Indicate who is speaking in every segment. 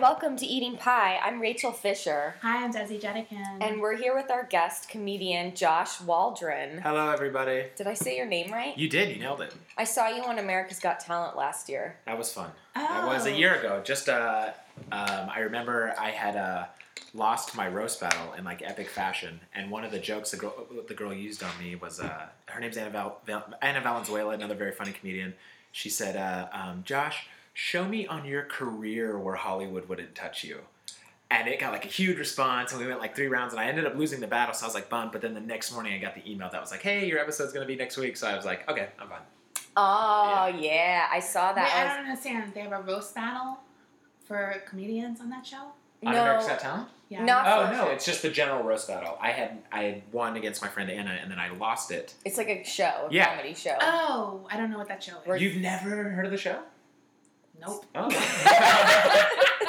Speaker 1: welcome to Eating Pie. I'm Rachel Fisher,
Speaker 2: Hi, I'm Desi Jetikin.
Speaker 1: and we're here with our guest comedian Josh Waldron.
Speaker 3: Hello, everybody.
Speaker 1: Did I say your name right?
Speaker 3: You did. You nailed it.
Speaker 1: I saw you on America's Got Talent last year.
Speaker 3: That was fun.
Speaker 2: oh.
Speaker 3: That was a year ago. Just uh, um, I remember I had uh, lost my roast battle in like epic fashion, and one of the jokes the girl, the girl used on me was uh, her name's Anna, Val- Val- Anna Valenzuela, another very funny comedian. She said, uh, um, "Josh, show me on your career where Hollywood wouldn't touch you." And it got like a huge response, and we went like three rounds, and I ended up losing the battle, so I was like bummed. But then the next morning, I got the email that was like, "Hey, your episode's gonna be next week," so I was like, "Okay, I'm fine."
Speaker 1: Oh, yeah, I saw
Speaker 2: Wait, I
Speaker 1: that.
Speaker 2: don't understand. They have a roast battle for comedians on that show?
Speaker 1: I
Speaker 3: On
Speaker 1: was-
Speaker 3: America's Got Talent?
Speaker 2: Yeah.
Speaker 1: No.
Speaker 3: Oh no, it's just the general roast battle. I had I had won against my friend Anna, and then I lost it.
Speaker 1: it's like a show, a
Speaker 3: Yeah.
Speaker 1: comedy show.
Speaker 2: Oh, I don't know what that show is.
Speaker 1: We're-
Speaker 3: You've never heard of the show?
Speaker 2: Nope.
Speaker 3: Oh.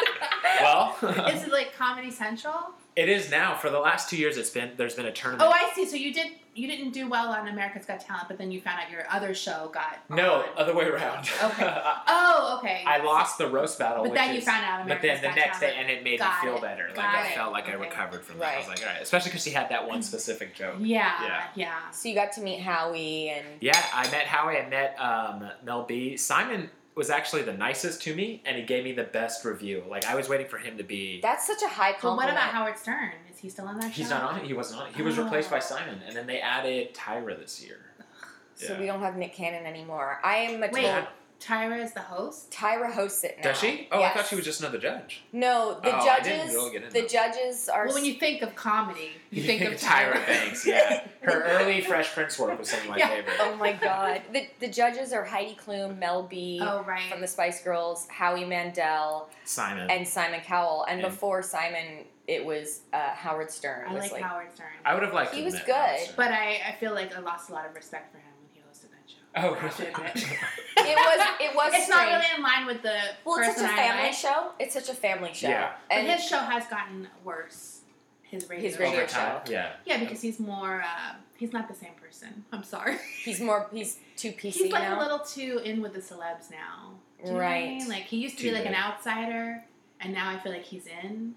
Speaker 2: Oh.
Speaker 3: well,
Speaker 2: Is it like Comedy Central?
Speaker 3: it is now. For the last two years, it's been there's been a tournament.
Speaker 2: Oh, I see. So you did you didn't do well on America's Got Talent, but then you found out your other show got
Speaker 3: no,
Speaker 2: on.
Speaker 3: other way around.
Speaker 2: Okay. Oh, okay.
Speaker 3: I lost the roast battle,
Speaker 2: But
Speaker 3: which
Speaker 2: then you
Speaker 3: is-
Speaker 2: found out
Speaker 3: but
Speaker 2: America's
Speaker 3: then the
Speaker 2: Got
Speaker 3: next day,
Speaker 2: Talent.
Speaker 3: and it made
Speaker 2: Got
Speaker 3: me feel
Speaker 2: it.
Speaker 3: better. Like
Speaker 2: Got
Speaker 3: I
Speaker 2: it.
Speaker 3: felt like I
Speaker 2: Okay.
Speaker 3: recovered from that. I was
Speaker 1: Right.
Speaker 3: like, all right, especially because she had that one specific joke.
Speaker 2: Yeah, yeah.
Speaker 3: Yeah.
Speaker 1: so you got to meet Howie and
Speaker 3: Yeah, I met Howie. I met um, Mel B. Simon was actually the nicest to me, and he gave me the best review. Like I was waiting for him to be.
Speaker 1: that's such a high
Speaker 2: But what
Speaker 1: compliment.
Speaker 2: about Howard Stern? Is he still on that show?
Speaker 3: He's not on it. He wasn't on it. He was
Speaker 2: Oh.
Speaker 3: replaced by Simon, and then they added Tyra this year.
Speaker 1: So
Speaker 3: Yeah.
Speaker 1: we don't have Nick Cannon anymore. I am a
Speaker 2: Wait,
Speaker 1: total-
Speaker 2: Tyra is the host?
Speaker 1: Tyra hosts it now.
Speaker 3: Does she? Oh,
Speaker 1: Yes.
Speaker 3: I thought she was just another judge.
Speaker 1: No, the
Speaker 3: Oh, I didn't
Speaker 1: judges.
Speaker 3: really get into
Speaker 1: the
Speaker 3: that.
Speaker 1: judges are.
Speaker 2: Well, when you think of comedy, you, think, of
Speaker 3: Tyra Banks. Yeah, her early Fresh Prince work was some of my
Speaker 2: Yeah.
Speaker 3: favorite.
Speaker 1: oh my God, the the judges are Heidi Klum, Mel B.
Speaker 2: Oh, right.
Speaker 1: From the Spice Girls, Howie Mandel,
Speaker 3: Simon.
Speaker 1: and Simon Cowell, and,
Speaker 3: And-
Speaker 1: before Simon, it was uh, Howard Stern.
Speaker 2: I
Speaker 1: was
Speaker 2: like, Howard Stern.
Speaker 3: I would have liked.
Speaker 1: He
Speaker 3: to
Speaker 1: was
Speaker 3: have
Speaker 1: good,
Speaker 3: met Ross.
Speaker 2: But I, I feel like I lost a lot of respect for him when he hosted that show.
Speaker 3: oh,
Speaker 2: I have to admit.
Speaker 3: really?
Speaker 1: it was. It was.
Speaker 2: it's not
Speaker 1: strange.
Speaker 2: really in line with the
Speaker 1: Well, it's
Speaker 2: person
Speaker 1: such a
Speaker 2: I
Speaker 1: family
Speaker 2: like.
Speaker 1: show. It's such a family show.
Speaker 3: Yeah.
Speaker 2: But
Speaker 1: And
Speaker 2: his show has gotten worse. His radio.
Speaker 1: His radio
Speaker 3: Over
Speaker 2: show.
Speaker 3: time, yeah.
Speaker 2: Yeah, because he's more. Uh, he's not the same person. I'm sorry.
Speaker 1: he's more. He's too PC
Speaker 2: he's like
Speaker 1: now.
Speaker 2: a little too in with the celebs now. Do you know what I
Speaker 1: Right.
Speaker 2: mean? Like he used to
Speaker 3: Too
Speaker 2: be like an
Speaker 3: big.
Speaker 2: outsider, and now I feel like he's in.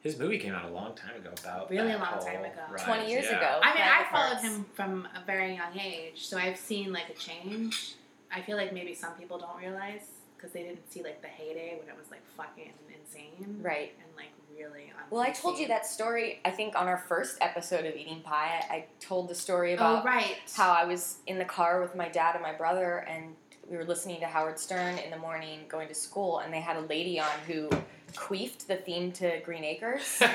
Speaker 3: His movie came out a long time ago. About
Speaker 2: Really
Speaker 3: that
Speaker 2: a long
Speaker 3: whole
Speaker 2: time ago.
Speaker 3: rise,
Speaker 1: Twenty years
Speaker 3: yeah.
Speaker 1: ago.
Speaker 2: I mean, I
Speaker 1: Private
Speaker 2: followed
Speaker 1: Parts.
Speaker 2: him from a very young age, so I've seen like a change. I feel like maybe some people don't realize because they didn't see like the heyday when it was like fucking insane,
Speaker 1: Right.
Speaker 2: And like really. On
Speaker 1: Well, I told you that story, I think, on our first episode of Eating Pie. I, I told the story about
Speaker 2: Oh right.
Speaker 1: how I was in the car with my dad and my brother, and we were listening to Howard Stern in the morning going to school, and they had a lady on who queefed the theme to Green Acres.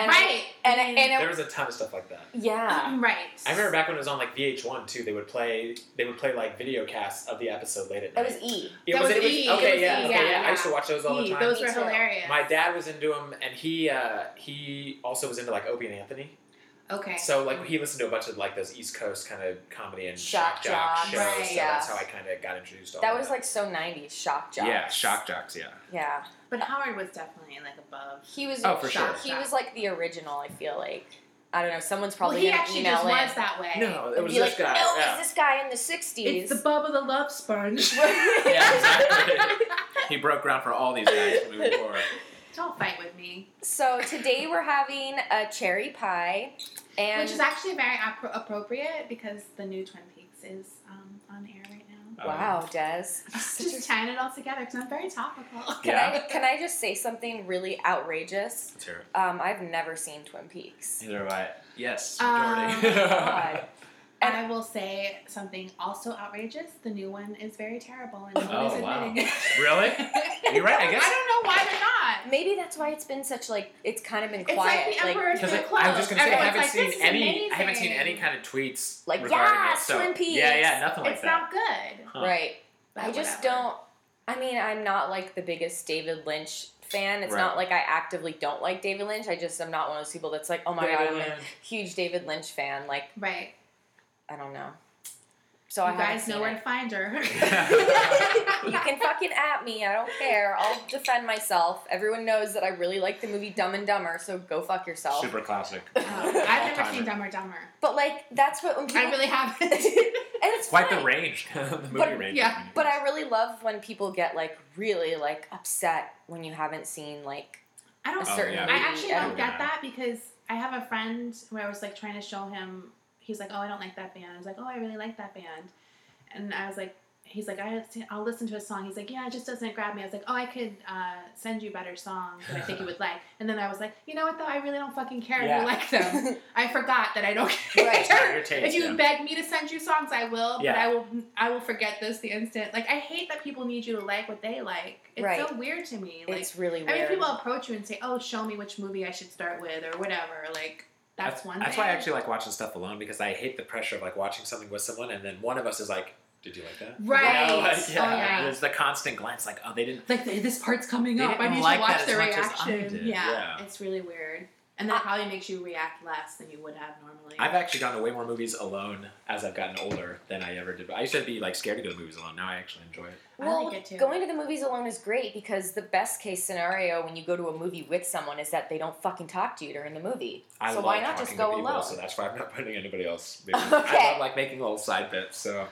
Speaker 1: And
Speaker 2: right.
Speaker 1: I, and, I- and it,
Speaker 3: there was a ton of stuff like that.
Speaker 1: yeah.
Speaker 2: right.
Speaker 3: I remember back when it was on like VH1 too. They would play they would play like video casts of the episode late at
Speaker 1: That was
Speaker 3: night.
Speaker 1: E.
Speaker 3: it
Speaker 2: that
Speaker 3: was,
Speaker 2: was
Speaker 3: it was-
Speaker 2: E,
Speaker 3: Okay,
Speaker 2: it was
Speaker 3: yeah,
Speaker 2: E,
Speaker 3: okay,
Speaker 2: yeah,
Speaker 3: I used to
Speaker 2: yeah.
Speaker 3: watch those all the
Speaker 2: He-
Speaker 3: time.
Speaker 2: Those
Speaker 1: Me
Speaker 2: were
Speaker 1: too.
Speaker 2: hilarious.
Speaker 3: My dad was into them, and he uh, he also was into like Opie and Anthony.
Speaker 2: Okay.
Speaker 3: So like he listened to a bunch of like those East Coast kind of comedy and
Speaker 1: Shock
Speaker 3: shock jock
Speaker 1: jocks,
Speaker 3: shows.
Speaker 2: right,
Speaker 3: so
Speaker 1: yeah.
Speaker 3: that's how I kind of got introduced. To all
Speaker 1: That was like so 90s shock job.
Speaker 3: jocks. Yeah.
Speaker 1: Yeah.
Speaker 2: But Howard was definitely like above.
Speaker 1: He was
Speaker 3: Oh, for sure.
Speaker 1: he was like the original, I feel like. I don't know, someone's probably
Speaker 2: well, he
Speaker 1: gonna
Speaker 2: actually
Speaker 1: email
Speaker 2: just
Speaker 1: in.
Speaker 2: was that way.
Speaker 3: No, it
Speaker 1: and
Speaker 3: was
Speaker 1: be
Speaker 3: this
Speaker 1: like,
Speaker 3: guy.
Speaker 1: "Oh,
Speaker 3: yeah.
Speaker 1: is this guy in the 60s?
Speaker 2: It's the Bubba the Love Sponge.
Speaker 3: Yeah, exactly. he broke ground for all these guys moving forward.
Speaker 2: Don't fight with me.
Speaker 1: So today we're having a cherry pie, and
Speaker 2: Which is actually very appro- appropriate because the new Twin Peaks is um, on air right now.
Speaker 3: Um,
Speaker 1: wow, Des.
Speaker 2: Just tying it all together because I'm very topical.
Speaker 1: Can
Speaker 3: yeah.
Speaker 1: I can I just say something really outrageous?
Speaker 3: Let's hear it.
Speaker 1: Um, I've never seen Twin Peaks.
Speaker 3: Neither have I. Yes,
Speaker 2: Um,
Speaker 3: majority.
Speaker 1: God.
Speaker 2: And I will say something also outrageous. The new one is very terrible, and no one is
Speaker 3: Oh, wow.
Speaker 2: admitting it.
Speaker 3: really? You're right, I guess-
Speaker 2: I don't know why they're not.
Speaker 1: Maybe that's why it's been such like it's kind of been
Speaker 2: It's
Speaker 1: quiet.
Speaker 2: like the Emperor's
Speaker 3: Because
Speaker 2: New
Speaker 3: I,
Speaker 2: Clothes.
Speaker 3: I was just gonna say I haven't
Speaker 2: Everyone's like,
Speaker 3: seen
Speaker 2: "This is
Speaker 3: any. I haven't seen
Speaker 2: amazing."
Speaker 3: any kind of tweets
Speaker 1: Like,
Speaker 3: regarding
Speaker 1: "Yes,
Speaker 3: it. So
Speaker 1: Twin Peaks."
Speaker 3: yeah, yeah, nothing like
Speaker 2: It's
Speaker 3: that.
Speaker 2: not good.
Speaker 3: Huh.
Speaker 1: right.
Speaker 2: But
Speaker 1: I just
Speaker 2: whatever.
Speaker 1: don't. I mean, I'm not like the biggest David Lynch fan. It's
Speaker 3: Right.
Speaker 1: not like I actively don't like David Lynch. I just am not one of those people that's like, oh my god, I'm
Speaker 3: David
Speaker 1: a
Speaker 3: Lynch.
Speaker 1: huge David Lynch fan. Like
Speaker 2: Right.
Speaker 1: I don't know. So I
Speaker 2: you
Speaker 1: haven't
Speaker 2: guys
Speaker 1: seen
Speaker 2: know
Speaker 1: it.
Speaker 2: where to find her.
Speaker 1: you can fucking at me. I don't care. I'll defend myself. Everyone knows that I really like the movie Dumb and Dumber, so go fuck yourself.
Speaker 3: Super classic.
Speaker 2: Oh, I've never
Speaker 3: All-timer.
Speaker 2: seen Dumber and Dumber.
Speaker 1: But like, that's what when people,
Speaker 2: I really haven't.
Speaker 1: it's
Speaker 3: quite the
Speaker 1: fine.
Speaker 3: range, the movie
Speaker 1: But-
Speaker 3: range.
Speaker 2: yeah,
Speaker 1: But I really love when people get like really like upset when you haven't seen like
Speaker 2: I
Speaker 1: a
Speaker 2: don't.
Speaker 3: Oh,
Speaker 1: certain.
Speaker 3: yeah.
Speaker 2: I
Speaker 1: movie
Speaker 2: actually
Speaker 1: and-
Speaker 2: don't
Speaker 3: Yeah.
Speaker 2: get that because I have a friend where I was like trying to show him. He's like, "Oh, I don't like that band." I was like, "Oh, I really like that band," and I was like, "He's like, I, I'll listen to a song." He's like, "Yeah, it just doesn't grab me." I was like, "Oh, I could uh, send you better songs that I think you would like." And then I was like, "You know what though? I really don't fucking care if
Speaker 3: Yeah.
Speaker 2: you like them. I forgot that I don't care."
Speaker 1: Right.
Speaker 3: Your taste,
Speaker 2: If you
Speaker 3: yeah.
Speaker 2: beg me to send you songs, I will. But
Speaker 3: Yeah.
Speaker 2: I will. I will forget this the instant. Like I hate that people need you to like what they like. It's so
Speaker 1: Right.
Speaker 2: weird to me. Like
Speaker 1: it's really weird.
Speaker 2: I mean, people approach you and say, "Oh, show me which movie I should start with," or whatever. Like that's, one.
Speaker 3: That's
Speaker 2: thing.
Speaker 3: why I actually like watching stuff alone because I hate the pressure of like watching something with someone and then one of us is like, "Did you like that?"
Speaker 2: Right.
Speaker 3: You know, like,
Speaker 2: Oh,
Speaker 3: yeah.
Speaker 2: yeah.
Speaker 3: There's the constant glance, like, "Oh, they didn't."
Speaker 2: Like this part's coming
Speaker 3: They
Speaker 2: up. I
Speaker 3: didn't
Speaker 2: need
Speaker 3: like
Speaker 2: to watch
Speaker 3: that
Speaker 2: the
Speaker 3: as much as I
Speaker 2: reaction.
Speaker 3: did.
Speaker 2: Yeah,
Speaker 3: Yeah.
Speaker 2: it's really weird, and that probably makes you react less than you would have normally.
Speaker 3: I've actually gone to way more movies alone as I've gotten older than I ever did. I used to be like scared to go to movies alone. Now I actually enjoy it.
Speaker 2: I
Speaker 1: Well,
Speaker 2: like it too.
Speaker 1: going to the movies alone is great because the best case scenario when you go to a movie with someone is that they don't fucking talk to you during the movie.
Speaker 3: I
Speaker 1: so
Speaker 3: love
Speaker 1: why not
Speaker 3: talking
Speaker 1: just
Speaker 3: to
Speaker 1: go
Speaker 3: people,
Speaker 1: alone?
Speaker 3: So that's why I'm not putting anybody else. maybe. I
Speaker 1: Okay.
Speaker 3: love like making little side bits. So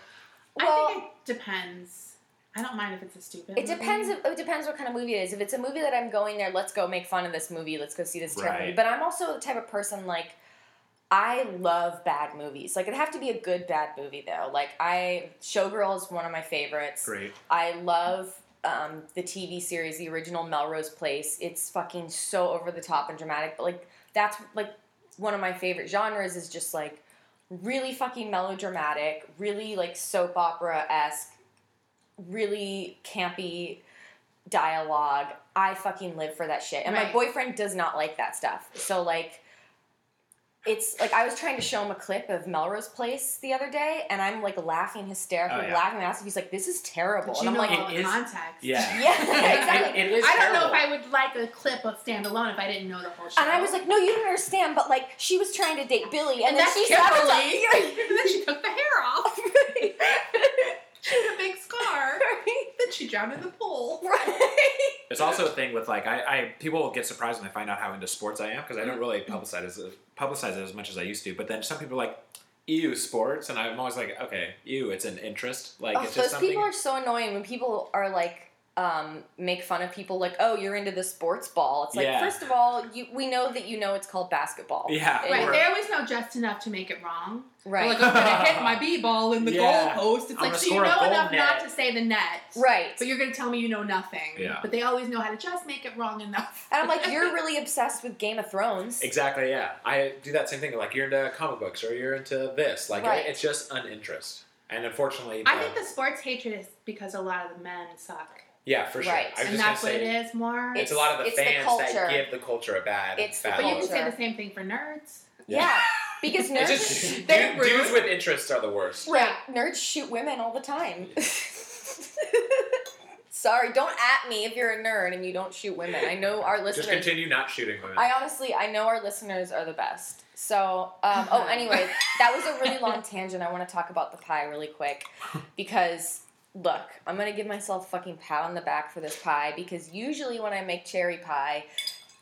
Speaker 1: well,
Speaker 2: I think it depends. I don't mind if it's a stupid.
Speaker 1: It depends.
Speaker 2: movie.
Speaker 1: If, it depends what kind of movie it is. If it's a movie that I'm going there, let's go make fun of this movie. Let's go see this terrible movie.
Speaker 3: Right.
Speaker 1: But I'm also the type of person like I love bad movies. Like it'd have to be a good bad movie though. Like I Showgirls is one of my favorites.
Speaker 3: great.
Speaker 1: I love um, the TV series, the original Melrose Place. It's fucking so over the top and dramatic, but like that's like one of my favorite genres is just like really fucking melodramatic, really like soap opera esque, really campy dialogue. I fucking live for that shit. And my
Speaker 2: Right.
Speaker 1: boyfriend does not like that stuff. So like it's like I was trying to show him a clip of Melrose Place the other day, and I'm like laughing hysterically,
Speaker 3: Oh, yeah.
Speaker 1: laughing my ass off. He's like, "This is terrible,"
Speaker 2: But
Speaker 1: and
Speaker 2: you
Speaker 1: I'm
Speaker 2: know
Speaker 1: like,
Speaker 3: It
Speaker 2: all the
Speaker 3: is-
Speaker 2: context.
Speaker 3: Yeah.
Speaker 1: "Yeah,
Speaker 3: It-
Speaker 1: exactly."
Speaker 3: it is.
Speaker 2: I don't know
Speaker 3: terrible.
Speaker 2: if I would like a clip of standalone if I didn't know the whole show.
Speaker 1: And I was like, "No, you don't understand." But like, she was trying to date Billy, and,
Speaker 2: and,
Speaker 1: then
Speaker 2: that's
Speaker 1: she
Speaker 2: Kimberly.
Speaker 1: sabotaged-
Speaker 2: and then she took the hair off. She had a big scar. Then she drowned in the pool.
Speaker 1: Right.
Speaker 3: It's also a thing with like I, I people will get surprised when they find out how into sports I am because I
Speaker 1: Mm-hmm.
Speaker 3: don't really publicize as, publicize it as much as I used to. But then some people are like, "Ew, sports," and I'm always like, "Okay, ew, it's an interest. Like
Speaker 1: Ugh,
Speaker 3: it's
Speaker 1: those
Speaker 3: just something."
Speaker 1: people are Oh, so annoying when people are like um, make fun of people like oh you're into the sports ball it's like
Speaker 3: Yeah.
Speaker 1: first of all you, we know that you know it's called basketball
Speaker 3: yeah,
Speaker 1: Right,
Speaker 2: Right,
Speaker 3: or-
Speaker 2: there was no just enough to make it wrong.
Speaker 1: right
Speaker 2: Like I'm gonna hit my b ball in the
Speaker 3: Yeah.
Speaker 2: goalpost. It's
Speaker 3: I'm
Speaker 2: like
Speaker 3: gonna
Speaker 2: so you
Speaker 3: score a
Speaker 2: know
Speaker 3: goal
Speaker 2: enough
Speaker 3: net.
Speaker 2: not to say the net,
Speaker 1: right
Speaker 2: "Oh." But you're gonna tell me you know nothing.
Speaker 3: Yeah.
Speaker 2: But they always know how to just make it wrong enough.
Speaker 1: and I'm like you're really obsessed with Game of Thrones
Speaker 3: exactly. Yeah, I do that same thing. Like you're into comic books or you're into this. Like
Speaker 1: Right.
Speaker 3: it's just an interest. And unfortunately,
Speaker 2: I
Speaker 3: the-
Speaker 2: think the sports hatred is because a lot of the men suck,
Speaker 3: yeah, for sure.
Speaker 1: Right.
Speaker 3: I was
Speaker 2: and
Speaker 3: just
Speaker 2: that's
Speaker 3: gonna
Speaker 2: what
Speaker 3: say,
Speaker 2: it is more.
Speaker 3: It's, a lot of the
Speaker 1: It's the
Speaker 3: fans
Speaker 1: culture.
Speaker 3: that give the culture a bad.
Speaker 1: It's the
Speaker 3: bad
Speaker 2: but you can
Speaker 1: culture.
Speaker 2: say the same thing for nerds.
Speaker 1: Yeah, because nerds,
Speaker 3: It's just
Speaker 1: they're
Speaker 3: dude- dudes
Speaker 1: rude.
Speaker 3: with interests are the worst.
Speaker 1: right? Nerds shoot women all the time. Sorry, don't at me if you're a nerd and you don't shoot women. I know our
Speaker 3: Just
Speaker 1: listeners.
Speaker 3: continue not shooting women.
Speaker 1: I honestly, I know our listeners are the best. So, um, oh, anyway, that was a really long tangent. I want to talk about the pie really quick because look, I'm gonna give myself a fucking pat on the back for this pie because usually when I make cherry pie,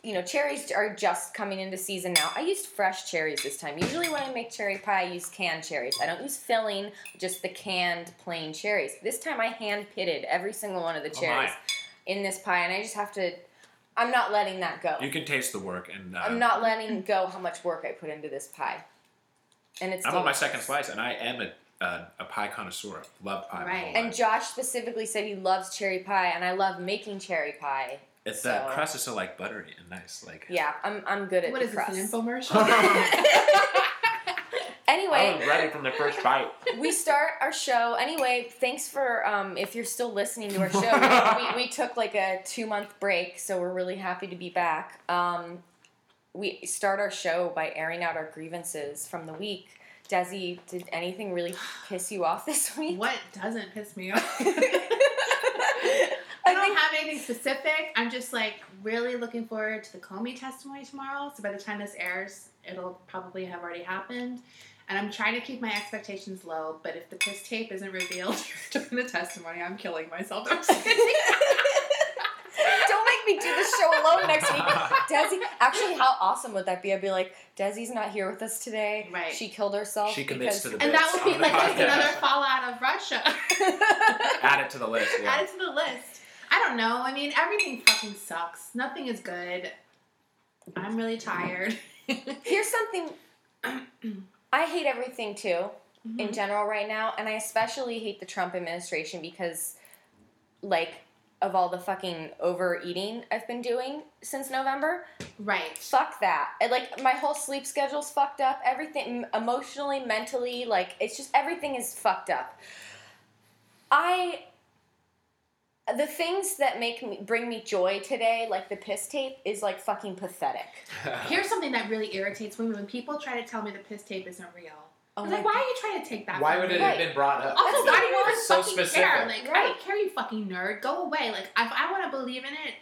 Speaker 1: you know, cherries are just coming into season now. I used fresh cherries this time. Usually when I make cherry pie, I use canned cherries. I don't use filling, just the canned plain cherries. This time I hand pitted every single one of the
Speaker 3: Oh my.
Speaker 1: cherries in this pie, and I just have to. I'm not letting that go.
Speaker 3: You can taste the work, and uh,
Speaker 1: I'm not letting go how much work I put into this pie. And it's
Speaker 3: I'm on my
Speaker 1: delicious.
Speaker 3: second slice, and I am a, a, a pie connoisseur. Love pie. my whole
Speaker 2: Right.
Speaker 1: And
Speaker 3: life.
Speaker 1: Josh specifically said he loves cherry pie, and I love making cherry pie.
Speaker 3: it's the
Speaker 1: so-
Speaker 3: crust is so like buttery and nice. Like
Speaker 1: Yeah, I'm, I'm good at
Speaker 2: What
Speaker 1: the
Speaker 2: is this,
Speaker 1: crust.
Speaker 2: an infomercial?
Speaker 1: anyway,
Speaker 3: ready from the first bite.
Speaker 1: we start our show. Anyway, thanks for um, if you're still listening to our show. we, we took like a two month break, so we're really happy to be back. Um, we start our show by airing out our grievances from the week. Desi, did anything really piss you off this week?
Speaker 2: what doesn't piss me off?
Speaker 1: I
Speaker 2: I don't
Speaker 1: think
Speaker 2: have anything specific. I'm just like really looking forward to the Comey testimony tomorrow. So by the time this airs, it'll probably have already happened. And I'm trying to keep my expectations low, but if the piss tape isn't revealed during the testimony, I'm killing myself. I'm just kidding.
Speaker 1: don't make make me do this show alone next week. Desi, actually, how awesome would that be? I'd be like, Desi's not here with us today.
Speaker 2: Right.
Speaker 1: She killed herself.
Speaker 3: She commits to
Speaker 1: because-
Speaker 3: the
Speaker 2: And that would be
Speaker 3: On
Speaker 2: like just
Speaker 3: podcast.
Speaker 2: another fallout of Russia.
Speaker 3: Add it to the list.
Speaker 2: Add
Speaker 3: Yeah.
Speaker 2: it to the list. I don't know. I mean, everything fucking sucks. Nothing is good. I'm really tired.
Speaker 1: Here's something. I hate everything too. in
Speaker 2: Mhm.
Speaker 1: general right now, and I especially hate the Trump administration because, like, of all the fucking overeating I've been doing since November.
Speaker 2: Right.
Speaker 1: Fuck that. And, like, my whole sleep schedule's fucked up. Everything m- emotionally, mentally, like, it's just everything is fucked up. I. The things that make me bring me joy today, like the piss tape, is like fucking pathetic.
Speaker 2: Here's something that really irritates women when people try to tell me the piss tape isn't real.
Speaker 1: Oh
Speaker 2: I'm
Speaker 1: my
Speaker 2: like, why are you trying to take that?
Speaker 3: Why
Speaker 2: from
Speaker 3: would
Speaker 2: me?
Speaker 3: it
Speaker 1: Right.
Speaker 3: have been brought up?
Speaker 2: Also, why do you even
Speaker 3: It's so
Speaker 2: fucking
Speaker 3: specific.
Speaker 2: care? Like, I
Speaker 1: Right.
Speaker 2: don't care, you fucking nerd. Go away. Like, if I want to believe in it,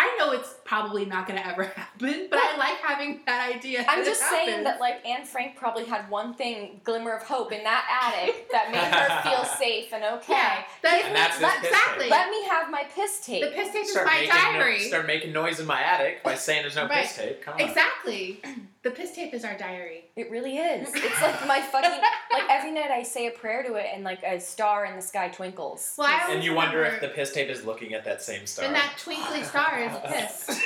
Speaker 2: I know it's probably not going to ever happen, but I like having that idea.
Speaker 1: I'm
Speaker 2: it
Speaker 1: just saying
Speaker 2: happens.
Speaker 1: that like Anne Frank probably had one thing, glimmer of hope in that attic that made her feel safe and okay.
Speaker 2: Yeah, that-
Speaker 3: And that's his
Speaker 2: that-
Speaker 3: piss
Speaker 2: exactly.
Speaker 1: Let me have my piss tape.
Speaker 2: the piss tape is
Speaker 3: Start
Speaker 2: my
Speaker 3: making, no-
Speaker 2: diary.
Speaker 3: start making noise in my attic by saying there's no
Speaker 2: Right.
Speaker 3: piss tape. Come on.
Speaker 2: exactly. The piss tape is our diary.
Speaker 1: it really is. It's like my fucking like every night I say a prayer to it and like a star in the sky twinkles.
Speaker 2: Well, I
Speaker 3: And
Speaker 2: always
Speaker 3: you wonder if
Speaker 2: remember
Speaker 3: the piss tape is looking at that same star.
Speaker 2: when that twinkly star is piss.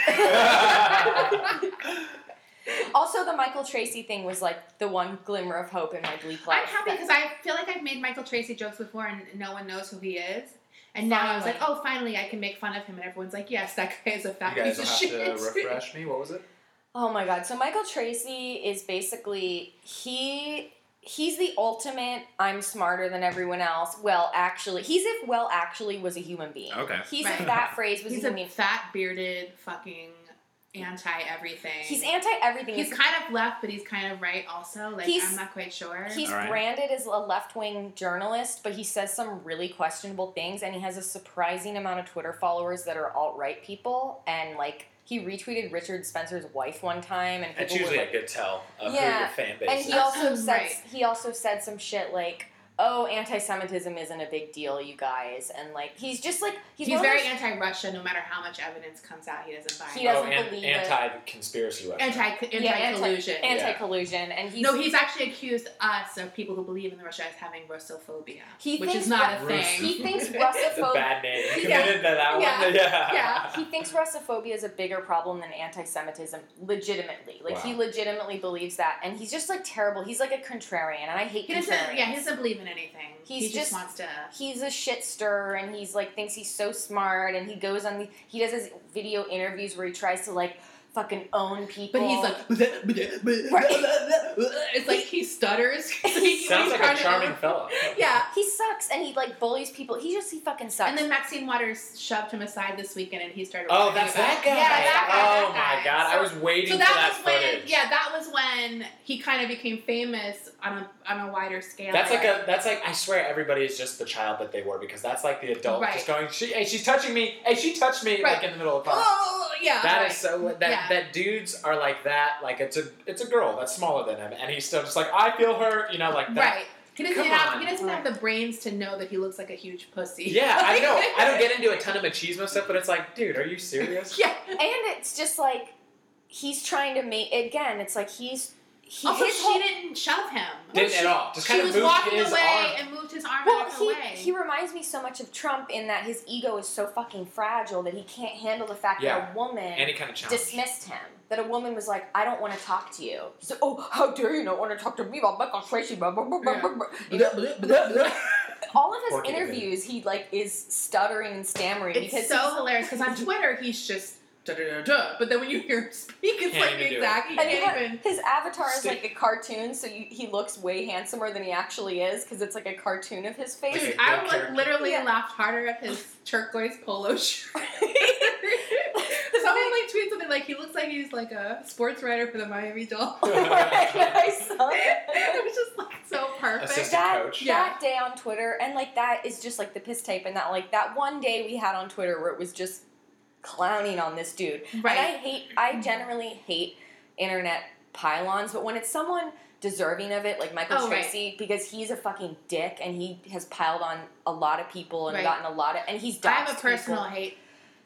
Speaker 1: also, the Michael Tracy thing was like the one glimmer of hope in my bleak life.
Speaker 2: I'm happy because I feel like I've made Michael Tracy jokes before and no one knows who he is. And now I was like,
Speaker 1: Finally.
Speaker 2: oh, finally I can make fun of him, and everyone's like, yes, that guy is a fat
Speaker 3: you guys
Speaker 2: piece
Speaker 3: will
Speaker 2: of
Speaker 3: have
Speaker 2: shit.
Speaker 3: to refresh me. What was it?
Speaker 1: Oh my god. So Michael Tracy is basically he he's the ultimate I'm smarter than everyone else. Well, actually, he's if well actually was a human being.
Speaker 3: Okay.
Speaker 1: He's if
Speaker 2: Right.
Speaker 1: that phrase was
Speaker 2: He's
Speaker 1: a
Speaker 2: a
Speaker 1: human being.
Speaker 2: fat, bearded, fucking anti everything.
Speaker 1: He's anti everything.
Speaker 2: He's kind of left, but he's kind of right also. Like
Speaker 1: He's-
Speaker 2: I'm not quite sure.
Speaker 1: He's
Speaker 3: All right.
Speaker 1: branded as a left wing journalist, but he says some really questionable things, and he has a surprising amount of Twitter followers that are alt right people. And like, he retweeted Richard Spencer's wife one time, and
Speaker 3: That's
Speaker 1: people were
Speaker 3: usually
Speaker 1: like,
Speaker 3: a good tell of who
Speaker 1: Yeah.
Speaker 3: your fan base
Speaker 1: and
Speaker 3: is.
Speaker 1: he also said
Speaker 2: Right.
Speaker 1: he also said some shit like, "Oh, anti-Semitism isn't a big deal, you guys," and like he's just like he's,
Speaker 2: He's,
Speaker 1: one of
Speaker 2: very
Speaker 1: those-
Speaker 2: anti-Russia. No matter how much evidence comes out, he doesn't buy
Speaker 1: He
Speaker 2: it.
Speaker 1: doesn't
Speaker 3: oh, and,
Speaker 1: believe it.
Speaker 3: anti-conspiracy Russia.
Speaker 2: Anti
Speaker 1: yeah,
Speaker 2: anti collusion.
Speaker 1: anti, anti-collusion, and he's
Speaker 2: no, he's actually accused us of people who believe in Russia as having Russophobia,
Speaker 1: He
Speaker 2: which
Speaker 1: thinks
Speaker 2: is not
Speaker 1: that-
Speaker 2: a thing.
Speaker 1: he thinks
Speaker 3: It's a
Speaker 1: Russophobe-
Speaker 3: bad name. You
Speaker 2: Yeah.
Speaker 3: committed to that one. Yeah.
Speaker 2: Yeah.
Speaker 1: he thinks Russophobia is a bigger problem than anti-Semitism, legitimately. Like he
Speaker 3: Wow.
Speaker 1: legitimately believes that, and he's just like terrible. He's like a contrarian, and I hate
Speaker 2: He
Speaker 1: contrarians.
Speaker 2: doesn't. Yeah, he doesn't believe in anything.
Speaker 1: He's
Speaker 2: he just,
Speaker 1: just-
Speaker 2: wants to.
Speaker 1: he's a shit stirrer and he's like thinks he's so smart and he goes on the he does his video interviews where he tries to like fucking own people
Speaker 2: But he's like, it's like he stutters. So he- he's
Speaker 3: Sounds like
Speaker 2: trying
Speaker 3: a
Speaker 2: to-
Speaker 3: charming fellow.
Speaker 2: Yeah.
Speaker 1: he sucks and he like bullies people he just he fucking sucks
Speaker 2: And then Maxine Waters shoved him aside this weekend, and he started.
Speaker 3: Oh,
Speaker 2: ranting
Speaker 3: that's
Speaker 2: about-
Speaker 3: that guy.
Speaker 2: Yeah, that guy.
Speaker 3: oh
Speaker 2: that
Speaker 3: my
Speaker 2: guy.
Speaker 3: god, I was waiting
Speaker 2: So
Speaker 3: for
Speaker 2: that
Speaker 3: that
Speaker 2: was when,
Speaker 3: footage.
Speaker 2: yeah, that was when he kind of became famous on a on a wider scale.
Speaker 3: That's like a. That's like I swear everybody is just the child that they were because that's like the adult
Speaker 2: Right.
Speaker 3: just going. She, hey, she's touching me. Hey, she touched me.
Speaker 2: Right.
Speaker 3: Like in the middle of the car.
Speaker 2: oh yeah.
Speaker 3: That
Speaker 2: right.
Speaker 3: is so that
Speaker 2: Yeah.
Speaker 3: that dudes are like that. Like it's a it's a girl that's smaller than him, and he's still just like I feel her. You know, like that.
Speaker 2: right. He doesn't
Speaker 3: Come
Speaker 2: have
Speaker 3: on.
Speaker 2: he doesn't have the brains to know that he looks like a huge pussy.
Speaker 3: Yeah, I
Speaker 2: Like-
Speaker 3: know. I don't get into a ton of machismo stuff, but it's like, dude, are you serious?
Speaker 2: yeah.
Speaker 1: and it's just like he's trying to make again it's like he's he,
Speaker 2: Also,
Speaker 1: his
Speaker 2: she
Speaker 1: whole,
Speaker 2: didn't shove him.
Speaker 3: Didn't at all. Just
Speaker 2: she
Speaker 3: kind of
Speaker 2: was
Speaker 3: moved
Speaker 2: walking
Speaker 3: his
Speaker 2: away
Speaker 3: arm.
Speaker 2: and moved his arm
Speaker 1: well
Speaker 2: out of her
Speaker 1: he,
Speaker 2: way.
Speaker 1: he reminds me so much of trump in that his ego is so fucking fragile that he can't handle the fact that
Speaker 3: Yeah.
Speaker 1: a woman
Speaker 3: Any kind of challenge.
Speaker 1: dismissed him. That a woman was like, I don't want to talk to you. He's like, Oh, how dare you not want to talk to me about Michael Tracy? Blah, blah, blah, blah, blah, blah." All of his
Speaker 3: Poor kid,
Speaker 1: interviews, he like is stuttering and stammering
Speaker 2: It's
Speaker 1: because
Speaker 2: so hilarious because on Twitter he's just da da da da, but then when you hear him speak, it's
Speaker 3: Can't
Speaker 2: like
Speaker 3: even do it.
Speaker 2: exactly
Speaker 1: And
Speaker 2: you can't even.
Speaker 1: his avatar is
Speaker 3: Stick-
Speaker 1: like a cartoon, so you, he looks way handsomer than he actually is because it's like a cartoon of his face.
Speaker 2: Dude,
Speaker 3: Like a
Speaker 2: I
Speaker 3: good
Speaker 2: like
Speaker 3: character.
Speaker 2: literally
Speaker 1: Yeah.
Speaker 2: laughed harder at his turquoise polo shirt.
Speaker 1: The
Speaker 2: Someone like tweeted something like he looks like he's like a sports writer for the Miami Dolphins.
Speaker 1: thing- I saw it.
Speaker 2: it was just like so perfect.
Speaker 3: Assistant
Speaker 1: that,
Speaker 3: coach.
Speaker 1: that day on Twitter, and like that is just like the piss tape, and that like that one day we had on Twitter where it was just clowning on this dude.
Speaker 2: Right.
Speaker 1: And I hate, I generally hate internet pylons, but when it's someone deserving of it, like Michael
Speaker 2: Oh, right.
Speaker 1: Tracy, because he's a fucking dick and he has piled on a lot of people and
Speaker 2: Right.
Speaker 1: gotten a lot of, and he's
Speaker 2: I have
Speaker 1: doxed
Speaker 2: a personal
Speaker 1: people.
Speaker 2: hate.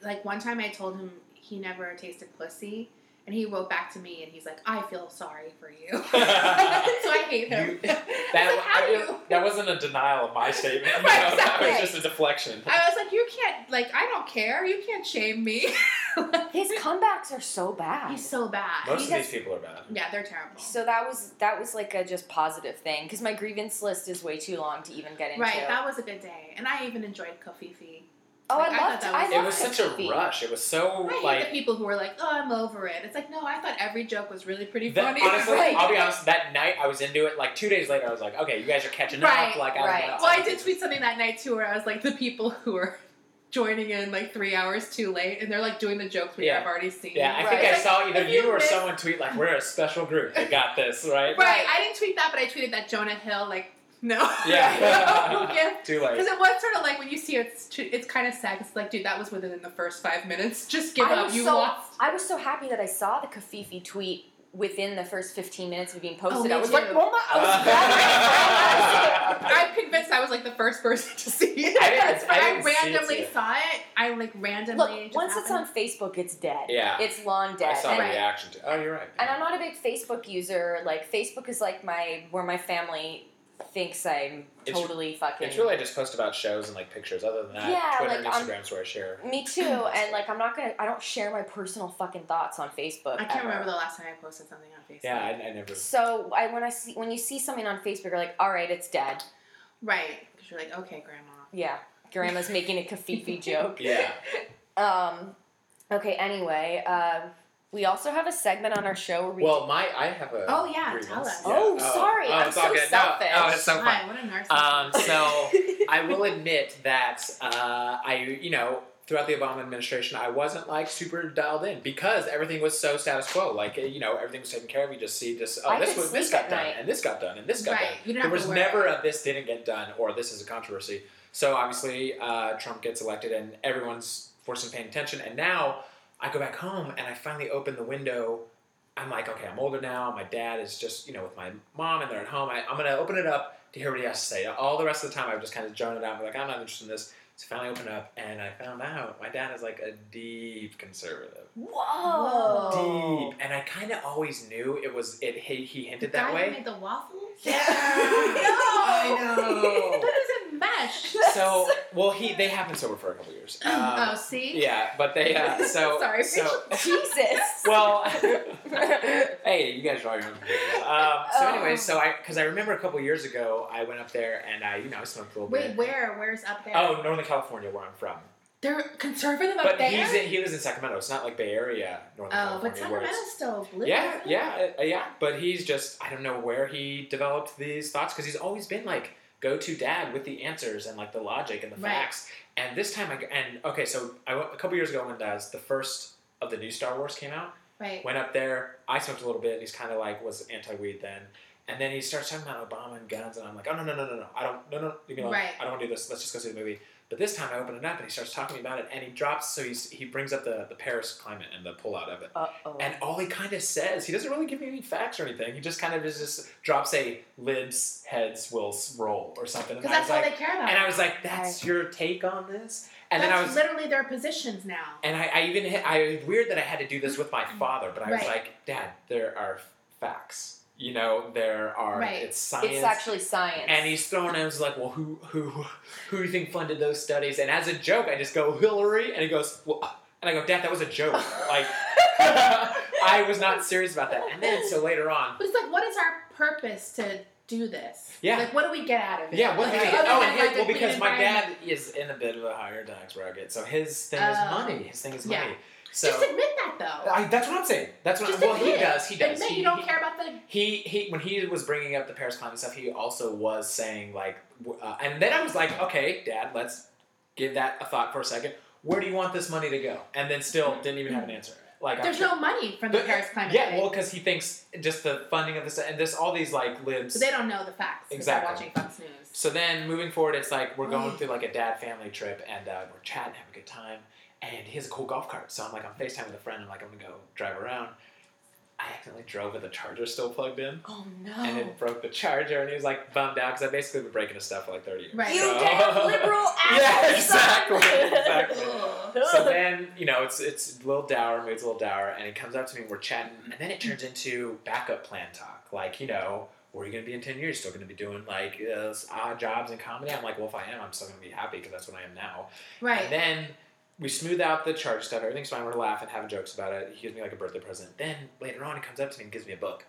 Speaker 2: Like one time, I told him he never tasted pussy. And he wrote back to me and he's like, I feel sorry for you. so I hate him.
Speaker 3: You-
Speaker 2: I was like, how
Speaker 3: I
Speaker 2: do
Speaker 3: feel-
Speaker 2: you?
Speaker 3: that wasn't a denial of my statement.
Speaker 2: Right,
Speaker 3: you know, That
Speaker 1: exactly.
Speaker 3: was just a deflection.
Speaker 2: I was like, you can't, like, I don't care. You can't shame me.
Speaker 1: His comebacks are so bad.
Speaker 2: He's so bad.
Speaker 3: Most
Speaker 1: he
Speaker 3: of
Speaker 1: does-
Speaker 3: these people are bad.
Speaker 2: yeah, they're terrible.
Speaker 1: So that was that was like a just positive thing because my grievance list is way too long to even get into.
Speaker 2: right, that was a good day. And I even enjoyed Kofifi.
Speaker 1: oh,
Speaker 2: like, I
Speaker 1: I
Speaker 2: thought
Speaker 1: loved.
Speaker 2: that
Speaker 1: I
Speaker 2: was-
Speaker 1: loved
Speaker 3: It was such a
Speaker 1: Kofi.
Speaker 3: rush. It was so
Speaker 2: I hate the
Speaker 3: like
Speaker 2: people who are like, oh, I'm over it. It's like, no, I thought every joke was really pretty
Speaker 3: That-
Speaker 2: funny.
Speaker 3: honestly,
Speaker 1: Right.
Speaker 3: I'll be honest. That night, I was into it. Like two days later, I was like, "Okay, you guys are catching
Speaker 2: Right,
Speaker 3: up." Like, I was
Speaker 1: right.
Speaker 3: like,
Speaker 2: Well, I did tweet something that night too, where I was like, the people who are joining in like three hours too late, and they're like doing the jokes we
Speaker 3: Yeah.
Speaker 2: have already seen.
Speaker 3: Yeah, I think
Speaker 1: Right.
Speaker 3: I saw either
Speaker 2: If
Speaker 3: you
Speaker 2: you
Speaker 3: or
Speaker 2: miss-
Speaker 3: someone tweet like, "We're a special group. that got this right."
Speaker 2: right. I didn't tweet that, but I tweeted that Jonah Hill like no.
Speaker 3: Yeah.
Speaker 2: Yeah.
Speaker 3: Too late.
Speaker 2: Because it was sort of like when you see it, it's tr- it's kind of sad. 'cause It's like, dude, that was within the first five minutes. Just give
Speaker 1: I
Speaker 2: up.
Speaker 1: was
Speaker 2: You
Speaker 1: so
Speaker 2: lost.
Speaker 1: I was so happy that I saw the Kafifi tweet within the first fifteen minutes of being posted.
Speaker 2: me
Speaker 1: I was
Speaker 2: too.
Speaker 1: like, oh my! I was glad. I- I was-
Speaker 2: I'm convinced I was like the first person to see it.
Speaker 3: I didn't- I
Speaker 2: I
Speaker 3: didn't see it
Speaker 2: randomly
Speaker 3: too.
Speaker 2: saw it. I like randomly.
Speaker 1: Look,
Speaker 2: just
Speaker 1: once it's on
Speaker 2: happened.
Speaker 1: Facebook, it's dead.
Speaker 3: Yeah.
Speaker 1: it's long dead.
Speaker 3: I saw
Speaker 1: And
Speaker 3: the
Speaker 2: Right.
Speaker 3: reaction to. Oh, you're right.
Speaker 1: and I'm not a big Facebook user. Like Facebook is like my where my family thinks I'm
Speaker 3: It's-
Speaker 1: totally fucking.
Speaker 3: It's really I just post about shows and like pictures. Other than that,
Speaker 1: Yeah,
Speaker 3: Twitter
Speaker 1: like,
Speaker 3: and Instagram's where I share.
Speaker 1: me too, and like I'm not gonna. I don't share my personal fucking thoughts on Facebook.
Speaker 2: I can't
Speaker 1: ever.
Speaker 2: remember the last time I posted something on Facebook.
Speaker 3: Yeah, I, I never.
Speaker 1: So I when I see when you see something on Facebook, you're like, all right, it's dead.
Speaker 2: Right. Because you're like, okay, grandma.
Speaker 1: Yeah, grandma's making a kafifi joke.
Speaker 3: Yeah,
Speaker 1: Um, okay. Anyway, uh, we also have a segment on our show where we.
Speaker 3: Well, my I have a.
Speaker 2: Oh, yeah,
Speaker 3: grievance.
Speaker 2: tell us.
Speaker 3: Yeah.
Speaker 1: Oh, sorry,
Speaker 3: Oh,
Speaker 1: I'm
Speaker 3: it's all
Speaker 1: so
Speaker 3: good.
Speaker 1: selfish.
Speaker 3: No, oh, it's so fun.
Speaker 2: Hi, what a narcissist.
Speaker 3: Um, so I will admit that uh, I, you know, throughout the Obama administration, I wasn't like super dialed in because everything was so status quo. Like, you know, everything was taken care of. You just see this. Oh,
Speaker 1: I
Speaker 3: this
Speaker 1: could
Speaker 3: was this
Speaker 1: sleep
Speaker 3: got
Speaker 1: at
Speaker 3: done,
Speaker 1: night.
Speaker 3: and this got done, and this got
Speaker 2: right.
Speaker 3: done.
Speaker 2: You don't
Speaker 3: There
Speaker 2: have
Speaker 3: was
Speaker 2: to worry.
Speaker 3: never a this didn't get done or this is a controversy. So obviously, uh, Trump gets elected, and everyone's forced into paying attention. And now I go back home, and I finally open the window. I'm like, okay, I'm older now. My dad is just, you know, with my mom, and they're at home. I, I'm gonna open it up to hear what he has to say. All the rest of the time, I've just kind of zoned it out. and be like, I'm not interested in this. So finally, opened up, and I found out my dad is like a deep conservative.
Speaker 1: whoa.
Speaker 3: Deep, and I kind of always knew it was it. He, he
Speaker 2: Oh. The
Speaker 3: hinted
Speaker 2: guy
Speaker 3: that
Speaker 2: who
Speaker 3: way.
Speaker 2: made the waffles?
Speaker 3: Yeah.
Speaker 2: I
Speaker 3: know.
Speaker 2: But it was a mesh.
Speaker 3: Oh. so well he they have been sober for a couple years um,
Speaker 2: oh, see?
Speaker 3: yeah but they uh, so
Speaker 2: Sorry.
Speaker 3: so
Speaker 1: Jesus.
Speaker 3: well hey you guys draw your own conclusions. um,
Speaker 2: Oh.
Speaker 3: so anyway so i because i remember a couple years ago i went up there and i you know i smoked a little
Speaker 2: Wait,
Speaker 3: bit
Speaker 2: where? Where's up there?
Speaker 3: oh northern california where i'm from
Speaker 2: They're conservative up
Speaker 3: but
Speaker 2: Oh, there?
Speaker 3: he's in, he lives in sacramento it's not like bay area
Speaker 2: oh,
Speaker 3: northern california
Speaker 2: but
Speaker 3: where it's-
Speaker 2: Sacramento's still blue.
Speaker 3: yeah,
Speaker 2: isn't it?
Speaker 3: yeah, uh, yeah. But he's just, I don't know where he developed these thoughts because he's always been like go to dad with the answers and like the logic and the
Speaker 2: Right.
Speaker 3: facts. And this time I, g- and okay, so I went, a couple years ago when uh, the first of the new Star Wars came out,
Speaker 2: Right.
Speaker 3: went up there, I smoked a little bit, and he's kind of like was anti weed then. And then he starts talking about Obama and guns, and I'm like, oh, no, no, no, no, no. I don't, no, no, leave me alone.
Speaker 2: Right.
Speaker 3: I don't want to do this. Let's just go see the movie. But this time I open it up, and he starts talking about it, and he drops, so he's, he brings up the, the Paris climate and the pullout of it.
Speaker 1: Uh oh.
Speaker 3: And all he kind of says, he doesn't really give me any facts or anything. He just kind of is just drops a lids heads will s- roll or something. And
Speaker 2: Because
Speaker 3: I
Speaker 2: that's
Speaker 3: was
Speaker 2: all
Speaker 3: like,
Speaker 2: they care about.
Speaker 3: and I was like, that's your take on this. And
Speaker 2: that's
Speaker 3: then I was,
Speaker 2: literally their positions now.
Speaker 3: and I, I even hit, I weird that I had to do this with my father, but I was
Speaker 2: Mm-hmm. Right.
Speaker 3: like, Dad, there are facts. You know, there are
Speaker 2: Right.
Speaker 3: it's science.
Speaker 1: it's actually science.
Speaker 3: and he's throwing and he's like, well, who, who, who do you think funded those studies? And as a joke, I just go Hillary, and he goes, well, uh," and I go, Dad, that was a joke. Like, I was not serious about that. And then so later on,
Speaker 2: But it's like, what is our purpose to do this?
Speaker 3: Yeah.
Speaker 2: Like, what do we get out of it?
Speaker 3: yeah, what
Speaker 2: like,
Speaker 3: did I
Speaker 2: other
Speaker 3: get? Oh,
Speaker 2: than,
Speaker 3: and his,
Speaker 2: like, a
Speaker 3: well,
Speaker 2: clean
Speaker 3: because my
Speaker 2: environment.
Speaker 3: dad is in a bit of a higher tax bracket, so his thing is
Speaker 2: Oh.
Speaker 3: money. His thing is
Speaker 2: Yeah.
Speaker 3: money. So
Speaker 2: Just admit that, though.
Speaker 3: I, that's what I'm saying. That's what
Speaker 2: Just
Speaker 3: I'm, well,
Speaker 2: admit
Speaker 3: he
Speaker 2: it.
Speaker 3: does. He does.
Speaker 2: Admit
Speaker 3: he,
Speaker 2: you don't
Speaker 3: he-
Speaker 2: care about the.
Speaker 3: he he when he was bringing up the Paris climate stuff, he also was saying like, w- uh, and then I was like, okay, Dad, let's give that a thought for a second. Where do you want this money to go? And then still didn't even have an answer. Like I'm
Speaker 2: There's
Speaker 3: sure-
Speaker 2: no money from the
Speaker 3: But- uh,
Speaker 2: Paris climate.
Speaker 3: yeah,
Speaker 2: thing.
Speaker 3: well, because he thinks just the funding of this and this all these like libs.
Speaker 2: So they don't know the facts. 'cause
Speaker 3: Exactly.
Speaker 2: They're watching Fox News.
Speaker 3: So then moving forward, it's like we're going
Speaker 2: Right.
Speaker 3: through like a dad family trip and uh, we're chatting, having a good time. And he has a cool golf cart. So I'm like, I'm FaceTiming with a friend. I'm like, I'm going to go drive around. I accidentally drove with the charger still plugged in.
Speaker 1: Oh no.
Speaker 3: And it broke the charger, and he was like bummed out because I basically been breaking his stuff for like 30 years.
Speaker 2: Right.
Speaker 1: you
Speaker 3: So-
Speaker 1: damn liberal asshole.
Speaker 3: Yeah,
Speaker 1: son.
Speaker 3: exactly, exactly.
Speaker 2: Ugh.
Speaker 3: so then you know it's it's a little dour, mood's a little dour, and he comes up to me and we're chatting, and then it turns into backup plan talk. Like you know, where are you gonna be in ten years? Still gonna be doing like uh, odd jobs and comedy? I'm like, well, if I am, I'm still gonna be happy because that's what I am now. And
Speaker 2: Right.
Speaker 3: then we smooth out the charge stuff. Everything's fine. We're laughing, having jokes about it. He gives me like a birthday present. Then later on, he comes up to me and gives me a book.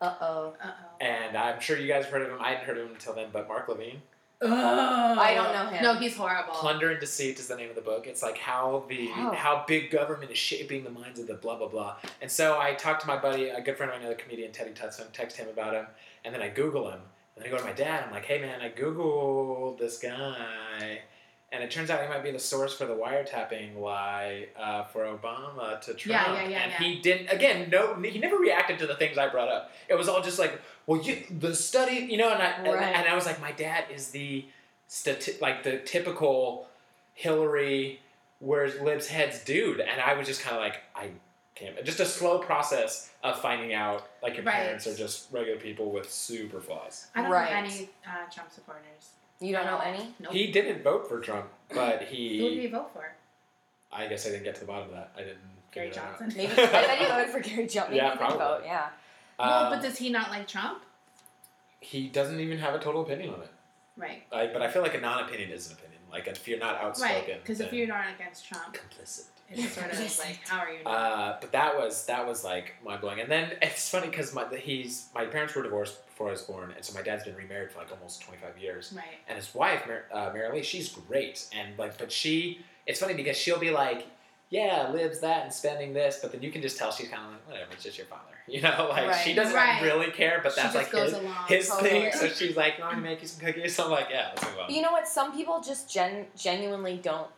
Speaker 1: Uh oh.
Speaker 2: Uh
Speaker 3: And I'm sure you guys have heard of him. I hadn't heard of him until then, but Mark Levine.
Speaker 2: oh.
Speaker 1: I don't know him.
Speaker 2: No, he's horrible.
Speaker 3: Plunder and Deceit is the name of the book. It's like how the
Speaker 1: Wow.
Speaker 3: how big government is shaping the minds of the blah blah blah. And so I talked to my buddy, a good friend of mine, another comedian, Teddy Tutson, text him about him, and then I Google him. And then I go to my dad. I'm like, hey man, I Googled this guy, and it turns out he might be the source for the wiretapping lie uh, for Obama to Trump.
Speaker 2: Yeah, yeah, yeah,
Speaker 3: and
Speaker 2: yeah.
Speaker 3: he didn't. Again, no, he never reacted to the things I brought up. It was all just like, well, you the study, you know, and I and-
Speaker 1: Right.
Speaker 3: and, I was like, my dad is the stati- like the typical Hillary wears lips heads dude, and I was just kind of like, I can't. Just a slow process of finding out like your
Speaker 2: Right.
Speaker 3: parents are just regular people with super flaws.
Speaker 2: I don't
Speaker 1: Right.
Speaker 2: know any uh, Trump supporters. Uh,
Speaker 1: You don't know any?
Speaker 2: Nope.
Speaker 3: He didn't vote for Trump, but
Speaker 2: Who would
Speaker 3: he.
Speaker 2: he vote for?
Speaker 3: I guess I didn't get to the bottom of that. I didn't.
Speaker 2: Gary
Speaker 3: figure it out.
Speaker 2: Johnson.
Speaker 1: Maybe I bet he voted for Gary Johnson.
Speaker 3: Yeah,
Speaker 1: Maybe he did
Speaker 3: probably.
Speaker 1: vote, Yeah.
Speaker 2: well, but
Speaker 3: Um,
Speaker 2: does he not like Trump?
Speaker 3: he doesn't even have a total opinion on it.
Speaker 2: Right.
Speaker 3: I, but I feel like a non-opinion is an opinion. Like if you're not outspoken,
Speaker 2: right. Because if
Speaker 3: then-
Speaker 2: you're not against Trump,
Speaker 3: complicit.
Speaker 2: it's sort of
Speaker 1: Yes.
Speaker 2: like, how are you? not?
Speaker 3: Uh, but that was that was like mind blowing. And then it's funny because my he's my parents were divorced before I was born, and so my dad's been remarried for like almost twenty five years.
Speaker 2: right.
Speaker 1: Mm.
Speaker 3: And his wife, Mar- uh, Mary Lee, she's great, and like, but she it's funny because she'll be like, yeah, lives that and spending this, but then you can just tell she's kind of like whatever, it's just your father, you know, like she
Speaker 1: Right.
Speaker 3: doesn't
Speaker 2: Right.
Speaker 3: really care, but
Speaker 2: she just
Speaker 3: that's like
Speaker 2: goes
Speaker 3: his,
Speaker 2: along.
Speaker 3: his
Speaker 1: totally.
Speaker 3: thing. So she's like, you want me to make you some cookies? I'm like, yeah, let's move on.
Speaker 1: But you know what? Some people just gen- genuinely don't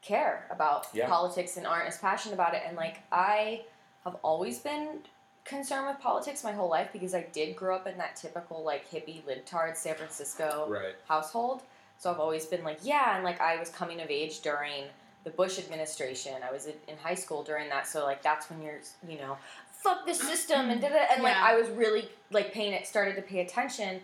Speaker 1: care about
Speaker 3: Yeah.
Speaker 1: politics and aren't as passionate about it. And like I have always been concerned with politics my whole life because I did grow up in that typical like hippie libtard San Francisco
Speaker 3: right,
Speaker 1: household. So I've always been like, yeah, and like I was coming of age during the Bush administration. I was in in high school during that, so like that's when you're, you know, fuck the system and da da. And like
Speaker 2: Yeah.
Speaker 1: I was really like paying it, started to pay attention.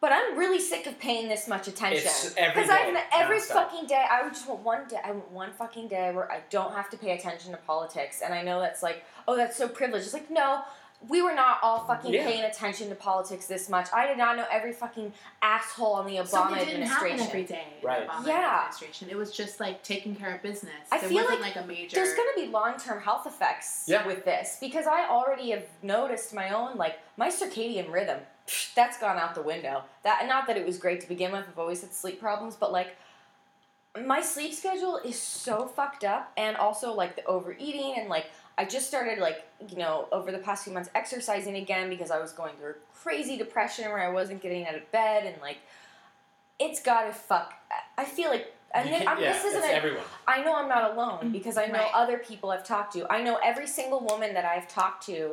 Speaker 1: But I'm really sick of paying this much attention
Speaker 3: it's every
Speaker 1: because I've
Speaker 3: day,
Speaker 1: every
Speaker 3: nonstop.
Speaker 1: fucking day. I would just want one day. I want one fucking day where I don't have to pay attention to politics. And I know that's like, oh, that's so privileged. It's like, no, we were not all fucking
Speaker 3: Yeah.
Speaker 1: paying attention to politics this much. I did not know every fucking asshole on the Obama
Speaker 2: Something didn't
Speaker 1: administration.
Speaker 2: happen every day in
Speaker 3: Right.
Speaker 2: the Obama
Speaker 1: Yeah.
Speaker 2: administration. It was just like taking care of business.
Speaker 1: I
Speaker 2: there
Speaker 1: feel
Speaker 2: wasn't like, a major.
Speaker 1: There's going to be long term health effects
Speaker 3: Yeah.
Speaker 1: with this because I already have noticed my own like my circadian rhythm. psh, That's gone out the window. That not that it was great to begin with. I've always had sleep problems, but like my sleep schedule is so fucked up, and also like the overeating and like I just started like you know over the past few months exercising again because I was going through a crazy depression where I wasn't getting out of bed and like it's gotta fuck. I- I feel like and
Speaker 3: You
Speaker 1: then,
Speaker 3: can-
Speaker 1: I'm,
Speaker 3: yeah,
Speaker 1: this isn't
Speaker 3: it's
Speaker 1: a
Speaker 3: everyone.
Speaker 1: I know I'm not alone because I know
Speaker 2: Mm-hmm. Right.
Speaker 1: other people I've talked to. I know every single woman that I've talked to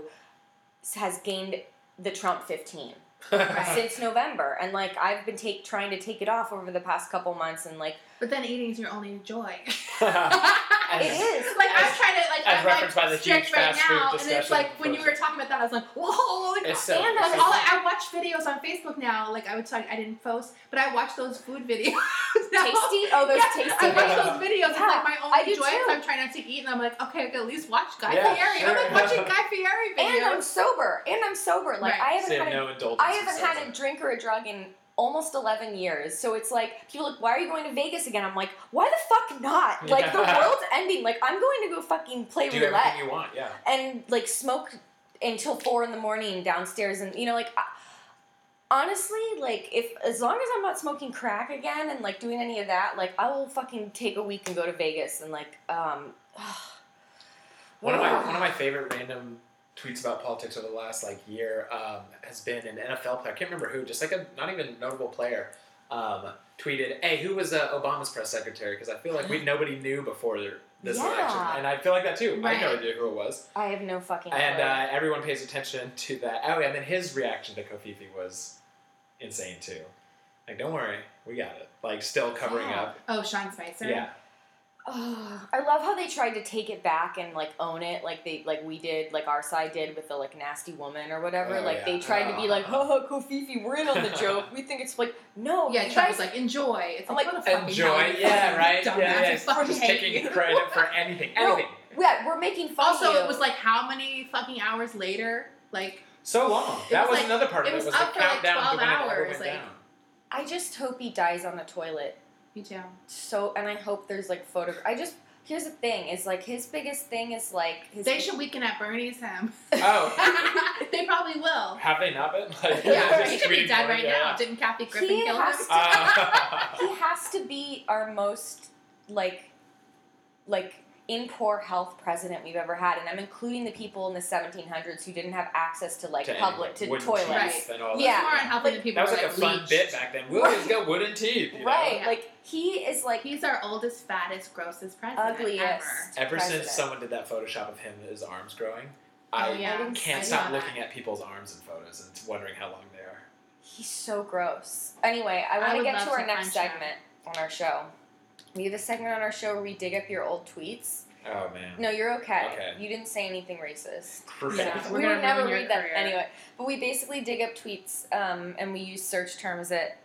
Speaker 1: has gained the Trump 15
Speaker 2: Right.
Speaker 1: since November. And like I've been take, trying to take it off over the past couple months and like
Speaker 2: but then eating is your only joy.
Speaker 3: As-
Speaker 1: it is.
Speaker 2: Like I'm
Speaker 3: As-
Speaker 2: trying to like
Speaker 3: as
Speaker 2: I'm like
Speaker 3: referenced by the
Speaker 2: strict
Speaker 3: huge
Speaker 2: right
Speaker 3: fast food
Speaker 2: now, and it's
Speaker 3: discussion
Speaker 2: like when you were
Speaker 3: person.
Speaker 2: talking about that, I was like, whoa! Like,
Speaker 3: It's
Speaker 2: all
Speaker 3: so-
Speaker 1: And
Speaker 3: it's
Speaker 1: I'm
Speaker 3: so-
Speaker 2: I, I watch videos on Facebook now. Like I would talk, I didn't post, but I watch those food videos. now.
Speaker 1: Tasty? Oh, those
Speaker 2: Yeah,
Speaker 1: tasty
Speaker 2: I
Speaker 1: videos.
Speaker 2: watch those videos. It's
Speaker 1: Yeah,
Speaker 2: like my
Speaker 1: I
Speaker 2: only
Speaker 1: do
Speaker 2: joy. 'cause
Speaker 1: too.
Speaker 2: I'm trying not to eat, and I'm like, okay, I can at least watch Guy
Speaker 3: Yeah,
Speaker 2: Fieri. I'm like
Speaker 3: sure.
Speaker 2: watching Guy Fieri videos.
Speaker 1: And I'm sober. And I'm sober. Like
Speaker 2: Right.
Speaker 1: I haven't
Speaker 3: Say
Speaker 1: had a
Speaker 3: no indulgence.
Speaker 1: I haven't had a drink or a drug in almost 11 years. So it's like, people are like, why are you going to Vegas again? I'm like, why the fuck not? Like, the
Speaker 3: Yeah.
Speaker 1: world's ending. Like, I'm going to go fucking play
Speaker 3: Do
Speaker 1: roulette
Speaker 3: everything you want, yeah.
Speaker 1: and, like, smoke until four in the morning downstairs. And, you know, like, I, honestly, like, if as long as I'm not smoking crack again and, like, doing any of that, like, I will fucking take a week and go to Vegas and, like, um,
Speaker 3: One of my one of my favorite random tweets about politics over the last like year um, has been an NFL player. I can't remember who, just like a not even notable player. Um, tweeted, "Hey, who was uh, Obama's press secretary?" Because I feel like we nobody knew before their- this
Speaker 1: Yeah.
Speaker 3: election, and I feel like that too. I had no
Speaker 2: Right.
Speaker 3: idea who it was,
Speaker 1: I have no fucking
Speaker 3: and
Speaker 1: clue.
Speaker 3: uh, everyone pays attention to that. Oh, yeah, and then his reaction to Kofifi was insane too. Like, don't worry, we got it. Like, still covering
Speaker 1: Yeah.
Speaker 3: up.
Speaker 2: oh, Sean Spicer.
Speaker 3: Yeah, uh,
Speaker 1: Oh, I love how they tried to take it back and like own it, like they like we did, like our side did with the like nasty woman or whatever.
Speaker 3: Oh,
Speaker 1: like
Speaker 3: yeah. Oh.
Speaker 1: they tried to be like, "Ha ha, Kofifi, we're in on the joke. We think it's like no,
Speaker 2: Yeah,
Speaker 1: Oh, you
Speaker 2: Trevor's
Speaker 1: guys
Speaker 2: like, enjoy. It's
Speaker 1: I'm
Speaker 2: like,
Speaker 1: like,
Speaker 2: what the fucking
Speaker 3: Enjoy.
Speaker 2: hell, you
Speaker 3: Yeah,
Speaker 2: fucking
Speaker 3: right.
Speaker 2: dumbass,
Speaker 3: Yeah, yeah.
Speaker 2: I fucking
Speaker 3: Just
Speaker 2: hate
Speaker 3: taking
Speaker 2: you.
Speaker 3: credit for anything.
Speaker 1: No.
Speaker 3: Anything.
Speaker 1: yeah, we're making fun.
Speaker 2: Also,
Speaker 1: of you.
Speaker 2: it was like how many fucking hours later? Like,
Speaker 3: So long.
Speaker 2: It was
Speaker 3: That was,
Speaker 2: like-
Speaker 3: another part of
Speaker 2: it
Speaker 3: it.
Speaker 2: was
Speaker 3: Was
Speaker 2: up for
Speaker 3: the
Speaker 2: like
Speaker 3: countdown
Speaker 2: 12
Speaker 3: to when it all
Speaker 2: hours,
Speaker 3: went
Speaker 2: like-
Speaker 3: down.
Speaker 1: I just hope he dies on the toilet.
Speaker 2: me too.
Speaker 1: So, and I hope there's like photo. I just here's the thing: is like his biggest thing is like his.
Speaker 2: They should weaken at Bernie's him.
Speaker 3: Oh,
Speaker 2: they probably will.
Speaker 3: have they not been? Like,
Speaker 2: Yeah,
Speaker 3: just
Speaker 2: he could be
Speaker 3: tweeting
Speaker 2: dead
Speaker 3: for it,
Speaker 2: right now.
Speaker 3: yeah.
Speaker 2: Didn't Kathy Griffin
Speaker 1: He
Speaker 2: kill
Speaker 1: has
Speaker 2: him?
Speaker 1: to-
Speaker 3: Uh,
Speaker 1: he has to be our most like like in poor health president we've ever had and i'm including the people in the 1700s who didn't have access to like
Speaker 3: to
Speaker 1: public to
Speaker 3: wooden
Speaker 1: toilets
Speaker 2: Right.
Speaker 3: teeth and all that.
Speaker 1: Yeah.
Speaker 2: It's more on helping the people
Speaker 3: That
Speaker 2: who
Speaker 3: was like
Speaker 2: are,
Speaker 3: a fun
Speaker 2: leech.
Speaker 3: bit back then. We'll just got wooden teeth. you know?
Speaker 1: right
Speaker 2: Yeah.
Speaker 1: like he is like
Speaker 2: He's our oldest, fattest, grossest president
Speaker 1: ugliest
Speaker 2: ever.
Speaker 3: Ever
Speaker 1: president.
Speaker 3: since someone did that Photoshop of him, his arms growing,
Speaker 2: Oh
Speaker 3: I
Speaker 2: yeah,
Speaker 1: didn't-
Speaker 3: can't
Speaker 2: I
Speaker 3: stop
Speaker 2: saw that.
Speaker 3: looking at people's arms in photos and wondering how long they are.
Speaker 1: he's so gross anyway i
Speaker 2: I
Speaker 1: want
Speaker 2: would
Speaker 1: to get
Speaker 2: love
Speaker 1: to our
Speaker 2: to
Speaker 1: next
Speaker 2: punch him.
Speaker 1: segment on our show we have a segment on our show where we dig up your old tweets
Speaker 3: Oh man.
Speaker 1: no you're okay,
Speaker 3: Okay.
Speaker 1: you didn't say anything racist
Speaker 3: Perfect.
Speaker 2: Yeah. We're
Speaker 1: we
Speaker 2: gonna
Speaker 1: would never
Speaker 2: ruin your
Speaker 1: read that
Speaker 2: career.
Speaker 1: anyway. But we basically dig up tweets um, and we use search terms that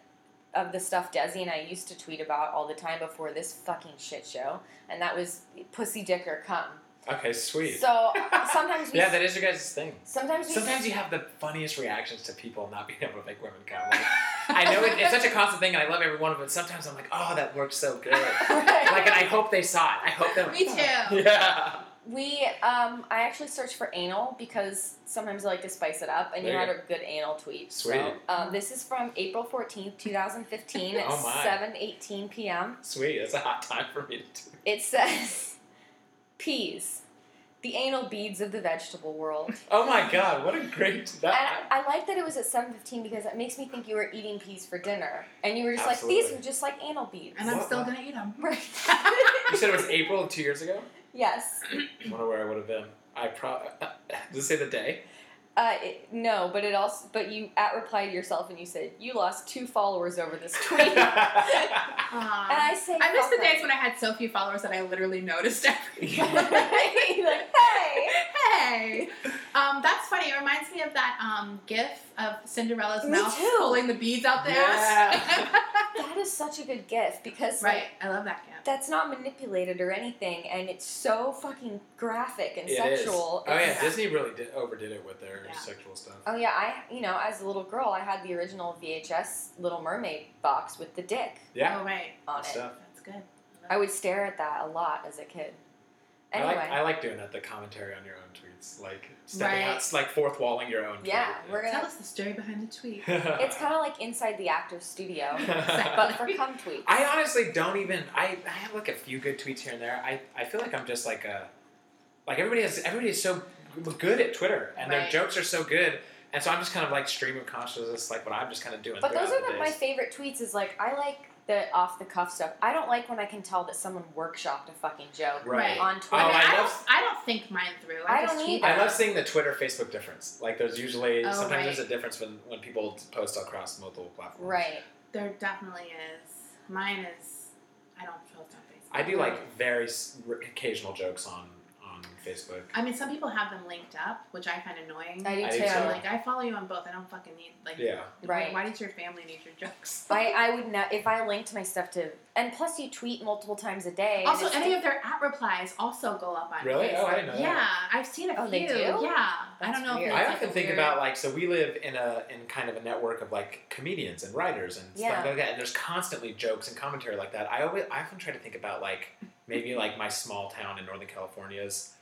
Speaker 1: of the stuff Desi and I used to tweet about all the time before this fucking shit show, and that was pussy dick or cum.
Speaker 3: Okay, sweet.
Speaker 1: So sometimes we
Speaker 3: yeah, that is your guys' thing.
Speaker 1: sometimes we
Speaker 3: Sometimes you have the funniest reactions to people not being able to make women come. Like, I know it, it's such a constant thing, and I love every one of them. Sometimes I'm like, oh, that worked so good. Like, and I hope they saw it. I hope they. were-
Speaker 2: Me too.
Speaker 3: Yeah.
Speaker 1: we um I actually search for anal because sometimes I like to spice it up, and you
Speaker 3: There you
Speaker 1: had a good anal tweet.
Speaker 3: Sweet.
Speaker 1: So, um, this is from April fourteenth, two thousand fifteen, at
Speaker 3: Oh my.
Speaker 1: seven eighteen p.m.
Speaker 3: Sweet. It's a hot time for me to do.
Speaker 1: It says peas, the anal beads of the vegetable world.
Speaker 3: Oh my god, what a great
Speaker 1: And
Speaker 3: that.
Speaker 1: I like that it was at 7:15 because it makes me think you were eating peas for dinner and you were just like these
Speaker 3: Absolutely.
Speaker 1: are just like anal beads.
Speaker 2: And I'm
Speaker 3: What?
Speaker 2: still gonna eat him.
Speaker 1: Right.
Speaker 3: You said it was April of two years ago.
Speaker 1: yes.
Speaker 3: I wonder where I would have been. I probably does it say the day?
Speaker 1: Uh, it, no, but it also but you at replied to yourself and you said you lost two followers over this tweet. and
Speaker 3: yeah,
Speaker 1: I say
Speaker 2: I miss
Speaker 1: "Fuck
Speaker 2: the
Speaker 1: that."
Speaker 2: days when I had so few followers that I literally noticed everything.
Speaker 1: like, hey.
Speaker 2: hey, um, that's funny. It reminds me of that um, GIF of Cinderella's
Speaker 1: Me
Speaker 2: mouth
Speaker 1: too.
Speaker 2: pulling the beads out the
Speaker 3: Yeah.
Speaker 2: ass.
Speaker 1: That is such a good gift because like,
Speaker 2: right, I love that GIF.
Speaker 1: that's not manipulated or anything, and it's so fucking graphic and
Speaker 3: It is.
Speaker 1: sexual.
Speaker 3: Oh yeah,
Speaker 1: It's-
Speaker 3: Disney really did overdid it with their
Speaker 2: Yeah.
Speaker 3: sexual stuff.
Speaker 1: Oh yeah, I you know as a little girl, I had the original VHS Little Mermaid box with the dick
Speaker 3: Yeah,
Speaker 2: Oh right,
Speaker 1: on it.
Speaker 3: stuff.
Speaker 2: that's good.
Speaker 1: I would stare at that a lot as a kid. Anyway,
Speaker 3: I like I like doing that. The commentary on your own tweets, like stepping
Speaker 2: Right.
Speaker 3: out, it's like fourth walling your own.
Speaker 1: yeah,
Speaker 3: tweet.
Speaker 1: we're
Speaker 2: Tell
Speaker 1: gonna.
Speaker 2: us the story behind the tweet.
Speaker 1: It's kind of like inside the actor's studio, but for cum tweets.
Speaker 3: I honestly don't even. I, I have like a few good tweets here and there. I, I feel like I'm just like a, like everybody has everybody is so good at Twitter and
Speaker 2: Right.
Speaker 3: their jokes are so good, and so I'm just kind of like stream of consciousness, like what I'm just kind of doing.
Speaker 1: But those
Speaker 3: throughout
Speaker 1: are
Speaker 3: the
Speaker 1: the, my
Speaker 3: days.
Speaker 1: favorite tweets. Is like I like the off the cuff stuff. I don't like when I can tell that someone workshopped a fucking joke
Speaker 3: Right.
Speaker 1: on
Speaker 2: I,
Speaker 1: Twitter.
Speaker 2: mean,
Speaker 3: Oh, I
Speaker 2: I,
Speaker 3: love-
Speaker 2: don't, I don't think mine through.
Speaker 1: I
Speaker 2: just
Speaker 1: don't
Speaker 2: tweet
Speaker 1: either.
Speaker 3: I
Speaker 2: it.
Speaker 3: love seeing the Twitter Facebook difference. Like there's usually
Speaker 2: Oh,
Speaker 3: sometimes
Speaker 2: right.
Speaker 3: there's a difference when when people post across multiple platforms.
Speaker 1: right.
Speaker 2: There definitely is. Mine is. I don't post on Facebook.
Speaker 3: I do like very s- r- occasional jokes on on Facebook.
Speaker 2: I mean, some people have them linked up, which I find annoying.
Speaker 1: I do
Speaker 3: I
Speaker 1: too.
Speaker 3: do
Speaker 2: I'm
Speaker 3: too.
Speaker 2: like, I follow you on both. I don't fucking need like.
Speaker 3: Yeah.
Speaker 1: Right.
Speaker 2: Why, why does your family need your jokes?
Speaker 1: I, I would not if I linked my stuff to and plus you tweet multiple times a day. and
Speaker 2: also,
Speaker 1: it's
Speaker 2: any of their at replies also go up on
Speaker 3: Really?
Speaker 2: Facebook.
Speaker 3: Oh, I didn't know that.
Speaker 2: Yeah, I've seen a
Speaker 1: Oh,
Speaker 2: few.
Speaker 1: they do?
Speaker 2: Yeah, I
Speaker 1: That's
Speaker 2: don't know.
Speaker 1: weird.
Speaker 2: If
Speaker 3: I
Speaker 2: it's,
Speaker 3: often
Speaker 2: like, a
Speaker 3: think
Speaker 2: weird-
Speaker 3: about like so we live in a in kind of a network of like comedians and writers and
Speaker 1: Yeah.
Speaker 3: stuff like that, and there's constantly jokes and commentary like that. I always I often try to think about like maybe like my small town in Northern California's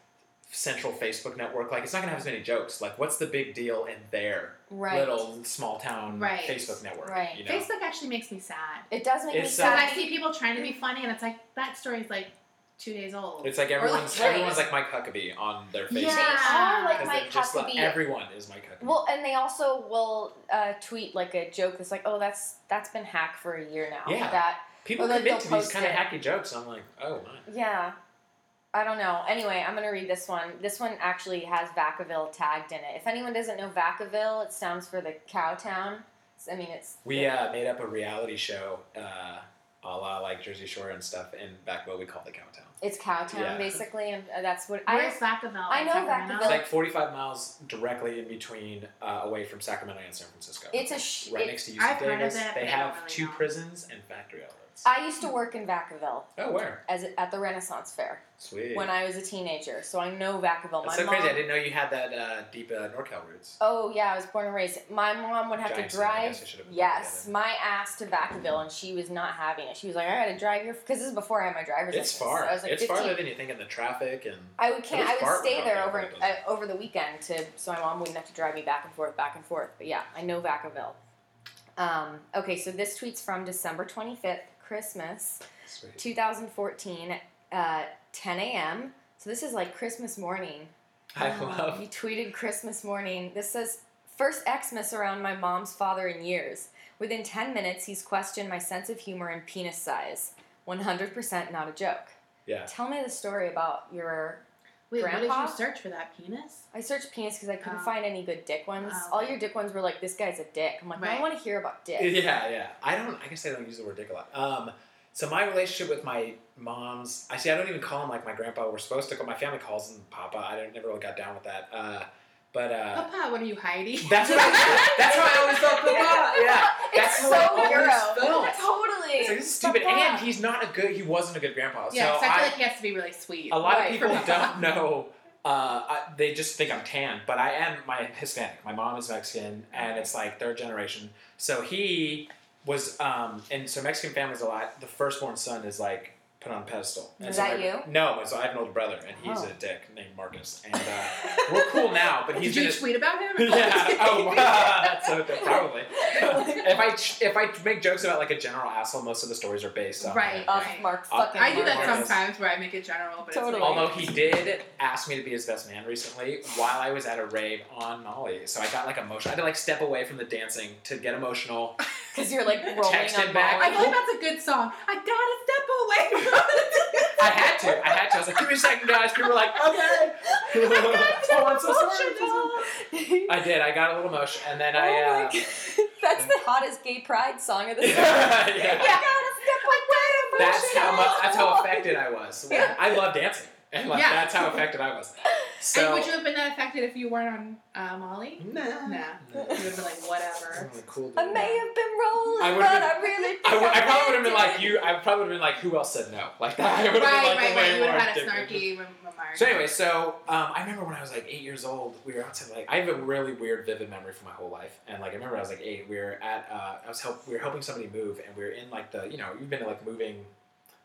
Speaker 3: central Facebook network. Like it's not gonna have as many jokes. Like what's the big deal in their
Speaker 1: right.
Speaker 3: little small town
Speaker 2: Right.
Speaker 3: Facebook network?
Speaker 1: Right.
Speaker 3: You know?
Speaker 2: Facebook actually makes me sad
Speaker 1: It does make me
Speaker 3: It's so-
Speaker 2: because I
Speaker 1: sad.
Speaker 2: see people trying to be funny, and it's like that story's like two days old.
Speaker 3: It's like everyone's
Speaker 1: right.
Speaker 3: everyone's like Mike Huckabee on their Facebook.
Speaker 2: Yeah.
Speaker 1: Or like
Speaker 3: 'Cause
Speaker 1: my
Speaker 3: they're just like-
Speaker 1: Huckabee.
Speaker 3: everyone is Mike Huckabee.
Speaker 1: well, and they also will uh, tweet like a joke that's like, "Oh, that's that's been hack for a year now."
Speaker 3: Yeah.
Speaker 1: That
Speaker 3: People
Speaker 1: well, then
Speaker 3: commit
Speaker 1: they'll
Speaker 3: to these
Speaker 1: post
Speaker 3: kind of
Speaker 1: it.
Speaker 3: hacky jokes. I'm like, oh, my.
Speaker 1: yeah. I don't know. Anyway, I'm gonna read this one. This one actually has Vacaville tagged in it. If anyone doesn't know Vacaville, it stands for the cow town. I mean, it's
Speaker 3: We uh, made up a reality show, uh, a la like Jersey Shore and stuff, and back what we called the Cowtown.
Speaker 1: It's Cowtown
Speaker 3: Yeah.
Speaker 1: basically, and uh, that's what
Speaker 2: Where's
Speaker 1: I.
Speaker 2: Vacaville?
Speaker 1: I
Speaker 2: in
Speaker 1: know
Speaker 2: Sacramento?
Speaker 1: Vacaville.
Speaker 3: It's like 45 miles directly in between, uh, away from Sacramento and San Francisco.
Speaker 1: It's a. Sh-
Speaker 3: right
Speaker 1: it-
Speaker 3: next to UC
Speaker 2: I've heard of
Speaker 3: Davis.
Speaker 2: it, but I
Speaker 3: they
Speaker 2: don't
Speaker 3: have
Speaker 2: really
Speaker 3: two
Speaker 2: know.
Speaker 3: prisons and factory outlets.
Speaker 1: I used to work in Vacaville
Speaker 3: oh, where?
Speaker 1: as at the Renaissance Fair
Speaker 3: Sweet.
Speaker 1: when I was a teenager, so I know Vacaville. My
Speaker 3: That's so
Speaker 1: mom,
Speaker 3: crazy. I didn't know you had that uh, deep uh, NorCal roots.
Speaker 1: Oh yeah, I was born and raised. My mom would have
Speaker 3: Giants,
Speaker 1: to
Speaker 3: and I
Speaker 1: drive.
Speaker 3: guess I should have been
Speaker 1: Yes,
Speaker 3: together.
Speaker 1: my ass to Vacaville, and she was not having it. She was like, "I gotta drive here," because this is before I had my driver's license.
Speaker 3: It's far.
Speaker 1: I was like
Speaker 3: it's
Speaker 1: 15.
Speaker 3: farther than you think in the traffic and.
Speaker 1: I would can't.
Speaker 3: It was
Speaker 1: I would
Speaker 3: far
Speaker 1: stay
Speaker 3: without
Speaker 1: there
Speaker 3: that,
Speaker 1: over
Speaker 3: but
Speaker 1: uh,
Speaker 3: it
Speaker 1: over the weekend to so my mom wouldn't have to drive me back and forth, back and forth. But yeah, I know Vacaville. Um, okay, so this tweet's from December twenty fifth, Christmas,
Speaker 3: Sweet.
Speaker 1: two thousand fourteen, uh, ten a.m. So this is like Christmas morning.
Speaker 3: I
Speaker 2: Wow.
Speaker 3: love.
Speaker 1: You tweeted Christmas morning. This says, First Xmas around my mom's father in years. Within 10 minutes, he's questioned my sense of humor and penis size. 100% not a joke.
Speaker 3: Yeah.
Speaker 1: Tell me the story about your.
Speaker 2: Wait,
Speaker 1: Grandpa?
Speaker 2: what did you search for that penis?
Speaker 1: I searched penis because I couldn't
Speaker 2: Oh.
Speaker 1: find any good dick ones.
Speaker 2: Oh,
Speaker 1: All
Speaker 2: okay.
Speaker 1: your dick ones were like, this guy's a dick. I'm like, I
Speaker 2: Right.
Speaker 1: want to hear about dick.
Speaker 3: Yeah, yeah. I don't. I guess I don't use the word dick a lot. Um, so my relationship with my mom's. I see. I don't even call him like my grandpa. We're supposed to call my family calls him Papa. I don't, never really got down with that. Uh, but uh,
Speaker 2: Papa, what are you hiding?
Speaker 3: that's what I, that's how I always felt. Papa. Yeah. That's
Speaker 1: it's
Speaker 3: how
Speaker 1: so
Speaker 3: I always
Speaker 1: Euro.
Speaker 3: felt.
Speaker 1: Totally.
Speaker 3: It's like, this is stupid.
Speaker 1: Papa.
Speaker 3: And he's not a good. He wasn't a good grandpa.
Speaker 2: yeah,
Speaker 3: so
Speaker 2: so I
Speaker 3: I-
Speaker 2: feel like he has to be really sweet.
Speaker 3: a lot
Speaker 1: Right.
Speaker 3: of people don't know. Uh, I, they just think I'm tan, but I am my Hispanic. My mom is Mexican, and it's like third generation. So he was, um, and so Mexican families a lot. The firstborn son is like put on a pedestal. And
Speaker 1: Is
Speaker 3: so
Speaker 1: that
Speaker 3: my-
Speaker 1: you?
Speaker 3: No, so I have an older brother, and he's
Speaker 1: Oh.
Speaker 3: a dick named Marcus. And uh, we're cool now, but he's
Speaker 2: Did you
Speaker 3: been a-
Speaker 2: tweet about him?
Speaker 3: yeah. Oh, wow. That's so good. probably. if I ch- if I make jokes about like a general asshole, most of the stories are based on
Speaker 2: Right.
Speaker 1: Off
Speaker 2: Right.
Speaker 1: Mark
Speaker 3: I'll-
Speaker 1: fucking
Speaker 2: I do that
Speaker 1: Marcus.
Speaker 2: sometimes where I make it general, but
Speaker 1: Totally.
Speaker 2: it's like,
Speaker 3: Although he did ask me to be his best man recently while I was at a rave on Molly. So I got like emotional. I had to like step away from the dancing to get emotional.
Speaker 1: Because you're like rolling
Speaker 3: Texted
Speaker 1: on
Speaker 3: back.
Speaker 2: I
Speaker 1: Molly.
Speaker 2: feel like that's a good song. I gotta step away.
Speaker 3: I had to. I had to. I was like, give me a second, guys. People were like, okay. oh, I'm so sorry. I did. I got a little emotional. And then I.
Speaker 1: oh my
Speaker 3: Uh,
Speaker 1: God. That's the hottest gay pride song of the summer.
Speaker 3: yeah, yeah. That's how much. That's how affected I was.
Speaker 2: Yeah.
Speaker 3: I love dancing, and like
Speaker 2: Yeah.
Speaker 3: that's how affected I was. So.
Speaker 2: and would you have been that affected if you weren't on uh, Molly?
Speaker 3: Nah.
Speaker 2: Nah. You would have been like, whatever.
Speaker 3: I'm a cool dude.
Speaker 1: I may have been rolling,
Speaker 3: I would've
Speaker 1: but
Speaker 3: been-
Speaker 1: I really.
Speaker 3: I, would, I
Speaker 1: think
Speaker 3: probably would have
Speaker 1: did
Speaker 3: been like
Speaker 1: it.
Speaker 3: you. I probably would have been like, who else said no? Like that. I
Speaker 2: right,
Speaker 3: would have been like
Speaker 2: right,
Speaker 3: the way
Speaker 2: right. You would
Speaker 3: more
Speaker 2: have had a
Speaker 3: different.
Speaker 2: snarky re- remark.
Speaker 3: So anyway, so um, I remember when I was like eight years old, we were outside. Like I have a really weird, vivid memory from my whole life, and like I remember I was like eight. We were at uh, I was help we were helping somebody move, and we were in like the you know you've been to like moving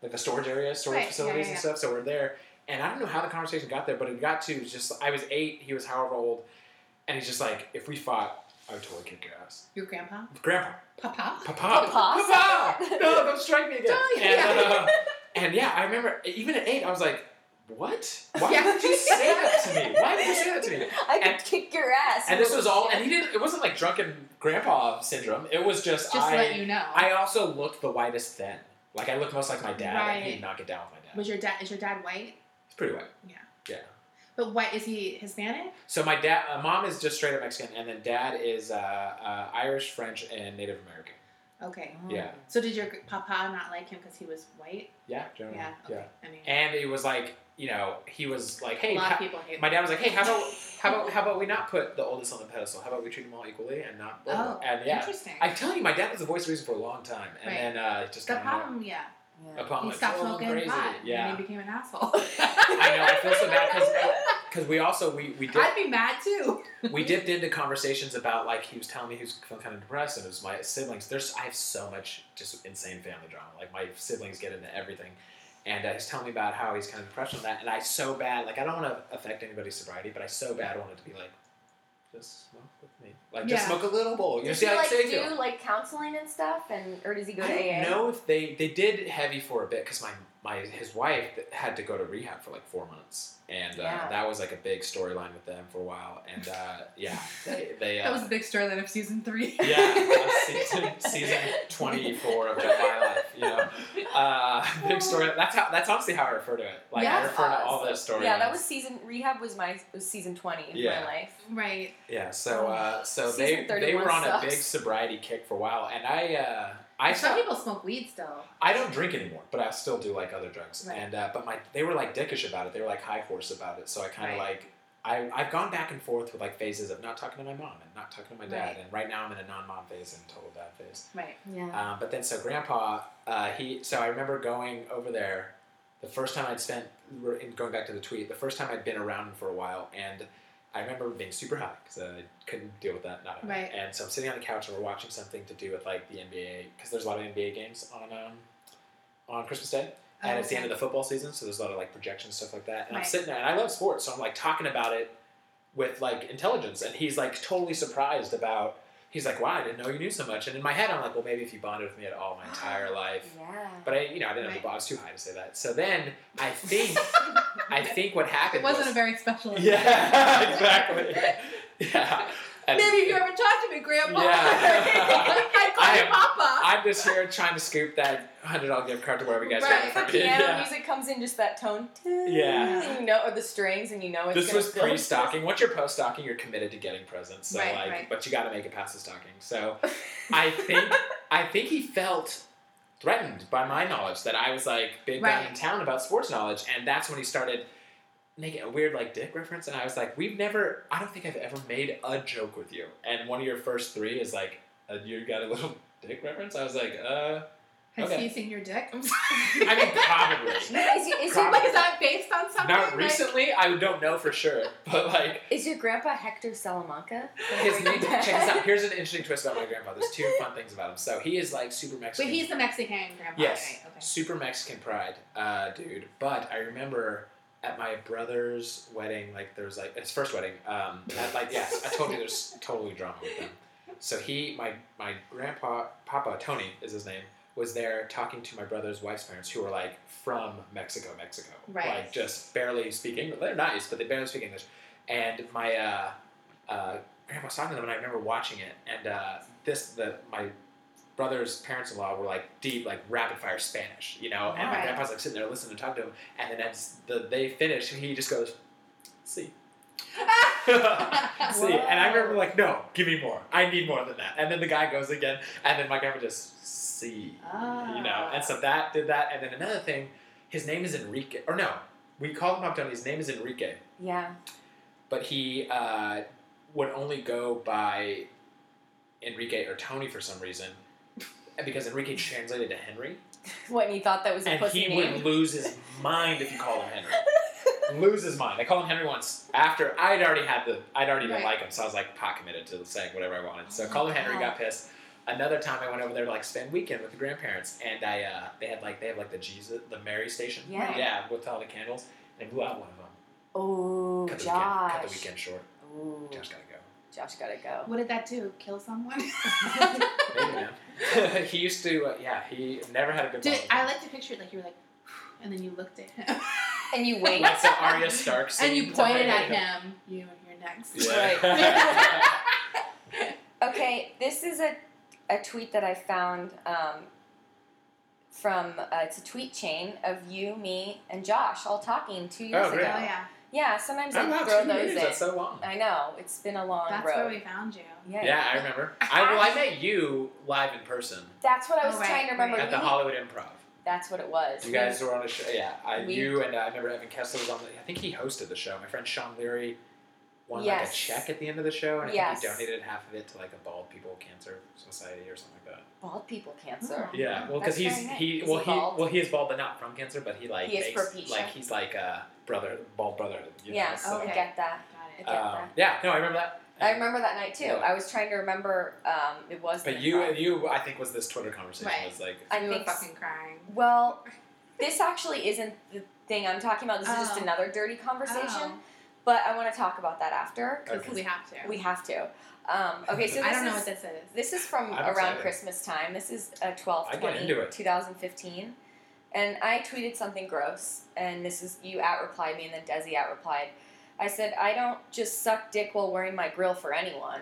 Speaker 3: like the storage area, storage
Speaker 2: Right, yeah,
Speaker 3: facilities
Speaker 2: yeah,
Speaker 3: and
Speaker 2: yeah.
Speaker 3: stuff. So we're there, and I don't know how the conversation got there, but it got to it was just I was eight, he was however old, and he's just like if we fought, I would totally kick your ass,
Speaker 2: Your grandpa?
Speaker 3: grandpa.
Speaker 2: Papa?
Speaker 3: Papa.
Speaker 1: Papa.
Speaker 3: Papa. No, don't strike me again.
Speaker 2: Don't,
Speaker 3: And,
Speaker 2: yeah.
Speaker 3: uh, and yeah, I remember even at eight, I was like, "What? Why
Speaker 2: Yeah.
Speaker 3: did you say that to me? Why did you say that to me?"
Speaker 1: I could
Speaker 3: and-
Speaker 1: kick your ass.
Speaker 3: And this was all, and he didn't. It wasn't like drunken grandpa syndrome. It was just,
Speaker 2: Just
Speaker 3: I.
Speaker 2: to let you know.
Speaker 3: I also looked the whitest then. Like I looked most like my dad. and
Speaker 2: Right.
Speaker 3: He'd not get down with my dad.
Speaker 2: was your dad? Is your dad white?
Speaker 3: It's pretty white.
Speaker 2: Yeah.
Speaker 3: Yeah.
Speaker 2: But white is he Hispanic?
Speaker 3: So my dad, uh, mom is just straight up Mexican, and then dad is uh, uh, Irish, French, and Native American.
Speaker 2: Okay.
Speaker 1: Mm-hmm.
Speaker 3: Yeah.
Speaker 2: So did your gr- papa not like him because he was white?
Speaker 3: Yeah, generally.
Speaker 2: Yeah.
Speaker 3: yeah.
Speaker 2: Okay. I mean,
Speaker 3: And it was like, you know, he was like, hey,
Speaker 2: a lot
Speaker 3: ha-
Speaker 2: of people hate.
Speaker 3: my dad was like, hey, how about how about how about we not put the oldest on the pedestal? How about we treat them all equally and not?
Speaker 2: Oh,
Speaker 3: and yeah,
Speaker 2: interesting.
Speaker 3: I'm telling you, my dad was the voice of reason for a long time, and
Speaker 2: Right.
Speaker 3: then uh, it just
Speaker 2: the
Speaker 3: kinda
Speaker 2: problem, yeah,
Speaker 3: went
Speaker 1: Yeah.
Speaker 3: upon
Speaker 2: he
Speaker 3: like,
Speaker 2: stopped
Speaker 3: full
Speaker 2: smoking
Speaker 3: crazy.
Speaker 2: pot
Speaker 3: Yeah,
Speaker 2: and he became an asshole.
Speaker 3: I know. I feel so bad because we also we we did
Speaker 2: I'd be mad too.
Speaker 3: we dipped into conversations about like he was telling me he was feeling kind of depressed and it was my siblings there's i have so much just insane family drama like my siblings get into everything and uh, he's telling me about how he's kind of depressed on that and i so bad like i don't want to affect anybody's sobriety but i so bad wanted to be like just smoke with me like just
Speaker 2: Yeah.
Speaker 3: smoke a little bowl you
Speaker 1: Does
Speaker 3: see
Speaker 1: he
Speaker 3: how
Speaker 1: like
Speaker 3: they
Speaker 1: do like counseling and stuff, and or does he go
Speaker 3: I
Speaker 1: to
Speaker 3: don't
Speaker 1: AA?
Speaker 3: know if they they did heavy for a bit because my my his wife had to go to rehab for like four months, and uh,
Speaker 1: Yeah.
Speaker 3: that was like a big storyline with them for a while. And uh, yeah, they, they uh,
Speaker 2: That was a big storyline of season three.
Speaker 3: yeah that's season, season twenty four of Just My Life. You know, uh, big story. That's how that's honestly how I refer to it. Like I
Speaker 2: Yeah.
Speaker 3: refer to all those storylines.
Speaker 1: Yeah, that was season rehab was my was season twenty of
Speaker 3: Yeah.
Speaker 1: my life.
Speaker 2: Right.
Speaker 3: Yeah, so uh, so
Speaker 1: Season
Speaker 3: they they
Speaker 1: 31
Speaker 3: were on
Speaker 1: sucks.
Speaker 3: a big sobriety kick for a while, and I uh, I
Speaker 2: Some
Speaker 3: stopped.
Speaker 2: people smoke weed still.
Speaker 3: I don't drink anymore, but I still do like other drugs.
Speaker 2: Right.
Speaker 3: And uh, but my they were like dickish about it. They were like high horse about it. So I kind of
Speaker 2: Right.
Speaker 3: like I I've gone back and forth with like phases of not talking to my mom and not talking to my dad.
Speaker 2: Right.
Speaker 3: And right now I'm in a non-mom phase and total dad phase.
Speaker 2: Right.
Speaker 1: Mm-hmm. Yeah.
Speaker 3: Um, but then so grandpa uh, he so I remember going over there the first time I'd spent we're in- going back to the tweet the first time I'd been around him for a while and. I remember being super high because I couldn't deal with that. Not high.
Speaker 2: Right.
Speaker 3: And so I'm sitting on the couch and we're watching something to do with like the NBA because there's a lot of NBA games on um, on Christmas Day and it's the end of the football season, so there's a lot of like projections stuff like that. And I'm
Speaker 2: Oh, Right.
Speaker 3: sitting there, and I love sports, so I'm like talking about it with like intelligence, and he's like totally surprised about. He's like, "Wow, I didn't know you knew so much." And in my head, I'm like, "Well, maybe if you bonded with me at all my entire life."
Speaker 1: Yeah.
Speaker 3: But I, you know, I didn't know
Speaker 2: Right.
Speaker 3: the bar was too high to say that. So then I think I think what happened
Speaker 2: It wasn't
Speaker 3: was
Speaker 2: a very special.
Speaker 3: yeah, exactly, yeah. And-
Speaker 2: Maybe if you ever talk to me, Grandpa.
Speaker 3: Yeah.
Speaker 2: I'd call
Speaker 3: I
Speaker 2: you
Speaker 3: am-
Speaker 2: Papa.
Speaker 3: I'm just here trying to scoop that hundred dollar gift card to wherever you guys got
Speaker 2: Right,
Speaker 3: it
Speaker 1: the
Speaker 3: from.
Speaker 1: piano
Speaker 3: Yeah.
Speaker 1: music comes in just that tone.
Speaker 3: Yeah.
Speaker 1: And you know, or the strings, and you know it's.
Speaker 3: this
Speaker 1: gonna
Speaker 3: was
Speaker 1: build.
Speaker 3: pre-stocking. Once you're post-stocking, you're committed to getting presents. So
Speaker 2: Right,
Speaker 3: like,
Speaker 2: right.
Speaker 3: but you got to make it past the stocking. So I think I think he felt threatened by my knowledge that I was like big down in
Speaker 2: Right.
Speaker 3: town about sports knowledge, and that's when he started making a weird like dick reference, and I was like, we've never. I don't think I've ever made a joke with you, and one of your first three is like, uh, you got a little dick reference. I was like, uh,
Speaker 2: Has
Speaker 3: Okay.
Speaker 2: he seen your dick?
Speaker 3: I mean, probably.
Speaker 1: Is, your- is, your,
Speaker 3: Probably.
Speaker 2: Like, is that based on something?
Speaker 3: Not
Speaker 2: Like-
Speaker 3: recently, I don't know for sure, but like
Speaker 1: is your grandpa Hector Salamanca?
Speaker 3: His name, check this out. Here's an interesting twist about my grandpa. There's two fun things about him. So he is like super
Speaker 2: But
Speaker 3: Mexican.
Speaker 2: he's the Mexican grandpa,
Speaker 3: yes,
Speaker 2: right? Okay.
Speaker 3: super Mexican pride, uh, dude. But I remember at my brother's wedding, like there was like his first wedding. Um, at, like yeah, I told you there's totally drama with them. So he, my my grandpa, Papa Tony is his name, was there talking to my brother's wife's parents, who were like from Mexico, Mexico,
Speaker 2: Right.
Speaker 3: like just barely speak English. They're nice, but they barely speak English. And my uh, uh, grandpa was talking to them, and I remember watching it. And uh, this, the my brother's parents-in-law were like deep, like rapid-fire Spanish, you know. And my
Speaker 2: Right.
Speaker 3: grandpa's like sitting there listening to talk to him, and then as the they finish, he just goes, "See." See, and I remember like, no, give me more. I need more than that. And then the guy goes again, and then my grandpa just see, you know. And so that did that, and then another thing, his name is Enrique, or no, we called him up. Tony. His name is Enrique,
Speaker 1: Yeah.
Speaker 3: but he uh, would only go by Enrique or Tony for some reason, because Enrique translated to Henry,
Speaker 1: When he thought that was a
Speaker 3: and
Speaker 1: pussy
Speaker 3: he
Speaker 1: name.
Speaker 3: would lose his mind if you called him Henry lose his mind. I called him Henry once after I'd already had the I'd already didn't
Speaker 2: Right.
Speaker 3: like him, so I was like pot committed to saying whatever I wanted. So
Speaker 1: Oh
Speaker 3: I called him
Speaker 1: my
Speaker 3: Henry,
Speaker 1: God.
Speaker 3: got pissed. Another time I went over there to like spend weekend with the grandparents, and I uh, they had like they have like the Jesus the Mary station,
Speaker 1: Yeah.
Speaker 3: yeah, with all the candles, and blew out one of them.
Speaker 1: Oh,
Speaker 3: cut the
Speaker 1: Josh.
Speaker 3: weekend, cut the weekend short.
Speaker 1: Ooh,
Speaker 3: Josh gotta go.
Speaker 1: Josh gotta go.
Speaker 2: What did that do? Kill someone?
Speaker 3: Maybe, man. he used to, uh, yeah, he never had a good.
Speaker 2: Did
Speaker 3: bond with
Speaker 2: I
Speaker 3: him.
Speaker 2: like to picture it like you were like, and then you looked at him
Speaker 1: And you wait.
Speaker 3: like the Arya Stark scene.
Speaker 2: and you pointed at him. You, you're next.
Speaker 3: Yeah.
Speaker 1: Okay, this is a, a tweet that I found um, from, uh, it's a tweet chain of you, me, and Josh all talking two years
Speaker 3: Oh,
Speaker 2: Oh
Speaker 1: ago.
Speaker 3: great.
Speaker 2: yeah,
Speaker 1: Yeah, sometimes
Speaker 3: Oh,
Speaker 1: I
Speaker 3: wow,
Speaker 1: throw
Speaker 3: two
Speaker 1: those
Speaker 3: years, that's
Speaker 1: in.
Speaker 3: so long.
Speaker 1: I know, it's been a long
Speaker 2: that's
Speaker 1: road.
Speaker 2: where we found you.
Speaker 1: yeah.
Speaker 3: Yeah, I remember. I well, I met you live in person
Speaker 1: That's what I was
Speaker 2: Oh, right,
Speaker 1: trying to remember.
Speaker 2: right.
Speaker 3: at the
Speaker 1: We-
Speaker 3: Hollywood Improv.
Speaker 1: That's what it was.
Speaker 3: You guys were on a show. Yeah, I,
Speaker 1: We-
Speaker 3: you and uh, I remember Evan Kessler was on. The, I think he hosted the show. My friend Sean Leary won like a
Speaker 1: Yes.
Speaker 3: check at the end of the show, and I
Speaker 1: Yes.
Speaker 3: think he donated half of it to like a bald people cancer society or something like that.
Speaker 1: Bald people cancer.
Speaker 2: Oh.
Speaker 3: Yeah, well, because
Speaker 1: That's
Speaker 3: he's
Speaker 1: very nice.
Speaker 3: he
Speaker 1: Is
Speaker 3: well
Speaker 1: he
Speaker 3: he,
Speaker 1: bald?
Speaker 3: well he is bald, but not from cancer. But he like
Speaker 1: He is
Speaker 3: makes-
Speaker 1: propecia.
Speaker 3: like he's like a brother bald brotherhood. You
Speaker 1: yeah,
Speaker 3: know, so,
Speaker 1: I
Speaker 2: Oh, okay.
Speaker 1: get that. I
Speaker 2: Got
Speaker 1: get
Speaker 2: it.
Speaker 3: um,
Speaker 1: that.
Speaker 3: yeah, no, I remember that.
Speaker 1: I remember that night too.
Speaker 3: Yeah.
Speaker 1: I was trying to remember. Um, it was.
Speaker 3: But
Speaker 1: the
Speaker 3: you
Speaker 1: improv.
Speaker 3: you I think was this Twitter conversation
Speaker 2: Right.
Speaker 3: was like
Speaker 1: I
Speaker 2: you were
Speaker 1: think s-
Speaker 2: fucking crying.
Speaker 1: Well, this actually isn't the thing I'm talking about. This is just
Speaker 2: Oh.
Speaker 1: another dirty conversation.
Speaker 2: Oh,
Speaker 1: But I want to talk about that after
Speaker 3: Okay.
Speaker 2: we have to.
Speaker 1: we have to. Um, okay, so this
Speaker 2: I don't
Speaker 1: is
Speaker 2: know what this is.
Speaker 1: this is from
Speaker 3: I'm
Speaker 1: around
Speaker 3: excited.
Speaker 1: Christmas time. This is uh, 12,
Speaker 3: I get into it.
Speaker 1: 2015. And I tweeted something gross, and this is you at replied me, and then Desi at replied. I said, I don't just suck dick while wearing my grill for anyone.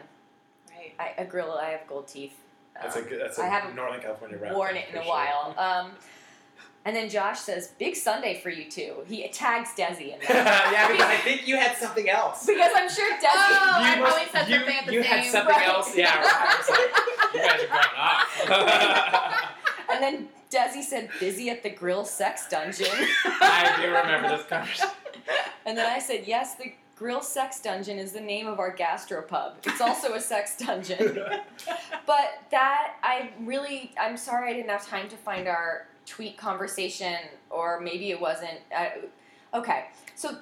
Speaker 2: Right.
Speaker 1: I, a grill, I have gold teeth.
Speaker 3: that's a
Speaker 1: Um,
Speaker 3: good that's a
Speaker 1: I haven't
Speaker 3: Northern California rap.
Speaker 1: worn
Speaker 3: thing
Speaker 1: it in a
Speaker 3: for sure.
Speaker 1: while. Um, and then Josh says, "Big Sunday for you too." He tags Desi in there
Speaker 3: yeah, because I think you had something else.
Speaker 1: because I'm sure Desi.
Speaker 2: Oh,
Speaker 3: you
Speaker 2: I
Speaker 3: must-
Speaker 2: probably said
Speaker 3: you,
Speaker 2: something at the
Speaker 3: you had
Speaker 2: same-
Speaker 3: something
Speaker 1: right.
Speaker 3: else. Yeah, right. I was like, you guys are going off.
Speaker 1: And then Desi said, busy at the grill sex dungeon.
Speaker 3: I do remember this conversation.
Speaker 1: And then I said, yes, the grill sex dungeon is the name of our gastropub. It's also a sex dungeon. But that, I really, I'm sorry I didn't have time to find our tweet conversation, or maybe it wasn't. Uh, okay, so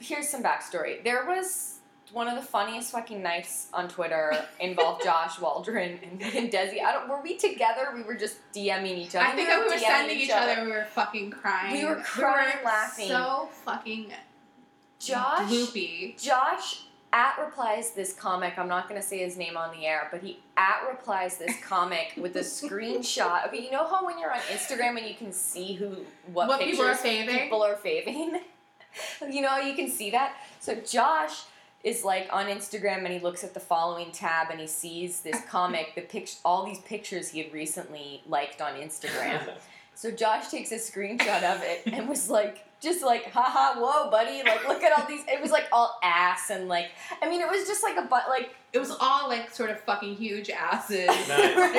Speaker 1: here's some backstory. There was one of the funniest fucking nights on Twitter involved Josh Waldron and, and Desi. I don't, were we together? We were just DMing each other.
Speaker 2: I think that we were
Speaker 1: DMing
Speaker 2: sending each other. We were fucking crying.
Speaker 1: We were crying, laughing.
Speaker 2: So fucking
Speaker 1: Josh.
Speaker 2: loopy.
Speaker 1: Josh at replies this comic. I'm not gonna say his name on the air, but he at replies this comic with a screenshot. Okay, you know how when you're on Instagram and you can see who what,
Speaker 2: What people are
Speaker 1: pictures
Speaker 2: faving?
Speaker 1: people are faving. you know you can see that. So Josh is like on Instagram and he looks at the following tab and he sees this comic, the pict- all these pictures he had recently liked on Instagram. So Josh takes a screenshot of it and was like, just like, haha, whoa, buddy, like look at all these. It was like all ass and like, I mean, it was just like a butt, like
Speaker 2: It was all like sort of fucking huge asses.
Speaker 3: Nice.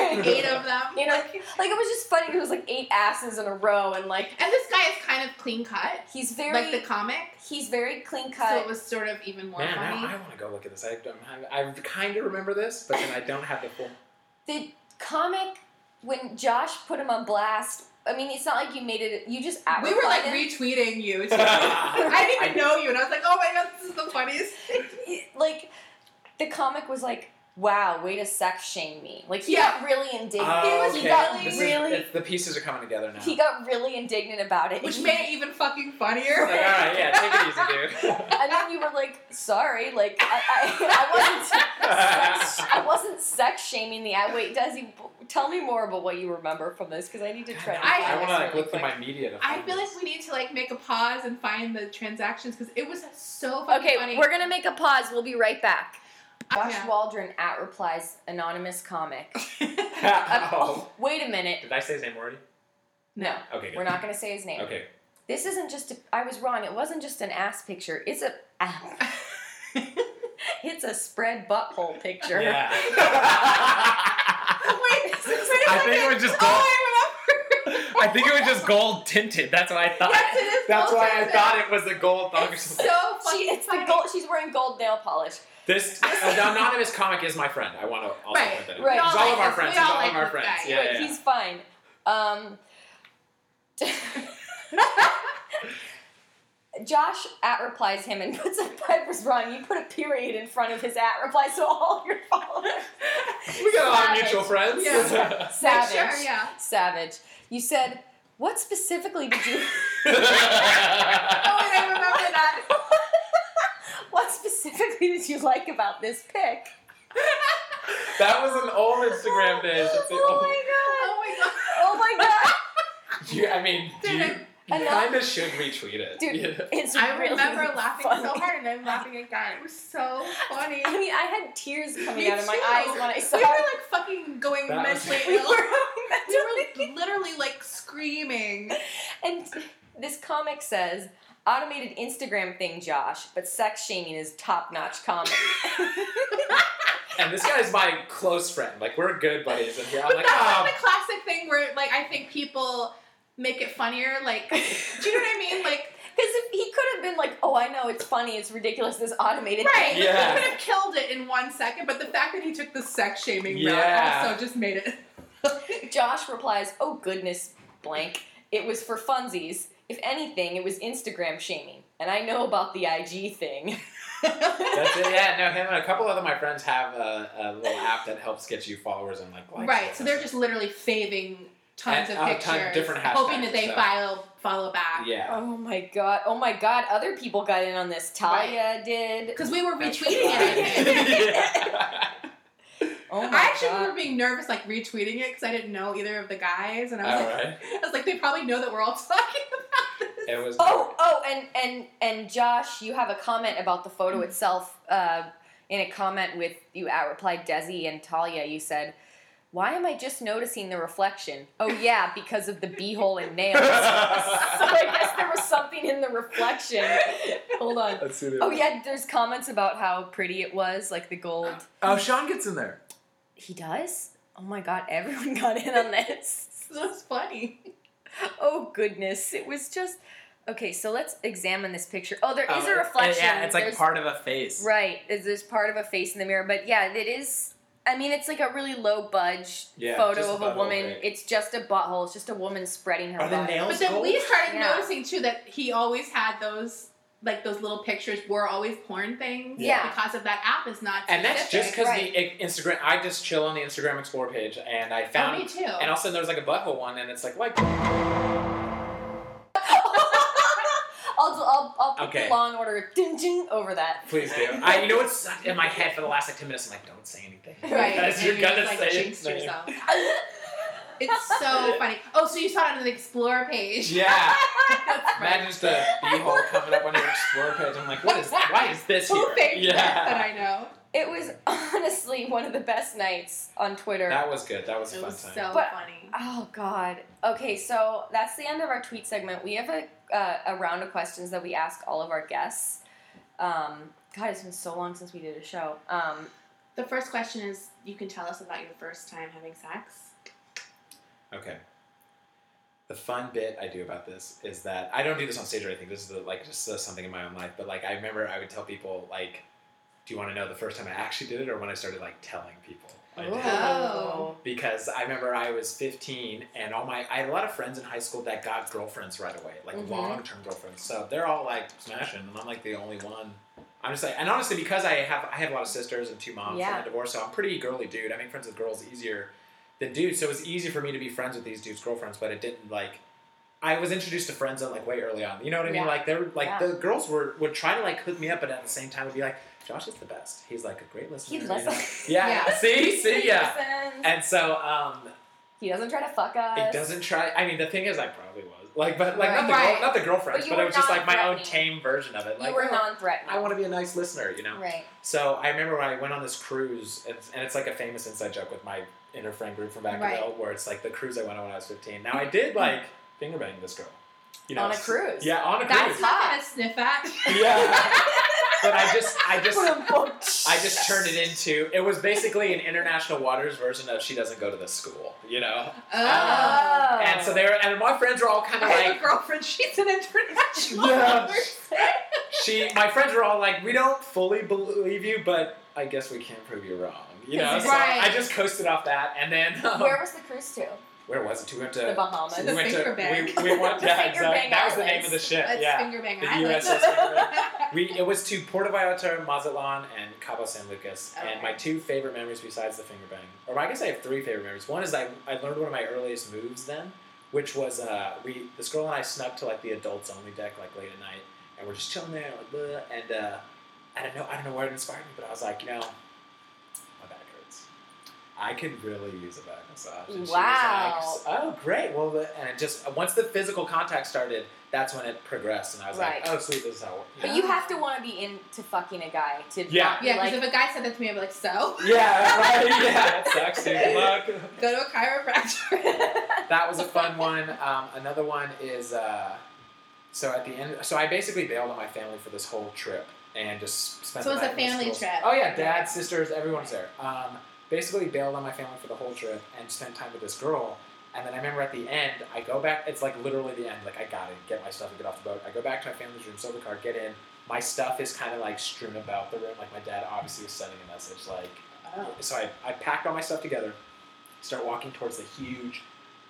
Speaker 2: Like, eight of them.
Speaker 1: you know, like it was just funny. 'cause It was like eight asses in a row and like
Speaker 2: And this guy is kind of clean cut,
Speaker 1: he's very,
Speaker 2: like the comic.
Speaker 1: he's very clean
Speaker 2: So it
Speaker 1: cut.
Speaker 2: was sort of even more
Speaker 3: Man,
Speaker 2: funny.
Speaker 3: now I want to go look at this. I, don't have, I kind of remember this, but then I don't have the full.
Speaker 1: the comic when Josh put him on blast. I mean, it's not like you made it. You just at
Speaker 2: we were like
Speaker 1: replied him.
Speaker 2: retweeting you. Too. I didn't even know you, and I was like, "Oh my god, this is the funniest."
Speaker 1: like the comic was like. Wow, way to sex shame me. Like he
Speaker 2: Yeah.
Speaker 1: got really indignant.
Speaker 3: Oh,
Speaker 1: He
Speaker 3: okay.
Speaker 1: got
Speaker 2: really,
Speaker 3: This is-
Speaker 1: really
Speaker 3: it's- the pieces are coming together now.
Speaker 1: He got really indignant about it.
Speaker 2: Which made it even fucking funnier.
Speaker 3: like, all right, yeah, take it easy, dude.
Speaker 1: and then you were like, "Sorry, like I, I, I wasn't, sex, I wasn't sex shaming the ad." Wait, Desi, b- tell me more about what you remember from this because I need to try. and
Speaker 2: I-
Speaker 1: find
Speaker 3: I want
Speaker 1: this
Speaker 3: to like
Speaker 1: really
Speaker 3: look through
Speaker 1: quick.
Speaker 3: my media. To
Speaker 2: I
Speaker 3: find
Speaker 2: feel like
Speaker 3: this.
Speaker 2: we need to like make a pause and find the transactions because it was so fucking
Speaker 1: Okay,
Speaker 2: funny.
Speaker 1: we're gonna make a pause. We'll be right back. Josh
Speaker 2: Yeah.
Speaker 1: Waldron at replies anonymous comic. Uh,
Speaker 3: Ow.
Speaker 1: oh, wait a minute.
Speaker 3: Did I say his name already?
Speaker 1: No,
Speaker 3: Okay, good.
Speaker 1: we're not gonna say his name.
Speaker 3: Okay.
Speaker 1: This isn't just. A, I was wrong. It wasn't just an ass picture. It's a. it's a spread butthole picture.
Speaker 3: Yeah.
Speaker 2: wait, wait a
Speaker 3: I think it
Speaker 2: second.
Speaker 3: was just gold.
Speaker 2: Oh, I remember.
Speaker 3: I think it was just gold tinted. That's what I thought.
Speaker 2: Yes, it is
Speaker 3: That's
Speaker 2: gold
Speaker 3: why I
Speaker 2: tinted.
Speaker 3: thought it was the gold thong.
Speaker 2: so fucking
Speaker 1: She, it's the
Speaker 2: funny.
Speaker 1: gold. She's wearing gold nail polish.
Speaker 3: This the anonymous comic is my friend. I want to also
Speaker 2: Right,
Speaker 3: put that. in.
Speaker 1: right.
Speaker 3: He's
Speaker 2: We
Speaker 3: all
Speaker 2: all
Speaker 3: of our
Speaker 2: like this-
Speaker 3: friends.
Speaker 2: we all
Speaker 3: He's all of
Speaker 2: like
Speaker 3: our
Speaker 2: this
Speaker 3: friends.
Speaker 2: guy.
Speaker 3: Yeah,
Speaker 1: But
Speaker 3: yeah,
Speaker 1: he's fine. Um, Josh at replies him and puts a Piper's wrong. You put a period in front of his at reply, so all your followers.
Speaker 3: We got a lot of
Speaker 1: Savage.
Speaker 3: mutual friends.
Speaker 2: Yeah.
Speaker 1: Savage.
Speaker 2: Sure, yeah.
Speaker 1: Savage. You said, what specifically did you?
Speaker 2: Oh, and I remember that.
Speaker 1: what specifically did you like about this pic?
Speaker 3: that was an old Instagram page. It's the
Speaker 1: oh
Speaker 3: old-
Speaker 1: my god.
Speaker 2: Oh my
Speaker 1: Oh
Speaker 2: god.
Speaker 1: my god.
Speaker 3: You, I mean,
Speaker 2: Dude,
Speaker 3: you,
Speaker 1: I- I know.
Speaker 3: kind of should retweet it.
Speaker 1: Dude,
Speaker 3: Yeah.
Speaker 1: It's
Speaker 2: I
Speaker 1: really
Speaker 2: remember laughing
Speaker 1: funny.
Speaker 2: so hard, and I'm laughing again. It was so funny.
Speaker 1: I mean, I had tears coming
Speaker 2: Me
Speaker 1: out of my
Speaker 2: too.
Speaker 1: eyes when I saw
Speaker 2: we were
Speaker 1: it.
Speaker 2: like fucking going
Speaker 3: That was-
Speaker 2: mentally
Speaker 1: We
Speaker 2: ill.
Speaker 1: were having that
Speaker 2: we were literally like screaming.
Speaker 1: And this comic says, automated Instagram thing, Josh, but sex shaming is top notch comedy.
Speaker 3: And this guy's my close friend. Like we're good buddies, and here I'm
Speaker 2: But
Speaker 3: like,
Speaker 2: that's
Speaker 3: oh,
Speaker 2: like the classic thing where like I think people make it funnier. Like, do you know what I mean? Like,
Speaker 1: Because he could have been like, oh, I know, it's funny, it's ridiculous, this automated
Speaker 2: right?
Speaker 1: thing.
Speaker 3: Yeah.
Speaker 2: He could have killed it in one second, but the fact that he took the sex shaming
Speaker 3: Yeah.
Speaker 2: route also just made it.
Speaker 1: Josh replies, oh, goodness, blank. It was for funsies. If anything, it was Instagram shaming. And I know about the IG thing.
Speaker 3: that's it. Yeah, no, him and a couple other my friends have a, a little app that helps get you followers and like likes.
Speaker 2: right. So they're just literally faving tons
Speaker 3: And,
Speaker 2: of
Speaker 3: uh,
Speaker 2: pictures,
Speaker 3: ton- different
Speaker 2: hoping
Speaker 3: hashtags,
Speaker 2: that they
Speaker 3: so.
Speaker 2: follow follow back.
Speaker 3: Yeah.
Speaker 1: Oh my god. Oh my god, other people got in on this. Talia did.
Speaker 2: Because we were
Speaker 3: That's
Speaker 2: retweeting
Speaker 3: right.
Speaker 2: it.
Speaker 3: Yeah.
Speaker 1: Oh my
Speaker 2: I actually
Speaker 1: god.
Speaker 2: remember being nervous, like retweeting it, because I didn't know either of the guys, and I was
Speaker 3: All
Speaker 2: like,
Speaker 3: right.
Speaker 2: I was like, they probably know that we're all talking.
Speaker 3: It was.
Speaker 1: Oh, oh, and and and Josh, you have a comment about the photo itself. Uh, in a comment with you out replied Desi and Talia, you said, "Why am I just noticing the reflection? Oh yeah, because of the beehole and nails. so I guess there was something in the reflection. Hold on.
Speaker 3: Let's see.
Speaker 1: Oh yeah, there's comments about how pretty it was, like the gold.
Speaker 3: Oh, Sean gets in there.
Speaker 1: He does. oh my god, everyone got in on this.
Speaker 2: That's funny.
Speaker 1: oh goodness, it was just okay. So let's examine this picture. Oh, there is
Speaker 3: Oh,
Speaker 1: a reflection.
Speaker 3: Yeah, it's like
Speaker 1: There's-
Speaker 3: part of a face.
Speaker 1: Right, is there's part of a face in the mirror, but yeah, it is. I mean, it's like a really low budge
Speaker 3: Yeah, just
Speaker 1: photo of
Speaker 3: a
Speaker 1: a
Speaker 3: butthole,
Speaker 1: woman.
Speaker 3: right.
Speaker 1: It's just a butthole. It's just a woman spreading her.
Speaker 3: Are the
Speaker 1: body.
Speaker 3: nails-
Speaker 2: But then we
Speaker 3: gold?
Speaker 2: started
Speaker 1: Yeah.
Speaker 2: noticing too that he always had those like those little pictures were always porn things.
Speaker 1: Yeah.
Speaker 2: Because of that app is not.
Speaker 3: And that's just
Speaker 2: specific.
Speaker 3: because the I- Instagram. I just chill on the Instagram Explore page, and I
Speaker 2: Oh, me
Speaker 3: found.
Speaker 2: too.
Speaker 3: And all of a sudden, there was like a butthole one, and it's like, like,
Speaker 1: I'll, I'll, I'll put
Speaker 3: Okay.
Speaker 1: the Law and Order ding, ding, over that.
Speaker 3: please do. I, you know what's in my head for the last like ten minutes? I'm like, don't say anything.
Speaker 2: right.
Speaker 3: Because
Speaker 2: and
Speaker 3: you're
Speaker 2: you
Speaker 3: gonna
Speaker 2: just, like,
Speaker 3: say
Speaker 2: jinxed
Speaker 3: anything.
Speaker 2: yourself. It's so funny. Oh, so you saw it on the explore page.
Speaker 3: Yeah. Imagine just a b-hole coming up on your Explore page. I'm like, what is? Why is this
Speaker 2: Who
Speaker 3: here?
Speaker 2: faked
Speaker 3: yeah.
Speaker 2: that that I know?
Speaker 1: It was honestly one of the best nights on Twitter.
Speaker 3: That was good. That was a
Speaker 2: It
Speaker 3: fun
Speaker 2: was
Speaker 3: time.
Speaker 2: so
Speaker 1: But-
Speaker 2: funny.
Speaker 1: Oh God. Okay, so that's the end of our tweet segment. We have a uh, a round of questions that we ask all of our guests. Um, God, it's been so long since we did a show. Um,
Speaker 2: The first question is you can tell us about your first time having sex.
Speaker 3: Okay. The fun bit I do about this is that I don't do this on stage or anything. This is the, like just uh, something in my own life. But like I remember, I would tell people like, "Do you want to know the first time I actually did it, or when I started like telling people?" I did it?"
Speaker 2: Oh.
Speaker 3: Because I remember I was 15 and all my I had a lot of friends in high school that got girlfriends right away, like
Speaker 1: Mhm.
Speaker 3: long term girlfriends. So they're all like smashing, and I'm like the only one. I'm just like, and honestly, because I have I have a lot of sisters and two moms
Speaker 1: Yeah.
Speaker 3: from a divorce, so I'm pretty girly dude. I make friends with girls easier than dudes, so it was easy for me to be friends with these dudes' girlfriends. But it didn't like I was introduced to friend zone like way early on. You know what I mean?
Speaker 1: Yeah.
Speaker 3: Like they were like
Speaker 1: Yeah.
Speaker 3: the girls were would try to like hook me up, but at the same time would be like, Josh is the best. He's like a great listener.
Speaker 1: He
Speaker 3: you
Speaker 1: listens.
Speaker 3: know? Yeah.
Speaker 2: Yeah.
Speaker 3: See, see, yeah.
Speaker 1: listens.
Speaker 3: And so um,
Speaker 1: He doesn't try to fuck us.
Speaker 3: it doesn't try. I mean, the thing is, I probably was like, but like not the
Speaker 2: Right.
Speaker 3: girl, not the girlfriends,
Speaker 1: But you
Speaker 3: but,
Speaker 1: were
Speaker 3: it was just like my own
Speaker 1: non-threatening.
Speaker 3: tame version of it. Like,
Speaker 1: you were
Speaker 3: oh,
Speaker 1: non-threatening.
Speaker 3: I want to be a nice listener, you know.
Speaker 1: Right.
Speaker 3: So I remember when I went on this cruise, it's, and it's like a famous inside joke with my inner friend group from back
Speaker 2: Right.
Speaker 3: in the where it's like the cruise I went on when I was fifteen. Now I did like finger bang this girl, you know,
Speaker 1: Mm-hmm. on a
Speaker 3: s-
Speaker 1: cruise.
Speaker 3: Yeah, on a
Speaker 2: That's
Speaker 3: cruise.
Speaker 2: not gonna sniff at.
Speaker 3: yeah, but I just, I just. I
Speaker 1: I
Speaker 3: just turned it into. It was basically an international waters version of she doesn't go to the school, you know.
Speaker 2: Oh.
Speaker 3: And so they were, and my friends were all kind
Speaker 2: I
Speaker 3: of
Speaker 2: have
Speaker 3: Uh, like,
Speaker 2: a girlfriend. She's an international.
Speaker 3: Yeah.
Speaker 2: person.
Speaker 3: she my friends were all like we don't fully believe you but i guess we can't prove you wrong you know so
Speaker 2: Right.
Speaker 3: i just coasted off that and then um,
Speaker 1: Where was the cruise to?
Speaker 3: where was it we went
Speaker 1: The
Speaker 3: to
Speaker 1: Bahamas.
Speaker 3: we
Speaker 2: The
Speaker 3: went
Speaker 2: finger
Speaker 3: to
Speaker 2: bang.
Speaker 3: we, we went
Speaker 1: The
Speaker 3: yeah,
Speaker 1: finger
Speaker 3: exactly.
Speaker 1: bang
Speaker 3: that was the name
Speaker 1: islands.
Speaker 3: of the ship
Speaker 2: That's
Speaker 3: yeah
Speaker 2: finger bang
Speaker 3: the
Speaker 2: island.
Speaker 3: USS finger we it was to Puerto Vallarta, Mazatlan, and Cabo San Lucas.
Speaker 2: Okay.
Speaker 3: And my two favorite memories besides the finger bang, or I guess I have three favorite memories. One is I, I learned one of my earliest moves then, which was uh, we this girl and I snuck to like the adults only deck like late at night, and we're just chilling there like blah, and uh, I don't know I don't know where it inspired me, but I was like you know my back hurts. I could really use a back massage. And she was like,
Speaker 1: Wow.
Speaker 3: oh, great. Well, the, and it just once the physical contact started, that's when it progressed, and I was
Speaker 1: Right.
Speaker 3: like, oh, sweet, this is how. it works.
Speaker 1: But you have to want to be into fucking a guy to
Speaker 3: Yeah.
Speaker 1: not be
Speaker 2: Yeah, because
Speaker 1: like,
Speaker 2: if a guy said that to me, I'd be like, so
Speaker 3: Yeah, right. Yeah, that sucks. Dude. Good luck.
Speaker 2: go to a chiropractor.
Speaker 3: That was a fun one. Um, another one is uh, so at the end. So I basically bailed on my family for this whole trip and just spent.
Speaker 2: So
Speaker 3: the
Speaker 2: it was a
Speaker 3: night in the
Speaker 2: family
Speaker 3: schools.
Speaker 2: trip.
Speaker 3: Oh yeah, dad, sisters, everyone's there. Um, basically bailed on my family for the whole trip and spent time with this girl. And then I remember at the end, I go back. It's like literally the end. Like I got to get my stuff and get off the boat. I go back to my family's room, sober car, get in. My stuff is kind of like strewn about the room. Like my dad obviously was sending a message, like so I, I packed all my stuff together, start walking towards the huge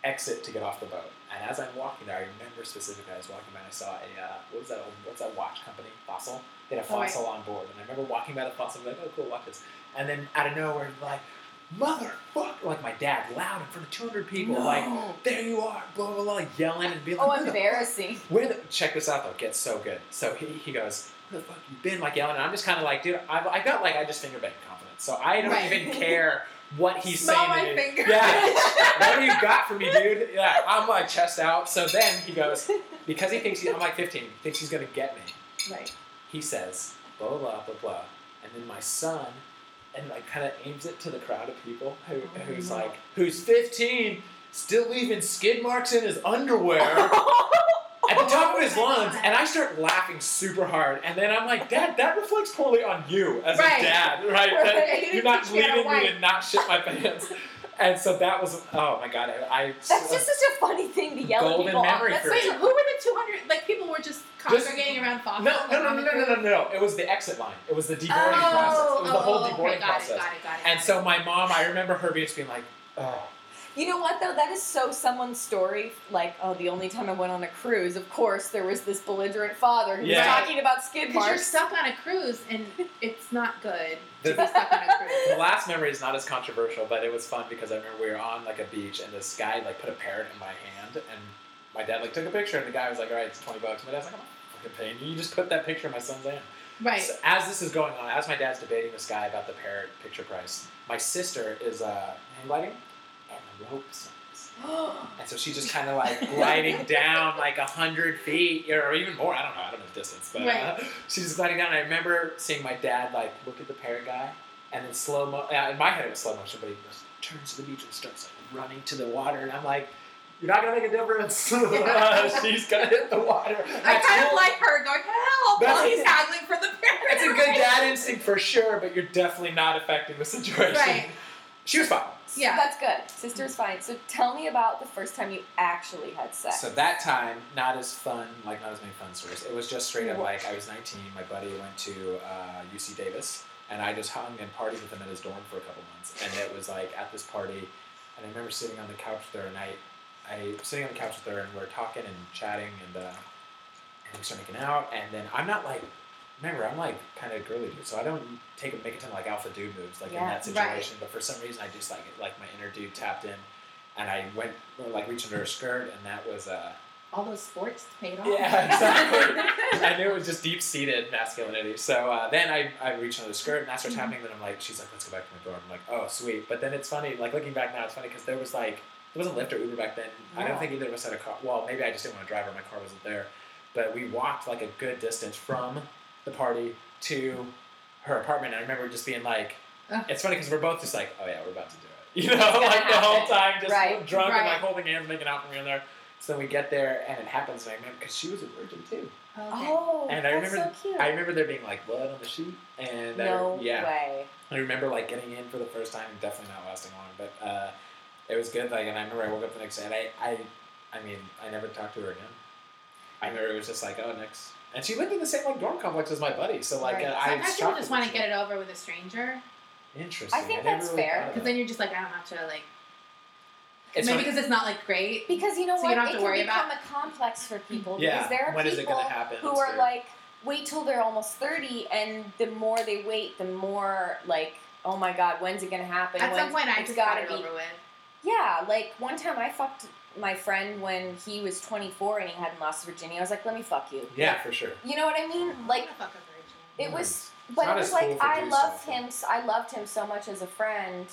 Speaker 3: exit to get off the boat. And as I'm walking there, I remember specifically I was walking by and I saw a uh, what was that old, what's that watch company Fossil? They had a
Speaker 2: Oh, right.
Speaker 3: Fossil on board, and I remember walking by the Fossil and be like, oh cool, watch this. And then out of nowhere, like motherfucker, like my dad, loud in front of 200 people, like there you are, blah blah blah, yelling and being like,
Speaker 1: oh,
Speaker 3: "Where the
Speaker 1: embarrassing.
Speaker 3: where the check this out though gets so good. So he, he goes, where the fuck you been, like yelling, and I'm just kind of like, dude, I've, I got like I just finger bang confidence, so I don't
Speaker 2: Right.
Speaker 3: even care what he's
Speaker 2: Smell
Speaker 3: saying.
Speaker 2: my
Speaker 3: to me.
Speaker 2: finger.
Speaker 3: Yeah, what do you got for me, dude? Yeah, I'm like chest out. So then he goes, because he thinks he, I'm like 15, thinks he's gonna get me.
Speaker 2: Right.
Speaker 3: He says, blah blah blah blah blah, and then my son. And like kind of aims it to the crowd of people who, who's
Speaker 2: Oh,
Speaker 1: no.
Speaker 3: like who's 15, still leaving skid marks in his underwear at the top of his
Speaker 2: Oh my
Speaker 3: lungs,
Speaker 2: God.
Speaker 3: and I start laughing super hard, and then I'm like, Dad, that reflects poorly on you as
Speaker 2: Right.
Speaker 3: a dad, right?
Speaker 2: Right.
Speaker 3: That
Speaker 2: You
Speaker 3: you're
Speaker 2: didn't
Speaker 3: not
Speaker 2: teach me how to
Speaker 3: leading me
Speaker 2: wipe.
Speaker 3: to not shit my pants. and so that was oh my god, I, I
Speaker 1: That's just such a funny thing to yell at
Speaker 3: Golden
Speaker 1: people.
Speaker 3: memory
Speaker 1: on.
Speaker 3: for
Speaker 2: Wait,
Speaker 1: That's
Speaker 3: you.
Speaker 1: like,
Speaker 2: who were the 200? Like, people were just congregating around Fox.
Speaker 3: no,
Speaker 2: like,
Speaker 3: no, no,
Speaker 2: on
Speaker 3: no,
Speaker 2: the
Speaker 3: no, no,
Speaker 2: group?
Speaker 3: no, no. It was the exit line. It was the deboarding
Speaker 2: Oh,
Speaker 3: process. It was the whole
Speaker 2: oh, okay,
Speaker 3: deboarding
Speaker 2: got
Speaker 3: process.
Speaker 2: It, got it, got it,
Speaker 3: And so my mom, I remember her just being like, oh,
Speaker 1: you know what though? That is so someone's story. Like, oh, the only time I went on a cruise, of course, there was this belligerent father who
Speaker 3: Yeah.
Speaker 1: was talking about skid
Speaker 2: because you're
Speaker 1: marks.
Speaker 2: stuck on a cruise and it's not good to
Speaker 3: The-
Speaker 2: be stuck on a cruise.
Speaker 3: The last memory is not as controversial, but it was fun because I remember we were on like a beach and this guy like put a parrot in my hand and my dad like took a picture and the guy was like, all right, it's 20 bucks. My dad's like, I'm not fucking paying you. You just put that picture in my son's hand.
Speaker 2: Right.
Speaker 3: So as this is going on, as my dad's debating this guy about the parrot picture price, my sister is uh, hang gliding and rope signs. And so she's just kind of like gliding down like a hundred feet or even more. I don't know. I don't know the distance, but uh, she's just gliding down. I remember seeing my dad like look at the parrot guy, and then slow mo. Uh, in my head, it was slow motion, but he just turns to the beach and starts like running to the water, and I'm like. You're not gonna make a difference. She's gonna hit the water.
Speaker 2: I kind of like her going, help, while
Speaker 3: That's-
Speaker 2: he's haggling for the parents.
Speaker 3: It's a good dad instinct for sure, but you're definitely not affecting the situation.
Speaker 2: Right.
Speaker 3: She was fine.
Speaker 2: Yeah.
Speaker 1: That's good. Sister's fine. So tell me about the first time you actually had sex.
Speaker 3: So that time, not as fun, like not as many fun stories. It was just straight up like I was 19. My buddy went to uh, UC Davis, and I just hung and partied with him at his dorm for a couple months. And it was like at this party, and I remember sitting on the couch with her, and I, I was sitting on the couch with her, and we are talking and chatting, and uh, and we start making out. And then I'm not like, remember, I'm like kind of girly dude, so I don't take make a ton of like alpha dude moves like in
Speaker 1: Yeah,
Speaker 3: that
Speaker 2: right.
Speaker 3: situation. But for some reason, I just like like my inner dude tapped in. And I went, like, reached under her skirt, and that was, uh,
Speaker 2: All those sports paid off.
Speaker 3: yeah, exactly. I knew it was just deep seated masculinity. So uh, then I, I reach under the skirt and that
Speaker 2: Mm-hmm.
Speaker 3: starts happening. Then I'm like, she's like, let's go back to my dorm. I'm like, oh, sweet. But then it's funny, like looking back now, it's funny because there was like, there wasn't Lyft or Uber back then. I
Speaker 1: No.
Speaker 3: don't think either of us had a car. Well, maybe I just didn't want to drive or my car wasn't there. But we walked like a good distance from the party to her apartment. And I remember just being like,
Speaker 2: Ugh.
Speaker 3: it's funny because we're both just like, oh yeah, we're about to do it. You know,
Speaker 2: gonna
Speaker 3: like the whole
Speaker 2: happen.
Speaker 3: time, just
Speaker 1: Right,
Speaker 3: drunk and like
Speaker 2: right.
Speaker 3: holding hands, making out from here and there. So then we get there, and it happens. And I remember because she was a virgin too.
Speaker 2: Okay.
Speaker 1: oh,
Speaker 3: And I
Speaker 1: that's
Speaker 3: remember-
Speaker 1: so cute.
Speaker 3: I remember there being like blood on the sheet, and
Speaker 1: no
Speaker 3: I, yeah,
Speaker 1: way.
Speaker 3: I remember like getting in for the first time, and definitely not lasting long, but uh, it was good. Like, and I remember I woke up the next day, and I, I, I mean, I never talked to her again. I remember it was just like, oh, next, and she lived in the same like dorm complex as my buddy, so like
Speaker 2: Right.
Speaker 3: uh, I
Speaker 2: Sometimes
Speaker 3: was
Speaker 2: people
Speaker 3: shocked
Speaker 2: just
Speaker 3: that
Speaker 2: want to
Speaker 3: she-
Speaker 2: get it over with a stranger
Speaker 3: Interesting.
Speaker 1: I think
Speaker 3: never
Speaker 1: that's
Speaker 3: really
Speaker 1: fair,
Speaker 3: thought of
Speaker 2: because
Speaker 3: that.
Speaker 2: then you're just like, I don't have to like.
Speaker 3: It's
Speaker 2: maybe
Speaker 3: funny-
Speaker 2: because it's not like great.
Speaker 1: Because you know
Speaker 2: So you
Speaker 1: what?
Speaker 2: don't have
Speaker 1: it
Speaker 2: to
Speaker 1: can
Speaker 2: worry
Speaker 1: become
Speaker 2: about-
Speaker 1: a complex for people
Speaker 3: yeah.
Speaker 1: because there are
Speaker 3: when is it
Speaker 1: people
Speaker 3: gonna happen?
Speaker 1: who
Speaker 3: It's
Speaker 1: are
Speaker 3: weird.
Speaker 1: like wait till they're almost 30 and the more they wait, the more like oh my god, when's it going to happen?
Speaker 2: At
Speaker 1: When's-
Speaker 2: some point, I
Speaker 1: it's
Speaker 2: just got
Speaker 1: gotta
Speaker 2: it
Speaker 1: be
Speaker 2: over with.
Speaker 1: Yeah, like one time I fucked my friend when he was 24 and he hadn't lost Virginia. I was like, let me fuck you.
Speaker 3: yeah, for sure.
Speaker 1: You know what I mean? Like,
Speaker 2: I'm gonna fuck a virgin.
Speaker 1: it was,
Speaker 3: It's
Speaker 1: but
Speaker 3: not
Speaker 1: it
Speaker 3: as
Speaker 1: was like
Speaker 3: cool for
Speaker 1: I
Speaker 3: dudes
Speaker 1: loved
Speaker 3: to-
Speaker 1: him. s- I loved him so much as a friend,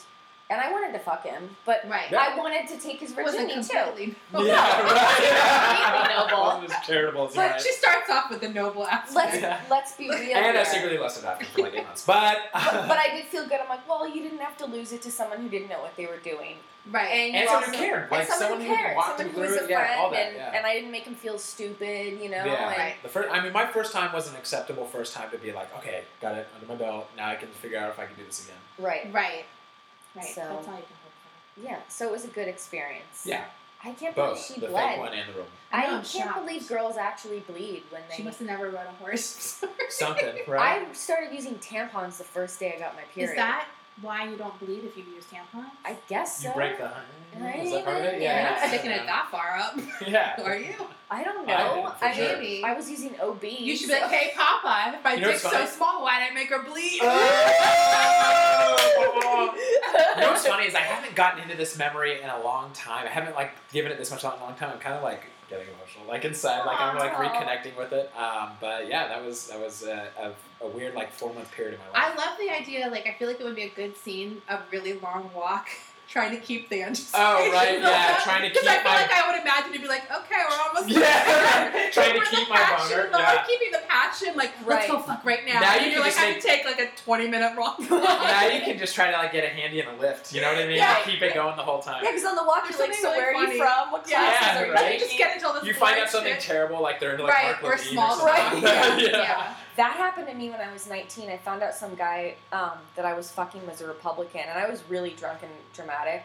Speaker 1: and I wanted to fuck him, but
Speaker 2: right.
Speaker 3: Yeah.
Speaker 1: I wanted to take his
Speaker 2: It wasn't
Speaker 1: virginity too.
Speaker 2: completely.
Speaker 3: Yeah, right.
Speaker 1: Completely noble.
Speaker 3: Wasn't as charitable as you
Speaker 2: But
Speaker 3: guys.
Speaker 2: she starts off with the noble
Speaker 1: Let's
Speaker 2: aspect.
Speaker 3: Yeah.
Speaker 1: let's be real.
Speaker 3: And I
Speaker 1: here.
Speaker 3: secretly lusted after for like eight months. But,
Speaker 1: But, but I did feel good. I'm like, well, you didn't have to lose it to someone who didn't know what they were doing,
Speaker 2: Right.
Speaker 1: and, you
Speaker 3: and someone who
Speaker 1: also-
Speaker 3: cared,
Speaker 1: and
Speaker 3: like
Speaker 1: someone who cared,
Speaker 3: walked
Speaker 1: someone
Speaker 3: him
Speaker 1: who was
Speaker 3: through
Speaker 1: a
Speaker 3: it, yeah, all
Speaker 1: friend, and,
Speaker 3: that, yeah.
Speaker 1: and I didn't make him feel stupid, you know.
Speaker 3: Yeah.
Speaker 1: and-
Speaker 2: Right.
Speaker 3: the first, I mean, my first time was an acceptable first time to be like, okay, got it under my belt. Now I can figure out if I can do this again.
Speaker 1: right.
Speaker 2: Right. Right.
Speaker 1: So-
Speaker 2: That's all you can hope for.
Speaker 1: Yeah, so it was a good experience.
Speaker 3: Yeah,
Speaker 1: I can't
Speaker 3: both
Speaker 1: believe she
Speaker 3: the fake
Speaker 1: bled.
Speaker 3: one and the real one.
Speaker 1: I
Speaker 2: I know, I'm
Speaker 1: can't
Speaker 2: shocked.
Speaker 1: believe girls actually bleed when they.
Speaker 2: She must have never rode a horse.
Speaker 3: Something, right?
Speaker 1: I started using tampons the first day I got my period.
Speaker 2: Is that why you don't bleed if you use tampons?
Speaker 1: I guess so.
Speaker 3: you break the.
Speaker 1: I
Speaker 3: Is that part of
Speaker 1: even-
Speaker 3: it?
Speaker 1: yeah,
Speaker 2: You're
Speaker 3: Yeah.
Speaker 2: not sticking it that far up,
Speaker 3: Yeah.
Speaker 2: are you?
Speaker 1: I don't
Speaker 3: I
Speaker 1: know.
Speaker 3: didn't, for
Speaker 1: I,
Speaker 3: sure.
Speaker 1: mean, I was using OB.
Speaker 2: You should be like, hey, Papa, my
Speaker 3: You know
Speaker 2: dick's
Speaker 3: what's
Speaker 2: so
Speaker 3: funny?
Speaker 2: small, why'd I make her bleed?
Speaker 3: Oh! You know
Speaker 1: so-
Speaker 3: what's funny is I haven't gotten into this memory in a long time. I haven't like given it this much thought in a long time. I'm kind of like getting emotional, like inside, like I'm like
Speaker 1: Aw.
Speaker 3: reconnecting with it. Um, but yeah, that was that was a, a, a weird like four month period in my
Speaker 2: I
Speaker 3: life.
Speaker 2: love the idea, like, I feel like it would be a good scene, a really long walk, trying to keep the anticipation.
Speaker 3: oh right, yeah,
Speaker 2: up.
Speaker 3: trying to keep
Speaker 2: Because I feel
Speaker 3: my
Speaker 2: like I would imagine you'd be like, okay, we're almost there.
Speaker 3: yeah, trying
Speaker 2: We're
Speaker 3: to
Speaker 2: the
Speaker 3: keep my
Speaker 2: passion,
Speaker 3: boner.
Speaker 2: like,
Speaker 3: Yeah.
Speaker 2: keeping the passion, like, let's go
Speaker 1: Right.
Speaker 2: fuck right now.
Speaker 3: Now
Speaker 2: and
Speaker 3: you
Speaker 2: you're
Speaker 3: can
Speaker 2: like,
Speaker 3: just
Speaker 2: I can take, like, a 20 minute walk.
Speaker 3: Now you can just try to like get a handy and a lift. You know what I mean?
Speaker 2: Yeah.
Speaker 3: Like, keep it going the whole time.
Speaker 1: yeah, because on the walk,
Speaker 2: There's
Speaker 1: you're like, so
Speaker 2: something
Speaker 1: where
Speaker 2: really
Speaker 1: are you
Speaker 2: funny.
Speaker 1: from? What
Speaker 2: Yeah,
Speaker 1: classes are you
Speaker 3: right.
Speaker 2: Let me just
Speaker 1: taking?"
Speaker 2: get into all this
Speaker 3: You find out
Speaker 2: boring
Speaker 3: something
Speaker 2: shit.
Speaker 3: terrible, like they're into like
Speaker 2: Right,
Speaker 3: Mark
Speaker 2: or
Speaker 3: Levine
Speaker 2: small
Speaker 1: Right,
Speaker 3: something.
Speaker 2: Yeah.
Speaker 3: yeah.
Speaker 1: That happened to me when I was 19. I found out some guy um, that I was fucking was a Republican, and I was really drunk and dramatic.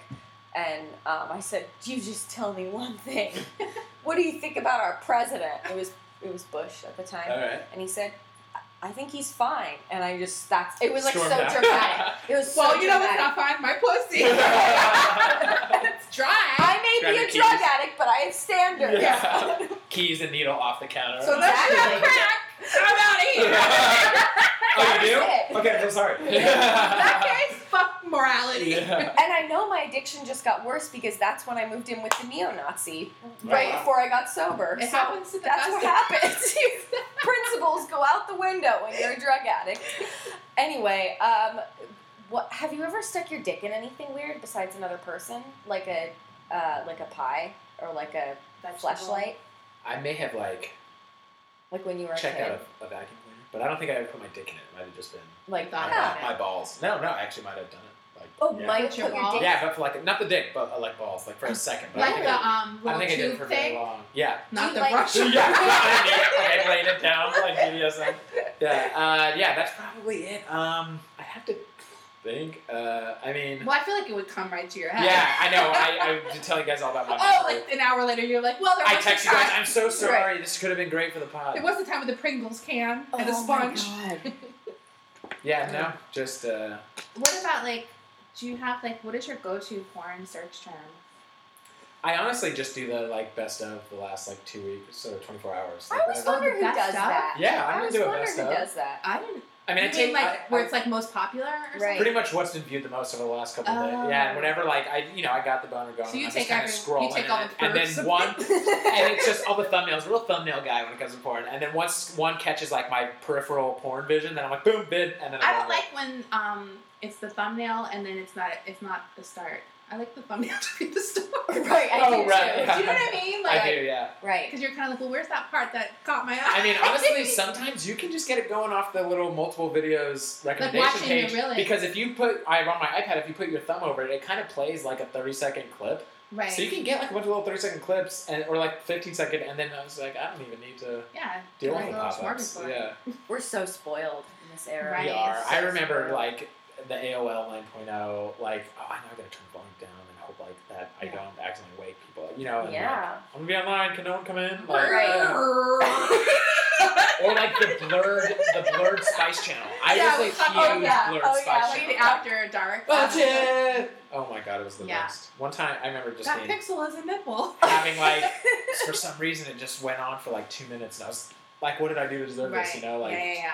Speaker 1: and um, I said, "You just tell me one thing. what do you think about our president?" It was it was Bush at the time,
Speaker 2: Uh,
Speaker 3: All right.
Speaker 1: and he said, "I- "I think he's fine." And I just that's it was like
Speaker 4: Stormed
Speaker 1: so
Speaker 4: out.
Speaker 1: dramatic. It was so
Speaker 2: well, you know what's
Speaker 1: dramatic.
Speaker 2: not fine? My pussy. it's dry.
Speaker 1: I may
Speaker 4: Grab
Speaker 1: be
Speaker 4: your
Speaker 1: a drug
Speaker 4: keys.
Speaker 1: addict, but I have standards.
Speaker 3: Yeah. Keys and needle off the counter.
Speaker 2: So that's
Speaker 1: Exactly.
Speaker 2: not crack. I'm out of here.
Speaker 3: oh, you do?
Speaker 1: That's it.
Speaker 4: Okay, I'm so sorry.
Speaker 2: In that case, fuck morality.
Speaker 3: Yeah.
Speaker 1: And I know my addiction just got worse because that's when I moved in with the neo-Nazi right
Speaker 3: Wow.
Speaker 1: before I got sober.
Speaker 2: It
Speaker 1: so
Speaker 2: happens to the
Speaker 1: that's
Speaker 2: best
Speaker 1: what
Speaker 2: of
Speaker 1: happens. Principles go out the window when you're a drug addict. Anyway, um, what have you ever stuck your dick in anything weird besides another person, like a uh, like a pie or like a flashlight,
Speaker 3: I may have like
Speaker 1: like when you were a
Speaker 3: checked
Speaker 1: kid?
Speaker 3: out a, a vacuum cleaner, but I don't think I ever put my dick in it. It might have just been
Speaker 1: Like
Speaker 2: Thought
Speaker 1: yeah.
Speaker 2: about it.
Speaker 3: my balls. No, no, I actually might have done it. Like
Speaker 1: Oh,
Speaker 3: yeah.
Speaker 1: might have
Speaker 2: Put
Speaker 1: put
Speaker 2: your
Speaker 1: your,
Speaker 2: balls-
Speaker 1: dick.
Speaker 3: Yeah, but for like not the dick, but uh, like balls, like for a second. But I
Speaker 2: Like
Speaker 3: think
Speaker 2: the
Speaker 3: I,
Speaker 2: um
Speaker 3: I
Speaker 2: little
Speaker 3: think I did it
Speaker 2: tube
Speaker 3: for very
Speaker 2: thing.
Speaker 3: long. Yeah.
Speaker 1: Do
Speaker 2: Not
Speaker 1: you
Speaker 2: the
Speaker 1: like-
Speaker 2: brush.
Speaker 3: yeah. I laid it down like BDSM. Yeah. Uh, yeah. That's probably it. Um, I have to think. Uh, I mean.
Speaker 2: Well, I feel like it would come right to your head.
Speaker 3: Yeah, I know. I, I did tell you guys all about my.
Speaker 2: Oh,
Speaker 3: memory.
Speaker 2: like an hour later, you're like, well, there
Speaker 3: I
Speaker 2: was
Speaker 3: text
Speaker 2: a
Speaker 3: you guys.
Speaker 2: time.
Speaker 3: I'm so sorry. This could have been great for the pod.
Speaker 2: It was the time with the Pringles can
Speaker 1: Oh
Speaker 2: and the sponge.
Speaker 1: My God.
Speaker 3: Yeah. No. Just. Uh,
Speaker 2: What about like? Do you have like what is your go-to porn search term?
Speaker 3: I honestly just do the like best of the last like two weeks, so 24 hours.
Speaker 1: I
Speaker 3: Like,
Speaker 1: always
Speaker 3: whatever.
Speaker 1: wonder who does
Speaker 2: Best of?
Speaker 1: that.
Speaker 3: Yeah,
Speaker 1: I
Speaker 3: I'm gonna
Speaker 1: always
Speaker 3: do a
Speaker 1: wonder
Speaker 3: best
Speaker 1: who
Speaker 3: of.
Speaker 1: does that.
Speaker 2: I didn't.
Speaker 3: I mean, I
Speaker 2: you
Speaker 3: take
Speaker 2: like
Speaker 3: I-
Speaker 2: where
Speaker 3: I-
Speaker 2: it's like most popular. Or
Speaker 1: Right.
Speaker 3: pretty much what's been viewed the most over the last couple of days. Yeah, and whenever like I, you know, I got the boner going.
Speaker 2: Oh. So you
Speaker 3: I'm
Speaker 2: take
Speaker 3: just kind
Speaker 2: every-
Speaker 3: of scrolling,
Speaker 2: you take all
Speaker 3: and,
Speaker 2: the
Speaker 3: and
Speaker 2: perps.
Speaker 3: then one, and it's just all the thumbnails. Real thumbnail guy when it comes to porn. And then once one catches like my peripheral porn vision, then I'm like boom, bid, and then
Speaker 2: I don't
Speaker 3: I'm
Speaker 2: like when um it's the thumbnail and then it's not it's not the start. I like the thumbnail to be the start.
Speaker 1: Right, I
Speaker 3: Oh,
Speaker 1: do
Speaker 3: right,
Speaker 1: too.
Speaker 3: yeah.
Speaker 2: Do you know what I mean? Like,
Speaker 3: I do, yeah.
Speaker 1: Right.
Speaker 2: because you're kind of like, well, where's that part that caught my eye?
Speaker 3: I mean, honestly, sometimes you can just get it going off the little multiple videos recommendation
Speaker 2: watching
Speaker 3: page.
Speaker 2: your reels.
Speaker 3: Because if you put, I on my iPad, if you put your thumb over it, it kind of plays like a 30 second clip.
Speaker 2: right?
Speaker 3: So you can get like a bunch of little 30 second clips, and or like 15 second, and then I was like, I don't even need to
Speaker 2: yeah.
Speaker 3: deal
Speaker 2: like
Speaker 3: with
Speaker 2: a
Speaker 3: the
Speaker 2: little
Speaker 3: pop ups.
Speaker 2: smorgasbord.
Speaker 3: Yeah,
Speaker 1: We're so spoiled in this era.
Speaker 2: Right.
Speaker 3: we are. I
Speaker 1: So
Speaker 3: remember
Speaker 1: spoiled.
Speaker 3: like the AOL 9.0, like, oh, I know I gotta turn the volume down and hope like that I
Speaker 2: Yeah.
Speaker 3: don't accidentally wake people, you know? And, like,
Speaker 1: Yeah.
Speaker 3: I'm gonna be online, can no one come in? Like, uh,
Speaker 1: Right.
Speaker 3: yeah.
Speaker 2: Right.
Speaker 3: Or like the blurred, the blurred Spice Channel. I
Speaker 2: Yeah,
Speaker 3: was a huge
Speaker 2: oh,
Speaker 1: yeah,
Speaker 3: blurred
Speaker 1: oh, yeah,
Speaker 3: Spice
Speaker 1: like
Speaker 3: Channel.
Speaker 2: Wait, after dark.
Speaker 3: Budget. Oh my god, it was the
Speaker 2: Yeah.
Speaker 3: best. One time, I remember just
Speaker 2: That
Speaker 3: being,
Speaker 2: pixel is a nipple.
Speaker 3: having like, for some reason, it just went on for like two minutes, and I was like, "What did I do to deserve
Speaker 2: right.
Speaker 3: this?" You know, like,
Speaker 2: yeah, yeah, yeah.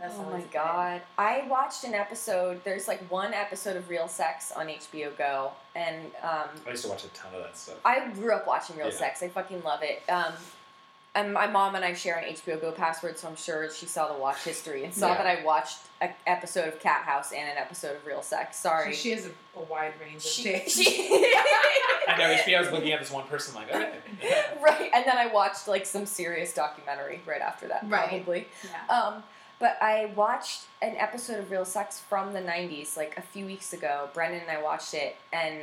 Speaker 2: That's
Speaker 1: oh my
Speaker 2: always a good.
Speaker 1: god. I watched an episode. There's like one episode of Real Sex on HBO Go, and um,
Speaker 3: I used to watch a ton of that stuff.
Speaker 1: I grew up watching Real
Speaker 3: Yeah.
Speaker 1: Sex. I fucking love it. Um, and my mom and I share an HBO Go password, so I'm sure she saw the watch history and saw
Speaker 3: Yeah.
Speaker 1: that I watched an episode of Cat House and an episode of Real Sex. Sorry.
Speaker 2: She, she has a, a wide range of
Speaker 1: she,
Speaker 2: shit.
Speaker 3: I know HBO was looking at this one person like, okay.
Speaker 1: right, and then I watched like some serious documentary right after that,
Speaker 2: Right.
Speaker 1: probably.
Speaker 2: yeah.
Speaker 1: Um, but I watched an episode of Real Sex from the 90s, like a few weeks ago. Brendan and I watched it, and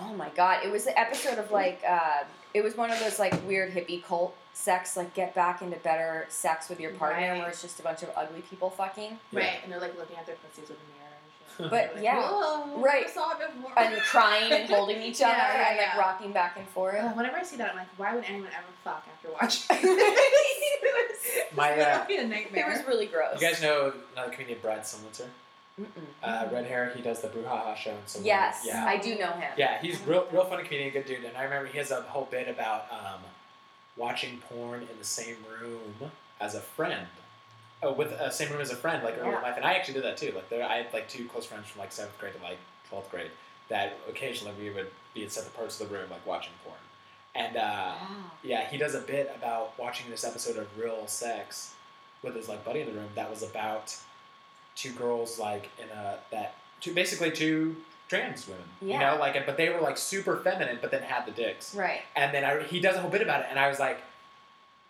Speaker 1: oh my god, it was the episode of like, uh, it was one of those like weird hippie cult sex, like get back into better sex with your partner,
Speaker 2: Right.
Speaker 1: where it's just a bunch of ugly people fucking.
Speaker 2: Right. And they're like looking at their pussies with a mirror and
Speaker 1: But,
Speaker 2: shit. They're like,
Speaker 1: yeah.
Speaker 2: Whoa,
Speaker 1: Right.
Speaker 2: I saw it before.
Speaker 1: And crying and holding each
Speaker 2: Yeah,
Speaker 1: other
Speaker 2: yeah,
Speaker 1: and like
Speaker 2: yeah.
Speaker 1: rocking back and forth.
Speaker 2: Ugh, whenever I see that, I'm like, why would anyone ever fuck after watching?
Speaker 1: it
Speaker 3: My, uh,
Speaker 2: That'd be a nightmare.
Speaker 1: was really gross.
Speaker 3: you guys know another comedian, Brad Simlitzer,
Speaker 1: Mm-mm.
Speaker 3: uh, red hair. He does the Brouhaha show. And so
Speaker 1: Mm-hmm. Yes,
Speaker 3: yeah.
Speaker 1: I do know him.
Speaker 3: Yeah, he's real, real funny comedian, good dude. And I remember he has a whole bit about um, watching porn in the same room as a friend, oh, with uh, same room as a friend, like early
Speaker 1: Yeah.
Speaker 3: in life. And I actually did that too. Like there, I had like two close friends from like seventh grade to like twelfth grade that occasionally we would be in separate parts of the room, like watching porn. And uh,
Speaker 1: Wow.
Speaker 3: yeah, he does a bit about watching this episode of Real Sex with his like buddy in the room that was about two girls like in a that two basically two trans women.
Speaker 1: Yeah.
Speaker 3: You know, like but they were like super feminine but then had the dicks.
Speaker 1: Right.
Speaker 3: And then I, he does a whole bit about it and I was like,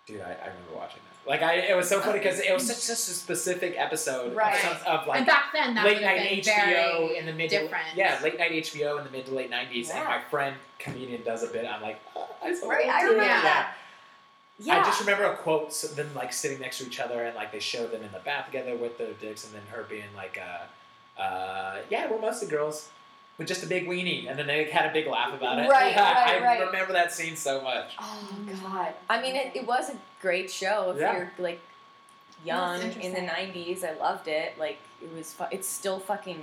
Speaker 3: dude, I, I remember watching that. Like I it was so funny because it was such, such a specific episode
Speaker 1: Right.
Speaker 3: of, some- of like
Speaker 2: and back then, that
Speaker 3: late
Speaker 2: would have been
Speaker 3: night HBO
Speaker 2: very
Speaker 3: in the mid
Speaker 2: different.
Speaker 3: yeah late night HBO in the mid to late nineties and
Speaker 1: Yeah.
Speaker 3: my friend comedian does a bit I'm like oh, I saw
Speaker 1: Right,
Speaker 3: that
Speaker 1: I
Speaker 3: too."
Speaker 1: remember
Speaker 2: Yeah.
Speaker 1: that. Yeah.
Speaker 3: I just remember a quote so them like sitting next to each other and like they showed them in the bath together with their dicks and then her being like uh, uh, yeah we're mostly girls with just a big weenie, and then they had a big laugh about it.
Speaker 1: Right,
Speaker 3: Yeah,
Speaker 1: right,
Speaker 3: I
Speaker 1: right.
Speaker 3: remember that scene so much.
Speaker 1: Oh God! I mean, it, it was a great show. If
Speaker 3: Mm. Yeah.
Speaker 1: you're like young
Speaker 2: That's
Speaker 1: in the
Speaker 2: interesting.
Speaker 1: '90s, I loved it. Like it was. Fu- it's still fucking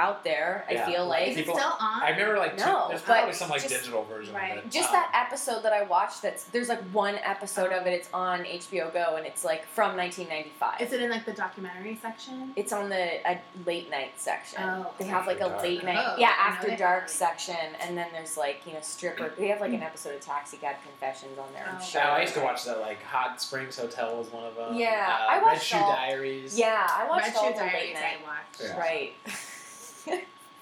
Speaker 1: out there.
Speaker 3: Yeah.
Speaker 1: I feel like
Speaker 2: Is
Speaker 3: People-
Speaker 2: it still on?
Speaker 3: I remember like two,
Speaker 1: No,
Speaker 3: there's
Speaker 1: but
Speaker 3: probably some like
Speaker 1: just-
Speaker 3: digital version
Speaker 2: right.
Speaker 3: of it.
Speaker 1: just
Speaker 3: Um,
Speaker 1: that episode that I watched. That's there's like one episode of it. It's on HBO Go, and it's like from 1995.
Speaker 2: Is it in like the documentary section?
Speaker 1: It's on the uh, late night section.
Speaker 2: Oh.
Speaker 1: They have like
Speaker 5: After
Speaker 1: a
Speaker 5: dark.
Speaker 1: late night,
Speaker 2: Oh,
Speaker 1: yeah,
Speaker 2: I know
Speaker 1: after
Speaker 2: they
Speaker 1: dark
Speaker 2: have.
Speaker 1: section, and then there's like you know stripper. They have like an episode of Taxi Cab Confessions on there. I'm
Speaker 2: Oh.
Speaker 1: sure.
Speaker 3: Yeah, I used to watch that. Like Hot Springs Hotel was one of them.
Speaker 1: Yeah,
Speaker 3: uh,
Speaker 1: I
Speaker 3: Red
Speaker 1: watched
Speaker 3: Shoe
Speaker 1: all-
Speaker 3: Diaries.
Speaker 1: Yeah, I watched
Speaker 2: Red
Speaker 1: all
Speaker 2: Shoe
Speaker 1: the late
Speaker 2: Diaries
Speaker 1: night.
Speaker 2: I watched.
Speaker 3: Yeah.
Speaker 1: Right.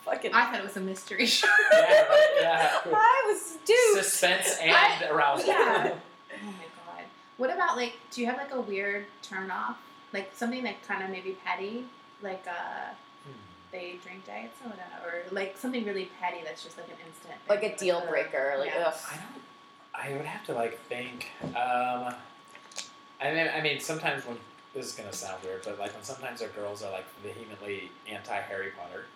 Speaker 1: Fucking.
Speaker 2: I thought it was a mystery show.
Speaker 3: Yeah, right, yeah. cool.
Speaker 1: I was dude.
Speaker 3: Suspense and
Speaker 2: I-
Speaker 3: arousal.
Speaker 2: yeah. Oh my god. What about like do you have like a weird turn off? Like something like kinda maybe petty? Like uh
Speaker 3: Hmm.
Speaker 2: they drink diet soda or like something really petty that's just like an instant
Speaker 1: like a deal breaker. Like
Speaker 2: yeah.
Speaker 1: ugh.
Speaker 3: I don't. I would have to like think. Um, I mean, I mean, sometimes when this is gonna sound weird, but like when sometimes our girls are like vehemently anti Harry Potter.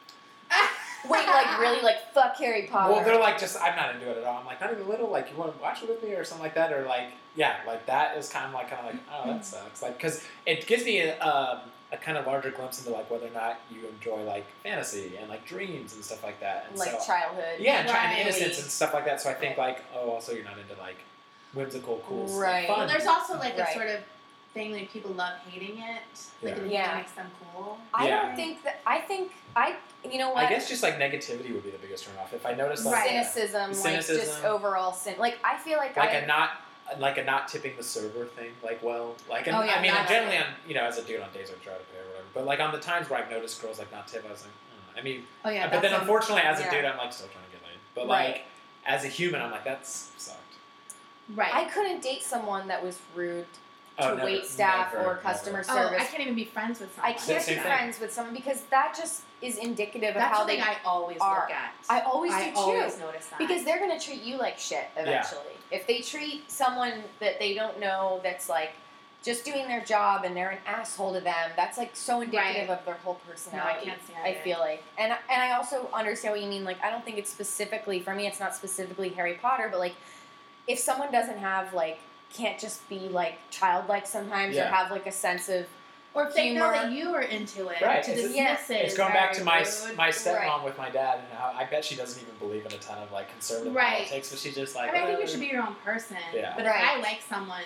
Speaker 1: Wait, like really, like fuck Harry Potter.
Speaker 3: Well, they're like just I'm not into it at all. I'm like not even a little. Like you want to watch it with me or something like that, or like yeah, like that is kind of like kind of like oh
Speaker 1: Hmm.
Speaker 3: that sucks. Like because it gives me a, um, a kind of larger glimpse into like whether or not you enjoy like fantasy and like dreams and stuff like that. And
Speaker 1: Like
Speaker 3: so,
Speaker 1: childhood.
Speaker 3: yeah, and trying
Speaker 2: Right.
Speaker 3: to innocence and stuff like that. So I think like oh also you're not into like whimsical cool stuff.
Speaker 1: Right.
Speaker 3: Fun.
Speaker 2: Well there's also like
Speaker 1: Right.
Speaker 2: a sort of thing like people love hating it. Like
Speaker 3: Yeah.
Speaker 2: it
Speaker 1: Yeah.
Speaker 2: makes them cool.
Speaker 1: I
Speaker 3: Yeah.
Speaker 1: don't think that. I think I. You know what?
Speaker 3: I guess just like negativity would be the biggest turnoff. If I notice like
Speaker 2: Right.
Speaker 1: cynicism, like just
Speaker 3: Cynicism.
Speaker 1: overall sin. Like I feel like,
Speaker 3: like
Speaker 1: I.
Speaker 3: a not like a not tipping the server thing like well like and,
Speaker 2: Oh, yeah,
Speaker 3: i mean
Speaker 2: not-
Speaker 3: generally i'm you know as a dude on days i try to pay or whatever but like on the times where i've noticed girls like not tip i was like mm. i mean
Speaker 2: Oh yeah,
Speaker 3: but
Speaker 2: that's
Speaker 3: then
Speaker 2: a-
Speaker 3: unfortunately as
Speaker 1: yeah.
Speaker 3: a dude i'm like still trying to get laid but
Speaker 1: Right.
Speaker 3: like as a human i'm like that's sucked
Speaker 2: right.
Speaker 1: I couldn't date someone that was rude to
Speaker 3: oh, never,
Speaker 1: wait staff
Speaker 3: never,
Speaker 1: or customer
Speaker 3: never.
Speaker 2: oh,
Speaker 1: service.
Speaker 2: I can't even be friends with
Speaker 1: I
Speaker 2: someone.
Speaker 1: can't,
Speaker 3: same
Speaker 1: be
Speaker 3: thing.
Speaker 1: friends with someone because that just is indicative of
Speaker 2: That's
Speaker 1: how they.
Speaker 2: something I always
Speaker 1: are.
Speaker 2: look at.
Speaker 1: I always do
Speaker 2: I
Speaker 1: too.
Speaker 2: always notice that.
Speaker 1: Because they're gonna treat you like shit eventually. If they treat someone that they don't know that's like just doing their job and they're an asshole to them, that's like so indicative of their whole
Speaker 2: no, I
Speaker 1: personality.
Speaker 2: can't stand
Speaker 1: I
Speaker 2: it.
Speaker 1: feel like, and and I also understand what you mean. Like, I don't think it's specifically for me. It's not specifically Harry Potter, but like, if someone doesn't have like, can't just be like childlike sometimes or
Speaker 3: Yeah.
Speaker 1: have like a sense of
Speaker 2: Or if they know
Speaker 1: humor.
Speaker 2: that you are into it,
Speaker 3: Right,
Speaker 2: to
Speaker 3: it's-
Speaker 2: dismiss
Speaker 1: yeah.
Speaker 2: it.
Speaker 3: it's
Speaker 2: is
Speaker 3: going back
Speaker 2: very
Speaker 3: to my
Speaker 2: rude.
Speaker 3: my stepmom
Speaker 1: Right.
Speaker 3: with my dad and how I bet she doesn't even believe in a ton of like conservative
Speaker 2: Right.
Speaker 3: politics, but she's just like.
Speaker 2: I mean, I think you
Speaker 3: "Uh,
Speaker 2: should be your own person.
Speaker 3: Yeah.
Speaker 2: But if
Speaker 1: Right.
Speaker 2: I like someone,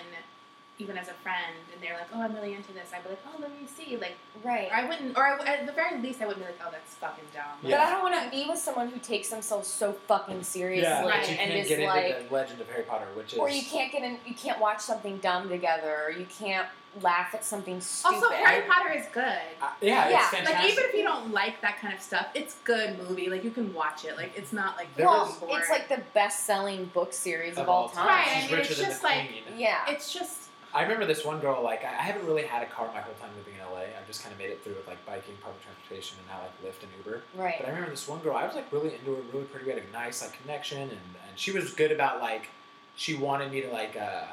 Speaker 2: even as a friend, and they're like, "Oh, I'm really into this," I'd be like, "Oh, let me see." Like,
Speaker 1: right.
Speaker 2: I wouldn't, or I, w- at the very least, I would be like, "Oh, that's fucking dumb." Like,
Speaker 1: But I
Speaker 3: Yeah.
Speaker 1: don't want to be with someone who takes themselves so fucking seriously
Speaker 3: Yeah,
Speaker 2: like,
Speaker 3: but you
Speaker 1: and
Speaker 3: can't
Speaker 1: is
Speaker 3: get into
Speaker 1: like,
Speaker 3: the legend of Harry Potter, which is
Speaker 1: or you can't get in, you can't watch something dumb together, or you can't laugh at something stupid.
Speaker 2: Also, Harry Potter is good.
Speaker 3: Uh,
Speaker 1: Yeah,
Speaker 3: yeah, it's
Speaker 1: like,
Speaker 3: fantastic.
Speaker 2: Like, even if you don't like that kind of stuff, it's good movie. Like, you can watch it. Like, it's not like
Speaker 3: There
Speaker 1: well,
Speaker 3: was-
Speaker 2: boring.
Speaker 1: it's like the best-selling book series of, all time.
Speaker 2: Right, I
Speaker 3: She's
Speaker 2: mean,
Speaker 3: richer
Speaker 2: it's
Speaker 3: than
Speaker 2: just
Speaker 3: the
Speaker 2: like-
Speaker 3: queen.
Speaker 1: Yeah.
Speaker 2: it's just
Speaker 3: I remember this one girl. Like, I I haven't really had a car my whole time living in LA. I've just kind of made it through with like biking, public transportation, and now like Lyft and Uber.
Speaker 1: right.
Speaker 3: But I remember this one girl. I was like really into her, really pretty. We had a nice like connection, and and she was good about like she wanted me to like uh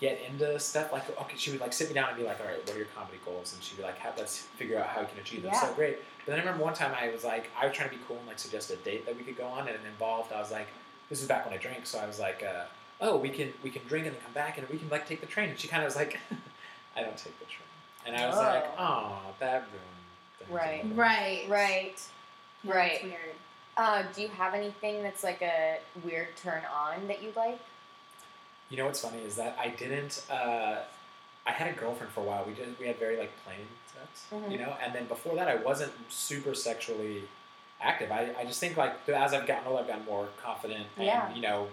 Speaker 3: get into stuff. Like, okay, she would like sit me down and be like, all right, what are your comedy goals? And she'd be like, how, let's figure out how we can achieve them.
Speaker 1: Yeah.
Speaker 3: So great. But then I remember one time I was like, I was trying to be cool and like suggest a date that we could go on, and it involved. I was like, this is back when I drank, so I was like. uh oh, we can we can drink and then come back and we can like take the train. And she kind of was like, I don't take the train. And I was like, oh, that ruined. things a
Speaker 1: Right.
Speaker 3: little.
Speaker 2: right,
Speaker 1: Right.
Speaker 2: Yeah,
Speaker 1: Right.
Speaker 2: It's weird.
Speaker 1: Uh, do you have anything that's like a weird turn on that you like?
Speaker 3: You know what's funny is that I didn't. Uh, I had a girlfriend for a while. We did. We had very like plain sex,
Speaker 1: Mhm.
Speaker 3: you know. And then before that, I wasn't super sexually active. I, I just think like as I've gotten older, I've gotten more confident and
Speaker 1: Yeah.
Speaker 3: you know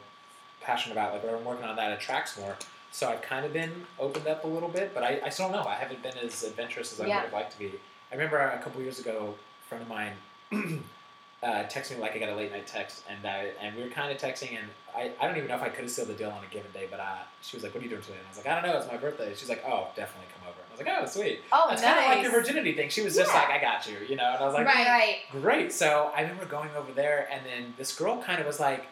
Speaker 3: passionate about like whatever I'm working on that attracts more. So I've kind of been opened up a little bit, but I, I still don't know. I haven't been as adventurous as I
Speaker 1: Yeah.
Speaker 3: would have liked to be. I remember a couple years ago, a friend of mine uh, texted me like I got a late night text, and I, and we were kind of texting, and I, I don't even know if I could have sealed the deal on a given day, but uh, she was like, "What are you doing today?" And I was like, "I don't know, it's my birthday." She's like, "Oh, definitely come over." And I was like, "Oh, sweet."
Speaker 1: Oh,
Speaker 3: It's
Speaker 1: nice.
Speaker 3: kind of like the virginity thing. She was just
Speaker 1: Yeah.
Speaker 3: like, "I got you," you know, and I was like,
Speaker 2: Right.
Speaker 1: right.
Speaker 3: Great. So I remember going over there, and then this girl kind of was like,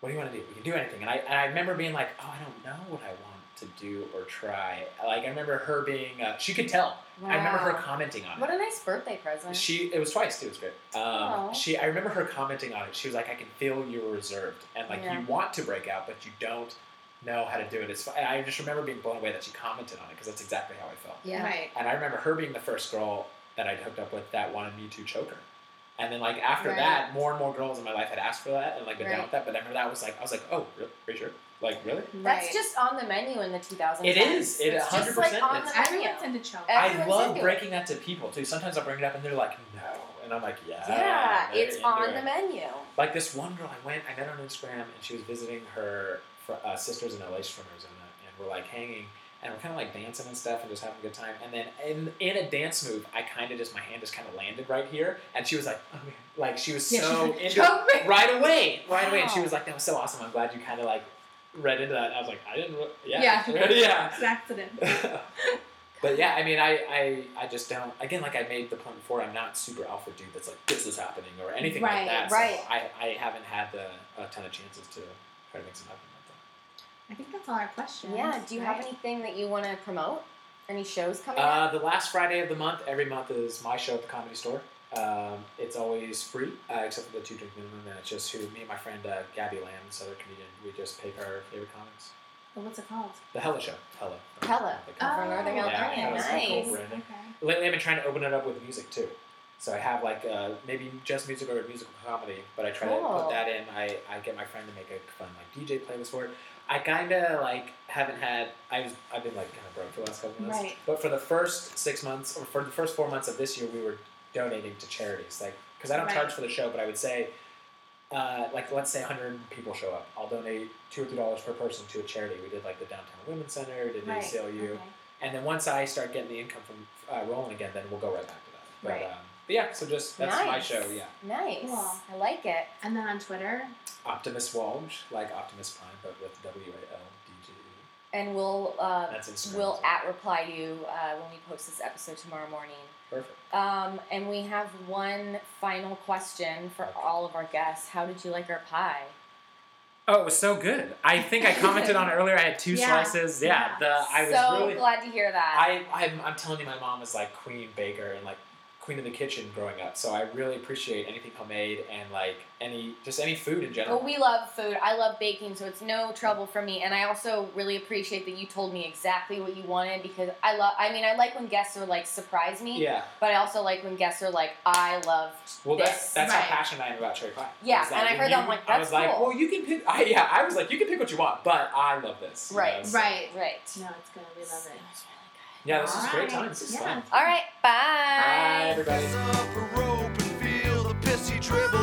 Speaker 3: "What do you want to do? We can do anything." And I and I remember being like, "Oh, I don't know what I want to do or try. Like I remember her being, uh, she could tell. I remember her
Speaker 1: Wow.
Speaker 3: commenting on it.
Speaker 1: What a nice birthday present.
Speaker 3: She it was twice too. It was great.
Speaker 1: Aw.
Speaker 3: Um, she I remember her commenting on it. She was like, "I can feel you're reserved, and like
Speaker 1: Yeah.
Speaker 3: you want to break out, but you don't know how to do it." It's fi- and I just remember being blown away that she commented on it because that's exactly how I felt.
Speaker 1: yeah.
Speaker 2: Right.
Speaker 3: And I remember her being the first girl that I'd hooked up with that wanted me to choke her. And then like after
Speaker 1: Right.
Speaker 3: that, more and more girls in my life had asked for that and like been down
Speaker 1: Right.
Speaker 3: with that. But I remember that was like I was like, "Oh, really? Are you sure? Like really?"
Speaker 1: That's
Speaker 2: right.
Speaker 1: just on the menu in the 2000s.
Speaker 3: It is. It
Speaker 1: It's just,
Speaker 3: 100%
Speaker 1: like,
Speaker 3: is.
Speaker 1: on the menu.
Speaker 2: Everyone's into choke.
Speaker 1: Every-
Speaker 3: I
Speaker 1: Everyone's
Speaker 3: love
Speaker 1: into it.
Speaker 3: breaking that to people too. Sometimes I bring it up and they're like, "No," and I'm like, "Yeah."
Speaker 1: Yeah,
Speaker 3: they're
Speaker 1: it's
Speaker 3: into
Speaker 1: on
Speaker 3: it.
Speaker 1: the menu.
Speaker 3: Like this one girl, I went, I met her on Instagram, and she was visiting her fr- uh, sisters in LA. She's from Arizona, and we're like hanging, and we're kind of like dancing and stuff, and just having a good time. And then in in a dance move, I kind of just my hand just kind of landed right here, and she was like, oh, man. like she was
Speaker 2: Yeah,
Speaker 3: so
Speaker 2: she's
Speaker 3: into
Speaker 2: choke me.
Speaker 3: right away, right away, and she
Speaker 1: Wow.
Speaker 3: was like, that was so awesome. I'm glad you kind of like read into that. And I was like, I didn't, re-
Speaker 2: Yeah.
Speaker 3: yeah, yeah.
Speaker 2: It's an accident.
Speaker 3: but yeah, I mean, I, I, I just don't. Again, like I made the point before, I'm not super alpha dude that's like this is happening or anything
Speaker 1: Right,
Speaker 3: like that.
Speaker 1: right.
Speaker 3: So I, I haven't had the, a ton of chances to try to make some happen like
Speaker 2: I think that's all our questions.
Speaker 1: Yeah. Do you have
Speaker 2: right?
Speaker 1: anything that you want to promote? Any shows coming
Speaker 3: that.
Speaker 1: up?
Speaker 3: Uh, the last Friday of the month every month is my show at the Comedy Store. Um, it's always free uh, except for the two drink minimum, and it's just who me and my friend uh, Gabby Lamb, this other comedian, we just pick our favorite comics.
Speaker 2: Well, what's it called?
Speaker 3: The Hella Show. Hella.
Speaker 1: Hella.
Speaker 3: The
Speaker 1: From Northern California,
Speaker 2: Oh, okay,
Speaker 1: that was some cool
Speaker 2: nice.
Speaker 3: branding.
Speaker 2: Okay.
Speaker 3: Lately, I've been trying to open it up with music too. So I have like uh, maybe just music or musical comedy, but I try to
Speaker 1: Cool.
Speaker 3: put that in. I, I get my friend to make a fun like DJ playlist for it. I kind of like haven't had I was I've been like kind of broke for the last couple months.
Speaker 2: Right.
Speaker 3: But for the first six months or for the first four months of this year, we were donating to charities. Like because I don't
Speaker 2: Right.
Speaker 3: charge for the show, but I would say. Uh, like let's say 100 people show up i'll donate two or three dollars per person to a charity we did like the downtown women's center did the
Speaker 2: Right. Mm-hmm.
Speaker 3: aclu
Speaker 2: Okay.
Speaker 3: and then once I start getting the income from uh, rolling again, then we'll go right back to that. But,
Speaker 2: Right.
Speaker 3: um, but yeah, so just that's my
Speaker 1: Nice.
Speaker 3: show. Yeah,
Speaker 1: Nice.
Speaker 2: Cool.
Speaker 1: I like it.
Speaker 2: And then on Twitter,
Speaker 3: Optimus Walge, like Optimus Prime, but with W A L D G E.
Speaker 1: And we'll uh,
Speaker 3: That's Instagram.
Speaker 1: we'll
Speaker 3: as well.
Speaker 1: at reply you uh, when we post this episode tomorrow morning.
Speaker 3: Perfect.
Speaker 1: Um, and we have one final question for all of our guests. How did you like our pie?
Speaker 6: Oh, it was so good. I think I commented on it earlier. I had two
Speaker 2: Yeah.
Speaker 6: slices. Yeah,
Speaker 2: Yeah.
Speaker 6: the I was
Speaker 1: so
Speaker 3: Uh, really-
Speaker 1: glad to hear that.
Speaker 3: I, I'm, I'm telling you, my mom was like queen baker and like queen of the kitchen growing up. So I really appreciate anything homemade and like any just any food in general.
Speaker 1: Well, we love food. I love baking, so it's no trouble for me. And I also really appreciate that you told me exactly what you wanted because I love. I mean, I like when guests are like surprise me,
Speaker 3: yeah.
Speaker 1: but I also like when guests are like, I love.
Speaker 3: Well,
Speaker 1: This-
Speaker 3: that's that's
Speaker 2: right.
Speaker 3: how passionate I am about cherry pie.
Speaker 1: Yeah,
Speaker 3: It's like,
Speaker 1: and I
Speaker 3: when
Speaker 1: heard
Speaker 3: you-
Speaker 1: that, I'm like,
Speaker 3: I was
Speaker 1: that's
Speaker 3: like,
Speaker 1: cool.
Speaker 3: well, you can pick. I, yeah, I was like, you can pick what you want, but I love this. you know,
Speaker 1: Right,
Speaker 3: so-
Speaker 2: right?
Speaker 1: Right.
Speaker 2: No, it's good. We love it.
Speaker 3: Yeah, this is great
Speaker 2: Alright.
Speaker 3: time. This is
Speaker 2: Yeah.
Speaker 3: fun.
Speaker 1: All right.
Speaker 3: Bye, everybody.
Speaker 7: Piss up a rope and feel the pissy dribble.